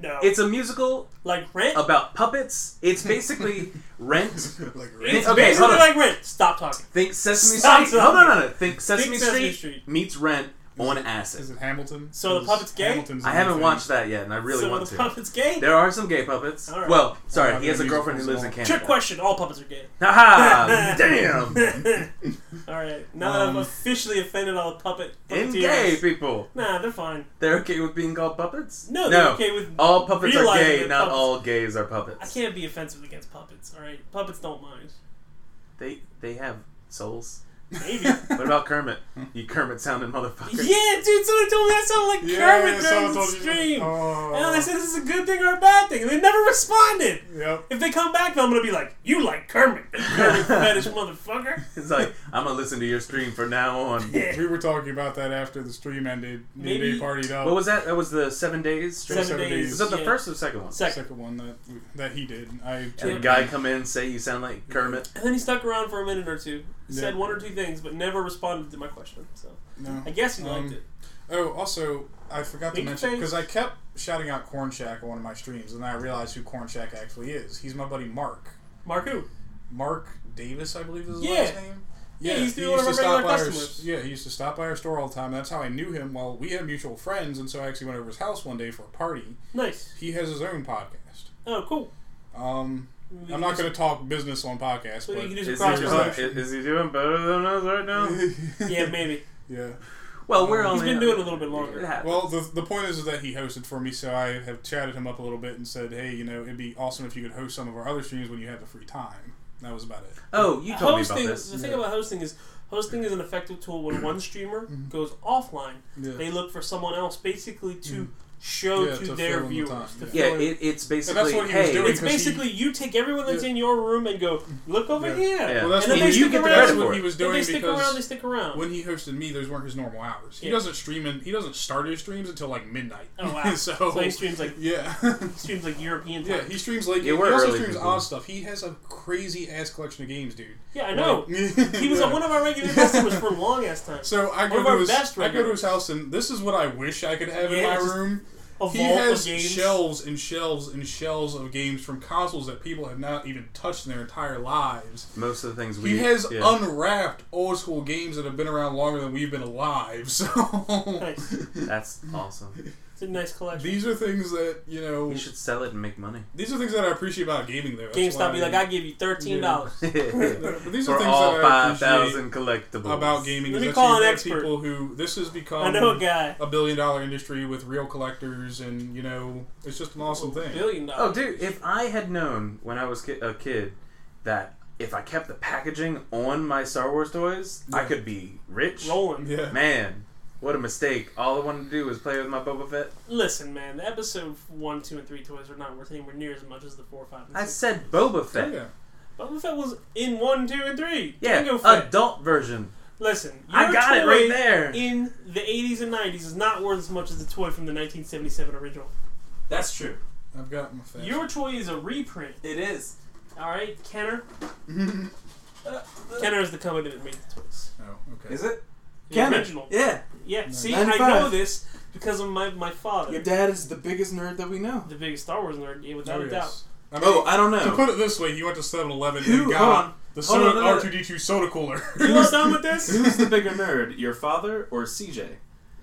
[SPEAKER 3] no.
[SPEAKER 2] It's a musical
[SPEAKER 3] like rent.
[SPEAKER 2] about puppets. It's basically Rent.
[SPEAKER 1] like
[SPEAKER 3] It's
[SPEAKER 2] Okay,
[SPEAKER 3] basically
[SPEAKER 2] hold on.
[SPEAKER 3] like rent. Stop talking.
[SPEAKER 2] Think Sesame
[SPEAKER 3] Stop
[SPEAKER 2] Street.
[SPEAKER 3] talking.
[SPEAKER 2] No, no, no, no. Think Sesame,
[SPEAKER 3] Think Sesame
[SPEAKER 2] Street,
[SPEAKER 3] Street.
[SPEAKER 2] meets Rent on
[SPEAKER 1] is
[SPEAKER 2] acid.
[SPEAKER 1] it Hamilton?
[SPEAKER 3] So the
[SPEAKER 1] Is
[SPEAKER 3] puppet's gay?
[SPEAKER 1] Hamilton's
[SPEAKER 2] I
[SPEAKER 1] the
[SPEAKER 2] haven't
[SPEAKER 1] thing.
[SPEAKER 2] watched that yet, and I really
[SPEAKER 3] so
[SPEAKER 2] want
[SPEAKER 3] the
[SPEAKER 2] to.
[SPEAKER 3] puppet's gay.
[SPEAKER 2] There are some gay puppets.
[SPEAKER 3] All right.
[SPEAKER 2] Well,
[SPEAKER 1] I'm
[SPEAKER 2] sorry,
[SPEAKER 1] not
[SPEAKER 2] he has a
[SPEAKER 1] gonna
[SPEAKER 2] girlfriend who
[SPEAKER 1] use
[SPEAKER 2] lives in
[SPEAKER 1] musicals
[SPEAKER 2] Canada.
[SPEAKER 3] Trick question. All puppets are gay.
[SPEAKER 2] Haha! Damn!
[SPEAKER 3] All right. Now that I've
[SPEAKER 1] Um,
[SPEAKER 3] officially offended all the puppet.
[SPEAKER 2] And
[SPEAKER 3] puppeteers.
[SPEAKER 2] gay people.
[SPEAKER 3] Nah, they're fine.
[SPEAKER 2] They're okay with being called puppets?
[SPEAKER 3] No, they're
[SPEAKER 2] no.
[SPEAKER 3] okay with.
[SPEAKER 2] All puppets are
[SPEAKER 3] realizing
[SPEAKER 2] gay,
[SPEAKER 3] they're
[SPEAKER 2] not
[SPEAKER 3] puppets.
[SPEAKER 2] all gays are
[SPEAKER 3] I
[SPEAKER 2] puppets.
[SPEAKER 3] can't be offensive against puppets. All right, puppets don't mind.
[SPEAKER 2] They they have souls.
[SPEAKER 3] Maybe.
[SPEAKER 2] What about Kermit? You Kermit sounded motherfucker.
[SPEAKER 3] yeah, dude. Someone told me that sounded like
[SPEAKER 1] Yeah,
[SPEAKER 3] Kermit during
[SPEAKER 1] someone
[SPEAKER 3] the
[SPEAKER 1] told you-
[SPEAKER 3] stream.
[SPEAKER 1] Oh.
[SPEAKER 3] And I said, "This is a good thing or a bad thing?" And they never responded.
[SPEAKER 1] Yep.
[SPEAKER 3] If they come back, though, I'm gonna be like, "You like Kermit, you Kermit fetish motherfucker."
[SPEAKER 2] It's like, I'm gonna listen to your stream from now on.
[SPEAKER 3] Yeah.
[SPEAKER 1] We were talking about that after the stream ended. New
[SPEAKER 3] Maybe-
[SPEAKER 1] Day partied up.
[SPEAKER 2] What was that? That was the seven days stream?
[SPEAKER 3] Seven,
[SPEAKER 1] Seven
[SPEAKER 3] days.
[SPEAKER 1] days.
[SPEAKER 2] Was that the
[SPEAKER 3] yeah.
[SPEAKER 2] first or the second one?
[SPEAKER 1] the
[SPEAKER 3] Second.
[SPEAKER 1] second one that that he did? I
[SPEAKER 2] And the guy come in say you sound like Kermit.
[SPEAKER 3] And then he stuck around for a minute or two, said
[SPEAKER 1] Yeah.
[SPEAKER 3] one or two things, but never responded to my question. So
[SPEAKER 1] no.
[SPEAKER 3] I guess he liked
[SPEAKER 1] Um,
[SPEAKER 3] it.
[SPEAKER 1] Oh, also, I forgot to
[SPEAKER 3] Make
[SPEAKER 1] mention
[SPEAKER 3] face.
[SPEAKER 1] because I kept shouting out Corn Shack on one of my streams, and then I realized who Corn Shack actually is. He's my buddy Mark.
[SPEAKER 3] Mark who?
[SPEAKER 1] Mark Davis, I believe is his
[SPEAKER 3] Yeah.
[SPEAKER 1] last name.
[SPEAKER 3] Yeah, he used to be one of our regular
[SPEAKER 1] by our,
[SPEAKER 3] customers.
[SPEAKER 1] yeah, he used to stop by our store all the time. That's how I knew him. Well, we had mutual friends, and so I actually went over to his house one day for a party.
[SPEAKER 3] Nice.
[SPEAKER 1] He has his own podcast.
[SPEAKER 3] Oh, cool.
[SPEAKER 1] Um,
[SPEAKER 3] We
[SPEAKER 1] I'm
[SPEAKER 3] can
[SPEAKER 1] not
[SPEAKER 3] do
[SPEAKER 1] going to talk business on podcast,
[SPEAKER 3] some- we can
[SPEAKER 1] but
[SPEAKER 3] do some
[SPEAKER 2] Is
[SPEAKER 3] cross
[SPEAKER 2] he,
[SPEAKER 1] cross-promotion.
[SPEAKER 2] is, is he doing better than us right now?
[SPEAKER 3] Yeah, maybe.
[SPEAKER 1] yeah.
[SPEAKER 2] Well, we're
[SPEAKER 1] He's
[SPEAKER 2] only.
[SPEAKER 3] He's been doing it a little bit longer.
[SPEAKER 2] It happens.
[SPEAKER 1] Well, the, the point is, is that he hosted for me, so I have chatted him up a little bit and said, hey, you know, it'd be awesome if you could host some of our other streams when you have the free time. That was about it.
[SPEAKER 2] oh, you told me about
[SPEAKER 3] hosting.
[SPEAKER 2] this.
[SPEAKER 3] The thing about hosting is hosting is an effective tool when one streamer goes offline.
[SPEAKER 1] Mm-hmm. Yeah. Mm.
[SPEAKER 3] They look for someone else basically to show
[SPEAKER 1] Yeah,
[SPEAKER 3] to,
[SPEAKER 1] to
[SPEAKER 3] their
[SPEAKER 1] fill in the
[SPEAKER 3] viewers.
[SPEAKER 1] time,
[SPEAKER 3] to
[SPEAKER 1] yeah.
[SPEAKER 2] Yeah,
[SPEAKER 3] fill in-
[SPEAKER 2] it, it's basically
[SPEAKER 1] what he was
[SPEAKER 2] hey,
[SPEAKER 1] doing.
[SPEAKER 3] it's basically you take everyone that's in your room and go look over
[SPEAKER 1] Yeah.
[SPEAKER 3] here.
[SPEAKER 4] Yeah.
[SPEAKER 1] Well, that's
[SPEAKER 3] And then
[SPEAKER 1] what
[SPEAKER 3] they
[SPEAKER 1] he-
[SPEAKER 3] stick around.
[SPEAKER 1] that's
[SPEAKER 2] credit for
[SPEAKER 1] what he
[SPEAKER 2] it.
[SPEAKER 1] was
[SPEAKER 3] If
[SPEAKER 1] doing
[SPEAKER 3] they stick around, they
[SPEAKER 1] because
[SPEAKER 3] stick around.
[SPEAKER 1] when he hosted me, those weren't his normal hours. He
[SPEAKER 3] Yeah.
[SPEAKER 1] doesn't stream and he doesn't start his streams until like midnight.
[SPEAKER 3] oh wow!
[SPEAKER 1] so,
[SPEAKER 3] so he streams like
[SPEAKER 1] yeah,
[SPEAKER 3] streams like European time.
[SPEAKER 1] yeah, he streams like
[SPEAKER 2] Yeah,
[SPEAKER 1] he
[SPEAKER 2] we're
[SPEAKER 1] also
[SPEAKER 2] early
[SPEAKER 1] streams
[SPEAKER 2] people.
[SPEAKER 1] odd stuff. He has a crazy ass collection of games, dude.
[SPEAKER 3] Yeah, I know. He was
[SPEAKER 1] Yeah.
[SPEAKER 3] uh, one of our regular customers for long ass time.
[SPEAKER 1] So I
[SPEAKER 3] One
[SPEAKER 1] go
[SPEAKER 3] of our
[SPEAKER 1] to his
[SPEAKER 3] best
[SPEAKER 1] I go to his
[SPEAKER 3] regulars.
[SPEAKER 1] house and this is what I wish I could have in
[SPEAKER 3] Yeah,
[SPEAKER 1] my
[SPEAKER 3] just
[SPEAKER 1] room.
[SPEAKER 3] A
[SPEAKER 1] He
[SPEAKER 3] vault
[SPEAKER 1] has
[SPEAKER 3] of games.
[SPEAKER 1] shelves and shelves and shelves of games from consoles that people have not even touched in their entire lives.
[SPEAKER 2] most of the things we
[SPEAKER 1] He has
[SPEAKER 2] yeah.
[SPEAKER 1] unwrapped old school games that have been around longer than we've been alive. So
[SPEAKER 3] Nice.
[SPEAKER 2] That's awesome.
[SPEAKER 3] It's a nice collection.
[SPEAKER 1] these are things that you know.
[SPEAKER 2] We should sell it and make money.
[SPEAKER 1] These are things that I appreciate about gaming, though. That's
[SPEAKER 3] GameStop
[SPEAKER 1] why-
[SPEAKER 3] be like, I give you thirteen dollars.
[SPEAKER 2] For
[SPEAKER 1] But these are things
[SPEAKER 2] all
[SPEAKER 1] that I
[SPEAKER 2] five
[SPEAKER 1] appreciate
[SPEAKER 2] thousand collectibles.
[SPEAKER 1] about gaming.
[SPEAKER 3] Let
[SPEAKER 1] is
[SPEAKER 3] me
[SPEAKER 1] that
[SPEAKER 3] call
[SPEAKER 1] you
[SPEAKER 3] an
[SPEAKER 1] have
[SPEAKER 3] expert.
[SPEAKER 1] People who this has become
[SPEAKER 3] I know a guy.
[SPEAKER 1] a billion dollar industry with real collectors, and you know it's just an awesome
[SPEAKER 3] A
[SPEAKER 1] thing.
[SPEAKER 3] Billion
[SPEAKER 2] Oh,
[SPEAKER 3] dollars.
[SPEAKER 2] dude! If I had known when I was ki- a kid that if I kept the packaging on my Star Wars toys, I
[SPEAKER 1] Yeah.
[SPEAKER 2] could be rich.
[SPEAKER 3] Rolling.
[SPEAKER 1] Yeah.
[SPEAKER 2] Man, what a mistake! All I wanted to do was play with my Boba Fett.
[SPEAKER 3] Listen, man, the episode one, two, and three toys are not worth anywhere near as much as the four, five,
[SPEAKER 2] I
[SPEAKER 3] and six.
[SPEAKER 2] said Boba Fett.
[SPEAKER 1] Yeah.
[SPEAKER 3] Boba Fett was in one, two, and three.
[SPEAKER 2] Yeah, Uh,
[SPEAKER 3] Jango Fett.
[SPEAKER 2] adult version.
[SPEAKER 3] Listen,
[SPEAKER 2] I
[SPEAKER 3] your
[SPEAKER 2] got it
[SPEAKER 3] toy
[SPEAKER 2] right there.
[SPEAKER 3] In the 80s and 90s is not worth as much as the toy from the 1977 original.
[SPEAKER 5] That's true.
[SPEAKER 1] I've got my fat.
[SPEAKER 3] Your toy is a reprint.
[SPEAKER 5] It is.
[SPEAKER 3] All right, Kenner. Kenner is the company that made the toys.
[SPEAKER 1] Oh, okay.
[SPEAKER 5] Is it?
[SPEAKER 3] The
[SPEAKER 5] Kenner.
[SPEAKER 3] original.
[SPEAKER 5] Yeah.
[SPEAKER 3] Yeah. See, I
[SPEAKER 5] 95.
[SPEAKER 3] know this because of my my father,
[SPEAKER 5] Your dad is the biggest nerd that we know.
[SPEAKER 3] the biggest Star Wars nerd, yeah,
[SPEAKER 1] Oh,
[SPEAKER 3] without a doubt.
[SPEAKER 1] yes. I mean,
[SPEAKER 5] Oh, I don't
[SPEAKER 1] to
[SPEAKER 5] know.
[SPEAKER 1] put it this way, he went to 7-Eleven and
[SPEAKER 5] Who? Hold
[SPEAKER 1] got
[SPEAKER 5] on.
[SPEAKER 1] the
[SPEAKER 5] Hold on,
[SPEAKER 1] soda,
[SPEAKER 5] no, no, no.
[SPEAKER 1] R2D2 soda cooler.
[SPEAKER 3] You all done with this?
[SPEAKER 5] Who's the bigger nerd, your father or CJ?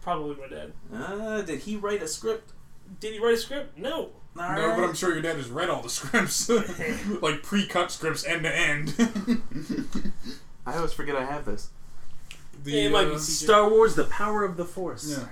[SPEAKER 3] Probably my dad.
[SPEAKER 5] Uh, did he write a script?
[SPEAKER 3] Did he write a script? No.
[SPEAKER 1] No, but I'm sure your dad has read all the scripts, like pre-cut scripts end to end.
[SPEAKER 5] I always forget I have this.
[SPEAKER 1] The,
[SPEAKER 3] Yeah, it might be
[SPEAKER 1] uh,
[SPEAKER 3] secret.
[SPEAKER 2] Star Wars: The Power of the Force.
[SPEAKER 1] Yeah,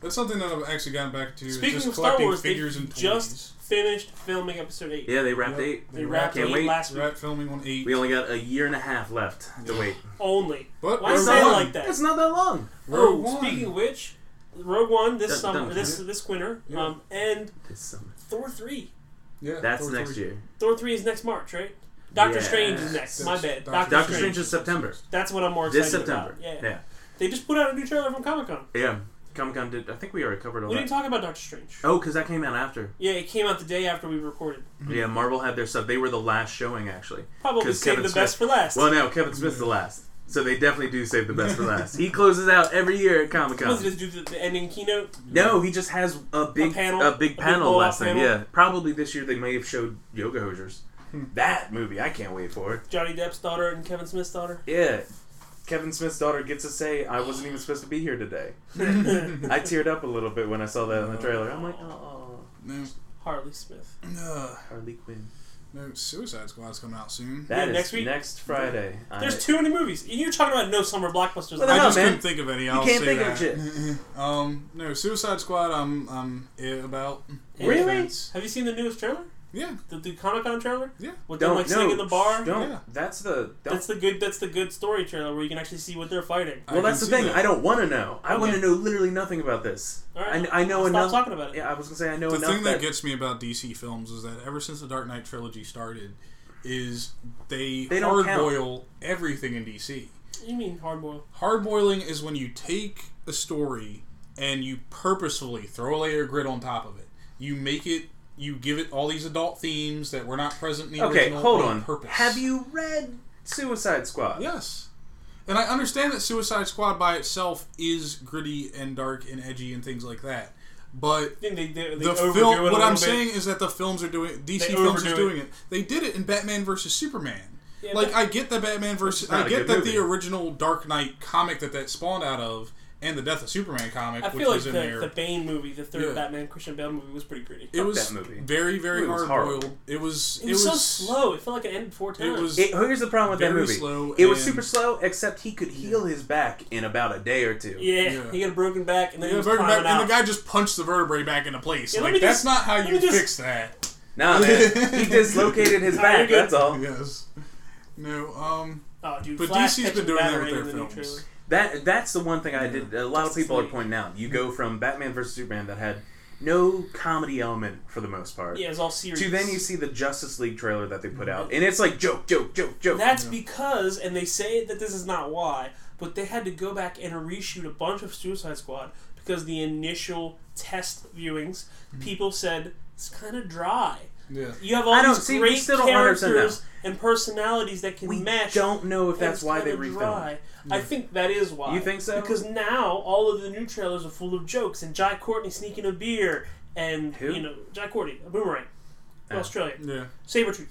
[SPEAKER 1] that's something that I've actually gotten back to. is
[SPEAKER 3] Speaking
[SPEAKER 1] just
[SPEAKER 3] of Star
[SPEAKER 1] collecting
[SPEAKER 3] Wars, they
[SPEAKER 1] figures and toys.
[SPEAKER 3] just finished filming episode eight.
[SPEAKER 2] Yeah, they wrapped
[SPEAKER 1] Yep.
[SPEAKER 2] eight.
[SPEAKER 3] They wrapped
[SPEAKER 2] Can't
[SPEAKER 3] eight
[SPEAKER 2] wait.
[SPEAKER 3] last
[SPEAKER 1] We're
[SPEAKER 3] week
[SPEAKER 1] at filming on eight.
[SPEAKER 2] We only got a year and a half left to wait.
[SPEAKER 3] only.
[SPEAKER 1] but
[SPEAKER 3] Why
[SPEAKER 1] we're
[SPEAKER 3] say it
[SPEAKER 1] one.
[SPEAKER 3] like that?
[SPEAKER 2] It's not that long.
[SPEAKER 1] Rogue
[SPEAKER 3] oh,
[SPEAKER 1] One.
[SPEAKER 3] speaking of which, Rogue One this
[SPEAKER 2] Dun-
[SPEAKER 3] summer,
[SPEAKER 2] dun-
[SPEAKER 3] this this winter,
[SPEAKER 1] Yeah.
[SPEAKER 3] um, and
[SPEAKER 2] This summer.
[SPEAKER 3] Thor three.
[SPEAKER 1] yeah,
[SPEAKER 2] That's
[SPEAKER 1] Thor
[SPEAKER 2] next
[SPEAKER 1] three.
[SPEAKER 2] year.
[SPEAKER 3] Thor three is next March, right? Doctor
[SPEAKER 2] Yeah.
[SPEAKER 3] Strange is next. My bad.
[SPEAKER 1] That's-
[SPEAKER 3] Doctor,
[SPEAKER 1] Doctor
[SPEAKER 2] Doctor
[SPEAKER 3] Strange.
[SPEAKER 2] Strange is September.
[SPEAKER 3] That's what I'm more excited
[SPEAKER 2] This September.
[SPEAKER 3] about. Yeah.
[SPEAKER 2] Yeah.
[SPEAKER 3] They just put out a new trailer from Comic Con.
[SPEAKER 2] Yeah. Comic Con did. I think we already covered all
[SPEAKER 3] We
[SPEAKER 2] that.
[SPEAKER 3] didn't talk about Doctor Strange.
[SPEAKER 2] oh, because that came out after.
[SPEAKER 3] Yeah, it came out the day after we recorded.
[SPEAKER 2] Yeah, Marvel had their stuff. They were the last showing, actually.
[SPEAKER 3] Probably
[SPEAKER 2] 'Cause
[SPEAKER 3] saved
[SPEAKER 2] Kevin
[SPEAKER 3] the best for last.
[SPEAKER 2] Well, no, Kevin Smith's the last. So they definitely do save the best for last. He closes out every year at Comic
[SPEAKER 3] was
[SPEAKER 2] Con.
[SPEAKER 3] it do the, the ending keynote?
[SPEAKER 2] No, he just has a big
[SPEAKER 3] A panel?
[SPEAKER 2] a
[SPEAKER 3] A big
[SPEAKER 2] big panel
[SPEAKER 3] blow-up
[SPEAKER 2] last time.
[SPEAKER 3] panel?
[SPEAKER 2] Yeah, probably this year they may have showed Yoga Hosers.
[SPEAKER 3] Hmm.
[SPEAKER 2] That movie, I can't wait for it.
[SPEAKER 3] Johnny Depp's daughter and Kevin Smith's daughter.
[SPEAKER 2] Yeah. Kevin Smith's daughter gets to say, I wasn't even supposed to be here today. I teared up a little bit when I saw that in the trailer. I'm like, oh,
[SPEAKER 1] No,
[SPEAKER 3] Harley Smith.
[SPEAKER 1] no,
[SPEAKER 2] Harley Quinn.
[SPEAKER 1] uh, no. Suicide Squad's coming out soon.
[SPEAKER 2] That
[SPEAKER 3] Yeah,
[SPEAKER 2] is
[SPEAKER 3] next week?
[SPEAKER 2] next Friday. I-
[SPEAKER 3] There's too many movies. And You're talking about no summer blockbusters.
[SPEAKER 2] Well,
[SPEAKER 1] I
[SPEAKER 2] no,
[SPEAKER 1] just
[SPEAKER 2] man.
[SPEAKER 1] couldn't think of any. I'll
[SPEAKER 2] can't
[SPEAKER 1] say
[SPEAKER 2] think of
[SPEAKER 1] that. um, no, Suicide Squad. I'm, I'm it about.
[SPEAKER 2] Really?
[SPEAKER 1] Defense.
[SPEAKER 3] Have you seen the newest trailer?
[SPEAKER 1] Yeah,
[SPEAKER 3] The, the Comic Con trailer?
[SPEAKER 1] Yeah.
[SPEAKER 3] With them
[SPEAKER 2] don't
[SPEAKER 3] like sitting
[SPEAKER 2] no,
[SPEAKER 3] in the bar.
[SPEAKER 2] shh, Don't.
[SPEAKER 1] Yeah.
[SPEAKER 2] That's the. Don't.
[SPEAKER 3] That's the good. That's the good story trailer where you can actually see what they're fighting.
[SPEAKER 1] I
[SPEAKER 2] well, that's the
[SPEAKER 1] can see
[SPEAKER 2] thing.
[SPEAKER 1] that.
[SPEAKER 2] I don't want to know. I want to
[SPEAKER 3] Okay.
[SPEAKER 2] know literally nothing about this.
[SPEAKER 3] All right,
[SPEAKER 2] I, I know
[SPEAKER 3] stop
[SPEAKER 2] enough.
[SPEAKER 3] talking about it.
[SPEAKER 2] Yeah, I was gonna say I know
[SPEAKER 1] the
[SPEAKER 2] enough.
[SPEAKER 1] thing
[SPEAKER 2] Oh, that,
[SPEAKER 1] that gets me about DC films is that ever since the Dark Knight trilogy started, is they,
[SPEAKER 2] They don't
[SPEAKER 1] hard
[SPEAKER 2] count.
[SPEAKER 1] boil everything in DC.
[SPEAKER 3] You mean hardboiled?
[SPEAKER 1] Hard boiling is when you take a story and you purposefully throw a layer of grit on top of it. You make it. You give it all these adult themes that were not present in the
[SPEAKER 2] okay,
[SPEAKER 1] original
[SPEAKER 2] hold
[SPEAKER 1] on
[SPEAKER 2] on.
[SPEAKER 1] purpose.
[SPEAKER 2] Have you read Suicide Squad?
[SPEAKER 1] Yes. And I understand that Suicide Squad by itself is gritty and dark and edgy and things like that. But
[SPEAKER 3] I think they, they, they
[SPEAKER 1] the
[SPEAKER 3] overdo it
[SPEAKER 1] film
[SPEAKER 3] a
[SPEAKER 1] what
[SPEAKER 3] little
[SPEAKER 1] I'm
[SPEAKER 3] bit.
[SPEAKER 1] saying is that the films are doing DC
[SPEAKER 3] They
[SPEAKER 1] films
[SPEAKER 3] overdo
[SPEAKER 1] is
[SPEAKER 3] it.
[SPEAKER 1] doing it. They did it in Batman versus Superman.
[SPEAKER 3] Yeah,
[SPEAKER 1] like
[SPEAKER 3] but-
[SPEAKER 1] I get that Batman versus
[SPEAKER 2] not
[SPEAKER 1] I
[SPEAKER 2] a
[SPEAKER 1] get
[SPEAKER 2] good
[SPEAKER 1] that
[SPEAKER 2] movie.
[SPEAKER 1] the original Dark Knight comic that that spawned out of and the Death of Superman comic
[SPEAKER 3] I
[SPEAKER 1] which
[SPEAKER 3] feel like
[SPEAKER 1] was
[SPEAKER 3] the,
[SPEAKER 1] in there.
[SPEAKER 3] the Bane movie, the third
[SPEAKER 1] Yeah.
[SPEAKER 3] Batman Christian Bale movie, was pretty gritty. It,
[SPEAKER 1] it was
[SPEAKER 2] that movie.
[SPEAKER 1] very very
[SPEAKER 2] It was
[SPEAKER 1] hard
[SPEAKER 2] horrible.
[SPEAKER 1] boiled. It was it was
[SPEAKER 3] was, so slow. It felt like it ended four
[SPEAKER 1] It
[SPEAKER 3] times.
[SPEAKER 1] was
[SPEAKER 2] It, oh, here's the problem with that
[SPEAKER 1] Very
[SPEAKER 2] movie.
[SPEAKER 1] slow
[SPEAKER 2] it was
[SPEAKER 1] and-
[SPEAKER 2] super slow, except he could heal his back in about a day or two.
[SPEAKER 3] yeah,
[SPEAKER 1] yeah.
[SPEAKER 3] he got a broken back, and then
[SPEAKER 1] Yeah,
[SPEAKER 3] he was
[SPEAKER 1] Bergman-
[SPEAKER 3] climbing out.
[SPEAKER 1] and the guy just punched the vertebrae back into place.
[SPEAKER 3] Yeah, let
[SPEAKER 1] like
[SPEAKER 3] me
[SPEAKER 1] that's
[SPEAKER 3] just-
[SPEAKER 1] not how
[SPEAKER 3] let
[SPEAKER 1] you
[SPEAKER 3] me just-
[SPEAKER 1] fix that.
[SPEAKER 2] Nah, man. he dislocated his
[SPEAKER 3] Nah, you're
[SPEAKER 2] back.
[SPEAKER 3] good.
[SPEAKER 2] That's all.
[SPEAKER 1] Yes. No. Um.
[SPEAKER 3] oh, dude,
[SPEAKER 1] But
[SPEAKER 3] Flash
[SPEAKER 1] DC's been
[SPEAKER 3] catching
[SPEAKER 1] doing that with
[SPEAKER 3] Batarang
[SPEAKER 1] their
[SPEAKER 3] in the new
[SPEAKER 1] films.
[SPEAKER 3] trailer.
[SPEAKER 2] That that's the one thing I did. A lot of
[SPEAKER 3] Justice
[SPEAKER 2] people are
[SPEAKER 3] League.
[SPEAKER 2] pointing out. You go from Batman versus Superman that had no comedy element for the most part.
[SPEAKER 3] Yeah, Mm-hmm. it's all serious.
[SPEAKER 2] To then you see the Justice League trailer that they put out, and it's like joke, joke, joke, joke.
[SPEAKER 3] That's because, and they say that this is not why, but they had to go back and reshoot a bunch of Suicide Squad because the initial test viewings, people said it's kind of dry.
[SPEAKER 1] Yeah.
[SPEAKER 3] You have all
[SPEAKER 2] Hmm. I don't-
[SPEAKER 3] these
[SPEAKER 2] see, we
[SPEAKER 3] great
[SPEAKER 2] still don't understand that.
[SPEAKER 3] characters and personalities that can
[SPEAKER 2] we
[SPEAKER 3] mesh.
[SPEAKER 2] don't know if
[SPEAKER 3] and
[SPEAKER 2] that's
[SPEAKER 3] it's
[SPEAKER 2] why they
[SPEAKER 3] kinda
[SPEAKER 2] refilmed. Hmm.
[SPEAKER 3] dry. I think that is why.
[SPEAKER 2] You think so?
[SPEAKER 3] Because now all of the new trailers are full of jokes and Jai Courtney sneaking a beer and
[SPEAKER 2] Who?
[SPEAKER 3] you know Jai Courtney, a boomerang,
[SPEAKER 2] Oh.
[SPEAKER 3] Australia,
[SPEAKER 1] Yeah.
[SPEAKER 3] Sabretooth,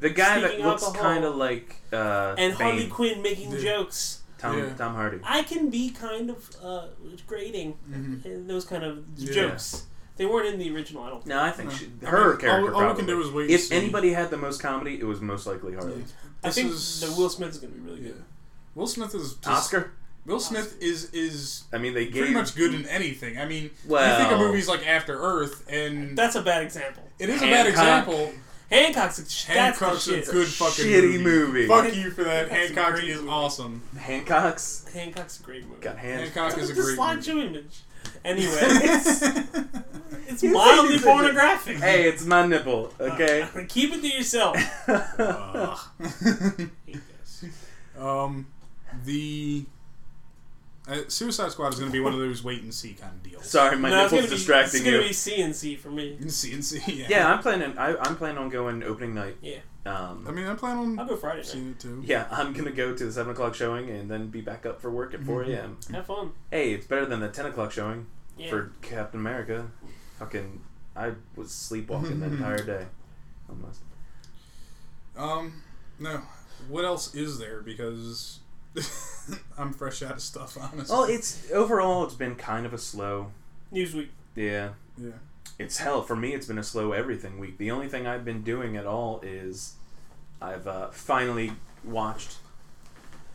[SPEAKER 2] The guy
[SPEAKER 3] Speaking
[SPEAKER 2] that looks
[SPEAKER 3] alcohol.
[SPEAKER 2] kind of like uh,
[SPEAKER 3] and Harley
[SPEAKER 2] Bane,
[SPEAKER 3] Quinn making
[SPEAKER 1] Yeah.
[SPEAKER 3] jokes.
[SPEAKER 2] Tom
[SPEAKER 1] Yeah.
[SPEAKER 2] Tom Hardy.
[SPEAKER 3] I can be kind of uh, grading
[SPEAKER 1] Mhm.
[SPEAKER 3] and those kind of
[SPEAKER 1] Yeah.
[SPEAKER 3] jokes. They weren't in the original. I don't. Think.
[SPEAKER 2] No, I think
[SPEAKER 1] No.
[SPEAKER 2] she,
[SPEAKER 1] I
[SPEAKER 2] her
[SPEAKER 1] mean,
[SPEAKER 2] character.
[SPEAKER 1] all- all we can
[SPEAKER 2] probably.
[SPEAKER 1] do is wait and
[SPEAKER 2] If
[SPEAKER 1] see.
[SPEAKER 2] anybody had the most comedy, it was most likely Harley.
[SPEAKER 1] Yeah.
[SPEAKER 3] I
[SPEAKER 1] This
[SPEAKER 3] think
[SPEAKER 1] is-
[SPEAKER 3] the Will Smith is going to be really
[SPEAKER 1] Yeah.
[SPEAKER 3] good.
[SPEAKER 1] Will Smith is just,
[SPEAKER 2] Oscar.
[SPEAKER 1] Will Smith is is
[SPEAKER 2] I mean, they gave
[SPEAKER 1] pretty much good in anything. I mean, you think
[SPEAKER 2] Well-
[SPEAKER 1] of movies like After Earth, and
[SPEAKER 3] That's a bad example.
[SPEAKER 1] it is a bad
[SPEAKER 2] Hancock.
[SPEAKER 1] example.
[SPEAKER 3] Hancock's a,
[SPEAKER 1] Hancock's
[SPEAKER 3] that's the
[SPEAKER 1] a
[SPEAKER 3] shit.
[SPEAKER 1] good fucking
[SPEAKER 2] shitty
[SPEAKER 1] movie.
[SPEAKER 2] movie.
[SPEAKER 1] Fuck you for that.
[SPEAKER 3] That's a
[SPEAKER 1] Hancock
[SPEAKER 3] great
[SPEAKER 1] is
[SPEAKER 3] movie.
[SPEAKER 1] awesome.
[SPEAKER 2] Hancock's
[SPEAKER 3] Hancock's a great movie.
[SPEAKER 2] got hands.
[SPEAKER 1] Hancock
[SPEAKER 3] Look
[SPEAKER 1] is a
[SPEAKER 3] at this
[SPEAKER 1] great movie.
[SPEAKER 3] slideshow image. Anyway, it's, it's
[SPEAKER 2] You
[SPEAKER 3] mildly
[SPEAKER 2] said-
[SPEAKER 3] pornographic.
[SPEAKER 2] Hey, it's my nipple. Okay.
[SPEAKER 3] Keep it to yourself. Hate this.
[SPEAKER 1] um, the uh, Suicide Squad is going to be one of those wait and see kind of deals.
[SPEAKER 2] Sorry, my
[SPEAKER 3] no, it's gonna
[SPEAKER 2] nipple's
[SPEAKER 3] be,
[SPEAKER 2] distracting
[SPEAKER 3] it's gonna
[SPEAKER 2] you.
[SPEAKER 3] be C and C for me.
[SPEAKER 1] And see and see. Yeah.
[SPEAKER 2] Yeah, I'm planning. I, I'm planning on going opening night.
[SPEAKER 3] Yeah.
[SPEAKER 1] I
[SPEAKER 2] Um.
[SPEAKER 1] mean, I plan on
[SPEAKER 3] I'll go Friday night.
[SPEAKER 1] seeing it too.
[SPEAKER 2] Yeah, I'm gonna go to the seven o'clock showing and then be back up for work at four a.m.
[SPEAKER 3] Have fun.
[SPEAKER 2] Hey, it's better than the ten o'clock showing
[SPEAKER 3] Yeah.
[SPEAKER 2] for Captain America. Fucking, I was sleepwalking the entire day, almost.
[SPEAKER 1] Um, no. What else is there? Because I'm fresh out of stuff, honestly.
[SPEAKER 2] Well, it's overall it's been kind of a slow.
[SPEAKER 3] Newsweek.
[SPEAKER 2] Yeah.
[SPEAKER 1] yeah.
[SPEAKER 2] It's hell for me. It's been a slow everything week. The only thing I've been doing at all is I've uh, finally watched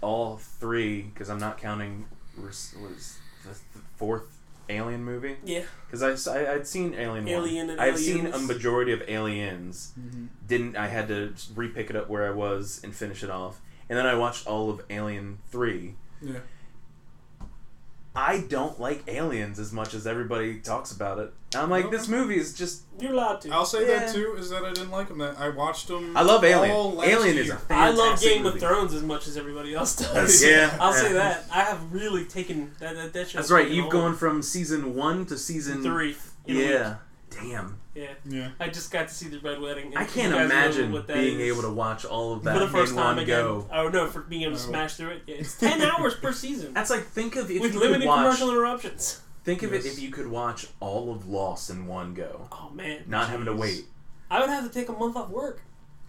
[SPEAKER 2] all three because I'm not counting was, was the th- fourth Alien movie
[SPEAKER 3] Yeah.
[SPEAKER 2] because I, I would seen Alien.
[SPEAKER 3] Alien
[SPEAKER 2] one.
[SPEAKER 3] and
[SPEAKER 2] I've
[SPEAKER 3] Aliens.
[SPEAKER 2] seen a majority of Aliens.
[SPEAKER 1] Mm-hmm.
[SPEAKER 2] Didn't I had to repick it up where I was and finish it off, and then I watched all of Alien three.
[SPEAKER 1] Yeah.
[SPEAKER 2] I don't like Aliens as much as everybody talks about it. I'm like this movie is just
[SPEAKER 3] You're allowed to.
[SPEAKER 1] I'll say
[SPEAKER 2] Yeah.
[SPEAKER 1] that too. Is that I didn't like them. That I watched them.
[SPEAKER 2] I love Alien.
[SPEAKER 1] All last
[SPEAKER 2] Alien is
[SPEAKER 1] year.
[SPEAKER 2] a
[SPEAKER 3] I love
[SPEAKER 2] fantastic
[SPEAKER 3] Game
[SPEAKER 2] movie.
[SPEAKER 3] of Thrones as much as everybody else does.
[SPEAKER 2] Yeah.
[SPEAKER 3] I'll say
[SPEAKER 2] Yeah.
[SPEAKER 3] that. I have really taken that. that, that show's
[SPEAKER 2] That's right.
[SPEAKER 3] fucking
[SPEAKER 2] You've
[SPEAKER 3] old.
[SPEAKER 2] gone from season one to season
[SPEAKER 3] three. in a
[SPEAKER 2] Yeah. Damn.
[SPEAKER 3] week. Yeah.
[SPEAKER 1] yeah.
[SPEAKER 3] I just got to see the Red Wedding. And
[SPEAKER 2] I
[SPEAKER 3] you
[SPEAKER 2] can't
[SPEAKER 3] guys know
[SPEAKER 2] imagine
[SPEAKER 3] what that
[SPEAKER 2] being
[SPEAKER 3] is.
[SPEAKER 2] able to watch all of that
[SPEAKER 3] for the first
[SPEAKER 2] in
[SPEAKER 3] time
[SPEAKER 2] one
[SPEAKER 3] again.
[SPEAKER 2] go.
[SPEAKER 3] Oh no, for being able to
[SPEAKER 1] Oh.
[SPEAKER 3] smash through it. Yeah, it's ten hours per season
[SPEAKER 2] That's like think of if
[SPEAKER 3] with
[SPEAKER 2] you could
[SPEAKER 3] limited
[SPEAKER 2] watch.
[SPEAKER 3] commercial interruptions.
[SPEAKER 2] Think of it
[SPEAKER 1] Yes.
[SPEAKER 2] if you could watch all of Lost in one go,
[SPEAKER 3] Oh man,
[SPEAKER 2] not having to
[SPEAKER 1] Jeez.
[SPEAKER 2] wait.
[SPEAKER 3] I would have to take a month off work.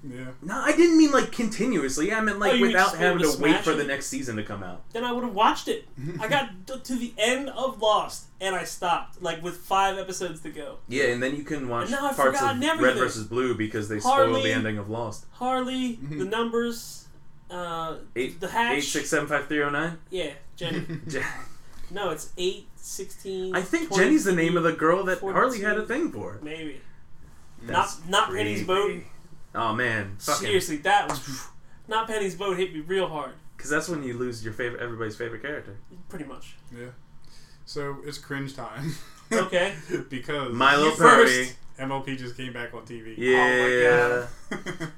[SPEAKER 1] Yeah.
[SPEAKER 2] No, I didn't mean like continuously. I meant like
[SPEAKER 3] Oh, you mean
[SPEAKER 2] without
[SPEAKER 3] just be able
[SPEAKER 2] having
[SPEAKER 3] to
[SPEAKER 2] to wait
[SPEAKER 3] smash
[SPEAKER 2] for the
[SPEAKER 3] it?
[SPEAKER 2] next season to come out.
[SPEAKER 3] Then I would have watched it. I got t- to the end of Lost and I stopped, like with five episodes to go.
[SPEAKER 2] Yeah, and then you can watch
[SPEAKER 3] And now I've
[SPEAKER 2] parts of
[SPEAKER 3] forgotten
[SPEAKER 2] Red
[SPEAKER 3] everything.
[SPEAKER 2] versus Blue because they spoiled
[SPEAKER 3] Harley-
[SPEAKER 2] the ending of Lost.
[SPEAKER 3] Harley,
[SPEAKER 1] Mhm.
[SPEAKER 3] the numbers, uh,
[SPEAKER 2] Eight-
[SPEAKER 3] the hatch.
[SPEAKER 2] Eight six seven five three zero nine.
[SPEAKER 3] Yeah, Jenny. No, it's 8, 16.
[SPEAKER 2] I think
[SPEAKER 3] 20,
[SPEAKER 2] Jenny's the name of the girl that
[SPEAKER 3] 14.
[SPEAKER 2] Harley had a thing for.
[SPEAKER 3] Maybe.
[SPEAKER 2] That's
[SPEAKER 3] not not Penny's boat.
[SPEAKER 2] creepy. Oh man, fucking,
[SPEAKER 3] Seriously, that was. Not Penny's boat hit me real hard.
[SPEAKER 2] because that's when you lose your favorite, everybody's favorite character.
[SPEAKER 3] Pretty much.
[SPEAKER 1] Yeah. So it's cringe time.
[SPEAKER 3] Okay.
[SPEAKER 1] because
[SPEAKER 2] Milo
[SPEAKER 3] You first. Oh,
[SPEAKER 2] Perry.
[SPEAKER 1] MLP just came back on TV.
[SPEAKER 2] Yeah.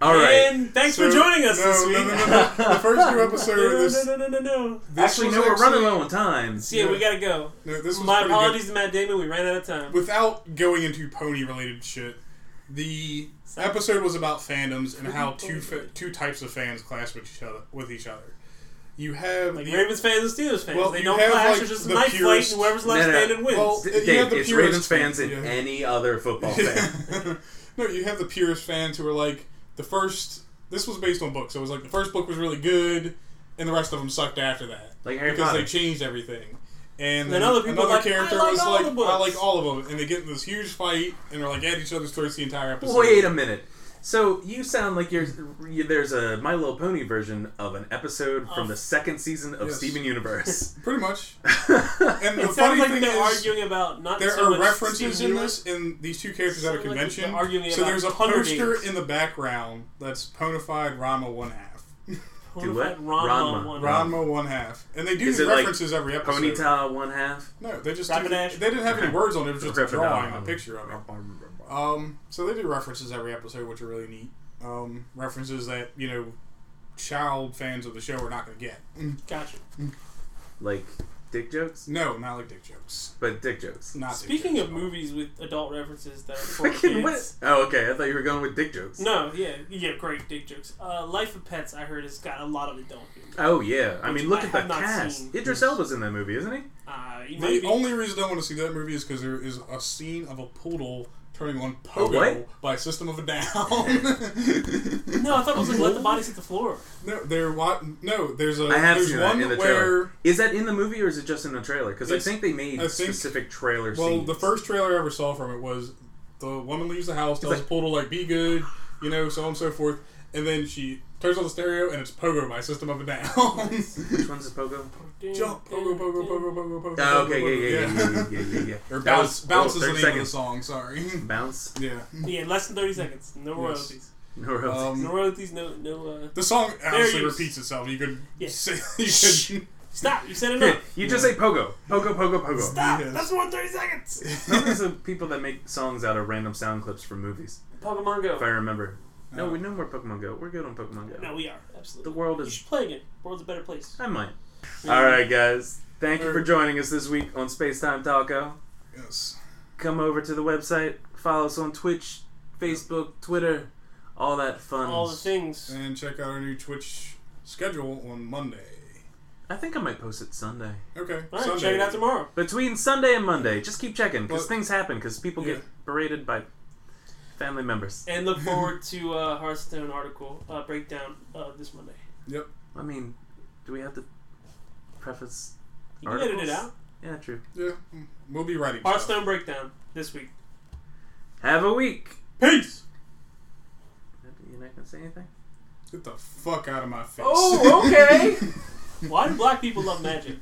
[SPEAKER 2] All right.
[SPEAKER 3] and thanks for
[SPEAKER 1] So-
[SPEAKER 3] joining us
[SPEAKER 1] no,
[SPEAKER 3] this
[SPEAKER 1] no,
[SPEAKER 3] week.
[SPEAKER 1] no, no, no. The first two episodes of this.
[SPEAKER 3] No, no, no, no, no, no.
[SPEAKER 1] this
[SPEAKER 2] Actually,
[SPEAKER 1] was
[SPEAKER 2] no, we're running
[SPEAKER 1] actually-
[SPEAKER 2] low on time.
[SPEAKER 3] See, ya, we gotta go.
[SPEAKER 1] No, this was
[SPEAKER 3] My
[SPEAKER 1] pretty
[SPEAKER 3] apologies to Matt Damon. We ran out of time.
[SPEAKER 1] Good. Without going into pony related shit, the episode was about fandoms and how two fa- two types of fans clash with each other. With each other, you have
[SPEAKER 3] Like
[SPEAKER 1] the
[SPEAKER 3] Ravens fans and Steelers fans.
[SPEAKER 1] Well,
[SPEAKER 3] they
[SPEAKER 1] you
[SPEAKER 3] don't
[SPEAKER 1] have,
[SPEAKER 3] clash.
[SPEAKER 1] like,
[SPEAKER 3] it's just a
[SPEAKER 1] the
[SPEAKER 3] knife
[SPEAKER 1] purest-
[SPEAKER 3] fight, and whoever's left
[SPEAKER 2] No, no.
[SPEAKER 3] standing wins.
[SPEAKER 1] Well,
[SPEAKER 2] D-
[SPEAKER 1] you have
[SPEAKER 2] Dave,
[SPEAKER 1] the
[SPEAKER 2] it's
[SPEAKER 1] purest
[SPEAKER 2] Ravens fans
[SPEAKER 1] fan,
[SPEAKER 2] and
[SPEAKER 1] yeah.
[SPEAKER 2] any other football fan.
[SPEAKER 1] no, you have the purist fans who are like the first. This was based on books, so it was like the first book was really good, and the rest of them sucked after that
[SPEAKER 2] Like Harry
[SPEAKER 1] because
[SPEAKER 2] Potter.
[SPEAKER 1] they changed everything. And
[SPEAKER 3] And then other people
[SPEAKER 1] another
[SPEAKER 3] like,
[SPEAKER 1] character
[SPEAKER 3] "I like
[SPEAKER 1] was
[SPEAKER 3] all
[SPEAKER 1] like,
[SPEAKER 3] the books."
[SPEAKER 1] "I like all of them," and they get in this huge fight, and they're like at each other's throats the entire episode.
[SPEAKER 2] Wait a minute. So you sound like you're, you there's a My Little Pony version of an episode from
[SPEAKER 3] Of-
[SPEAKER 2] the second season of
[SPEAKER 1] Yes.
[SPEAKER 2] Steven Universe.
[SPEAKER 1] Pretty much.
[SPEAKER 2] I
[SPEAKER 1] And
[SPEAKER 3] it
[SPEAKER 1] the
[SPEAKER 3] sounds
[SPEAKER 1] funny
[SPEAKER 3] like
[SPEAKER 1] thing
[SPEAKER 3] they're
[SPEAKER 1] is,
[SPEAKER 3] arguing about not
[SPEAKER 1] there
[SPEAKER 3] so
[SPEAKER 1] are
[SPEAKER 3] much
[SPEAKER 1] references
[SPEAKER 3] Steven
[SPEAKER 1] in
[SPEAKER 3] Universe.
[SPEAKER 1] this, and these two characters at a
[SPEAKER 3] Sounds like
[SPEAKER 1] convention.
[SPEAKER 3] they're arguing
[SPEAKER 1] so
[SPEAKER 3] about
[SPEAKER 1] there's a
[SPEAKER 3] Hunger
[SPEAKER 1] poster
[SPEAKER 3] Games.
[SPEAKER 1] in the background that's ponified Rama one half.
[SPEAKER 3] Quantified
[SPEAKER 4] Duet?
[SPEAKER 3] Ranma,
[SPEAKER 4] Ranma.
[SPEAKER 3] one.
[SPEAKER 1] Ranma one half, and they do
[SPEAKER 2] Is
[SPEAKER 1] the
[SPEAKER 2] it like
[SPEAKER 1] references every episode.
[SPEAKER 2] Ponyta one half.
[SPEAKER 1] No, they just do,
[SPEAKER 3] Rapid
[SPEAKER 1] they
[SPEAKER 3] Ash?
[SPEAKER 1] didn't have any words on it. It was just a
[SPEAKER 4] Rapid
[SPEAKER 1] drawing,
[SPEAKER 4] Ash.
[SPEAKER 1] a picture of it. Um, so they do references every episode, which are really neat. Um, references that you know, child fans of the show are not going to get. Mm.
[SPEAKER 3] Gotcha.
[SPEAKER 2] Like dick jokes,
[SPEAKER 1] No, not like dick jokes.
[SPEAKER 2] but dick jokes.
[SPEAKER 1] Not dick
[SPEAKER 3] Speaking
[SPEAKER 1] jokes at
[SPEAKER 3] of
[SPEAKER 1] all.
[SPEAKER 3] movies with adult references that are for
[SPEAKER 2] Fucking
[SPEAKER 3] kids.
[SPEAKER 2] what? Oh, okay. I thought you were going with dick jokes.
[SPEAKER 3] No, yeah, yeah, great dick jokes. Uh, Life of Pets, I heard, has got a lot of adult humor.
[SPEAKER 2] Oh yeah. I
[SPEAKER 3] Which
[SPEAKER 2] mean, look
[SPEAKER 3] I
[SPEAKER 2] at the
[SPEAKER 3] have not
[SPEAKER 2] cast.
[SPEAKER 3] seen.
[SPEAKER 2] Idris Elba's in that movie, isn't he?
[SPEAKER 3] Uh, you
[SPEAKER 1] The
[SPEAKER 3] might be,
[SPEAKER 1] only reason I want to see that movie is because there is a scene of a poodle turning on
[SPEAKER 2] A
[SPEAKER 1] Pogo by System of a Down.
[SPEAKER 3] no, I thought it was like let the bodies hit the floor.
[SPEAKER 1] no, there. wa- No, there's a.
[SPEAKER 2] I have
[SPEAKER 1] there's
[SPEAKER 2] seen that
[SPEAKER 1] one
[SPEAKER 2] in the
[SPEAKER 1] where.
[SPEAKER 2] trailer. Is that in the movie or is it just in the trailer? Because I
[SPEAKER 1] It's-
[SPEAKER 2] think they made
[SPEAKER 1] I think-
[SPEAKER 2] specific trailer
[SPEAKER 1] Well,
[SPEAKER 2] scenes.
[SPEAKER 1] the first trailer I ever saw from it was the woman leaves the house, tells
[SPEAKER 2] like-
[SPEAKER 1] Poodle like be good, you know, so on and so forth, and then she turns on the stereo and it's Pogo by System of a Down.
[SPEAKER 2] Which one's the pogo?
[SPEAKER 1] Jump, Pogo, Pogo, Pogo, Pogo, Pogo.
[SPEAKER 2] Oh,
[SPEAKER 1] Pogo,
[SPEAKER 2] okay,
[SPEAKER 1] Pogo,
[SPEAKER 2] yeah, yeah, yeah, yeah, yeah, yeah, yeah.
[SPEAKER 1] Or
[SPEAKER 2] That
[SPEAKER 1] bounce,
[SPEAKER 2] was-
[SPEAKER 1] bounce
[SPEAKER 2] oh,
[SPEAKER 1] is the
[SPEAKER 2] 30
[SPEAKER 1] name of the
[SPEAKER 2] seconds.
[SPEAKER 1] song. Sorry.
[SPEAKER 2] Bounce.
[SPEAKER 1] yeah.
[SPEAKER 3] Yeah, less than 30 seconds. No
[SPEAKER 1] Yes.
[SPEAKER 3] royalties.
[SPEAKER 2] No royalties.
[SPEAKER 3] No
[SPEAKER 1] Um,
[SPEAKER 3] royalties, no, no, uh...
[SPEAKER 1] the song honestly
[SPEAKER 3] use.
[SPEAKER 1] repeats itself. You could
[SPEAKER 3] Yes.
[SPEAKER 1] say you could.
[SPEAKER 3] Stop, you said
[SPEAKER 2] Yeah,
[SPEAKER 3] enough.
[SPEAKER 2] you just say pogo, pogo, pogo, pogo.
[SPEAKER 3] Stop,
[SPEAKER 1] Yes.
[SPEAKER 3] that's more than 30 seconds.
[SPEAKER 2] Remember there's some people that make songs out of random sound clips from movies.
[SPEAKER 3] Pokemon
[SPEAKER 2] If I
[SPEAKER 3] Go.
[SPEAKER 2] remember. No,
[SPEAKER 1] Oh.
[SPEAKER 2] we know more Pokemon Go. We're good on Pokemon Go.
[SPEAKER 3] No, we are,
[SPEAKER 2] The
[SPEAKER 3] absolutely.
[SPEAKER 2] world
[SPEAKER 3] You
[SPEAKER 2] is.
[SPEAKER 3] should play again. World's a better place.
[SPEAKER 2] I might. All right, guys. Thank you for
[SPEAKER 1] Alright.
[SPEAKER 2] joining us this week on Space Time Taco.
[SPEAKER 1] Yes.
[SPEAKER 2] Come over to the website. Follow us on Twitch, Facebook, Twitter, all that fun.
[SPEAKER 3] All the things.
[SPEAKER 1] And check out our new Twitch schedule on Monday.
[SPEAKER 2] I think I might post it Sunday.
[SPEAKER 1] Okay.
[SPEAKER 3] Alright,
[SPEAKER 1] Sunday.
[SPEAKER 3] check it out tomorrow.
[SPEAKER 2] Between Sunday and Monday, just keep checking because
[SPEAKER 1] Well-
[SPEAKER 2] things happen. Because people
[SPEAKER 1] Yeah.
[SPEAKER 2] get berated by family members.
[SPEAKER 3] And look forward to uh, Hearthstone article uh, breakdown uh, this Monday.
[SPEAKER 1] Yep.
[SPEAKER 2] I mean, do we have to preface?
[SPEAKER 3] You can edit it
[SPEAKER 2] Articles?
[SPEAKER 3] out.
[SPEAKER 2] Yeah, true.
[SPEAKER 1] Yeah. We'll be writing. stuff.
[SPEAKER 3] Hearthstone breakdown this week.
[SPEAKER 2] Have a week.
[SPEAKER 3] Peace.
[SPEAKER 2] You're not gonna say anything.
[SPEAKER 1] Get the fuck out of my face.
[SPEAKER 2] Oh, okay.
[SPEAKER 3] Why do black people love magic?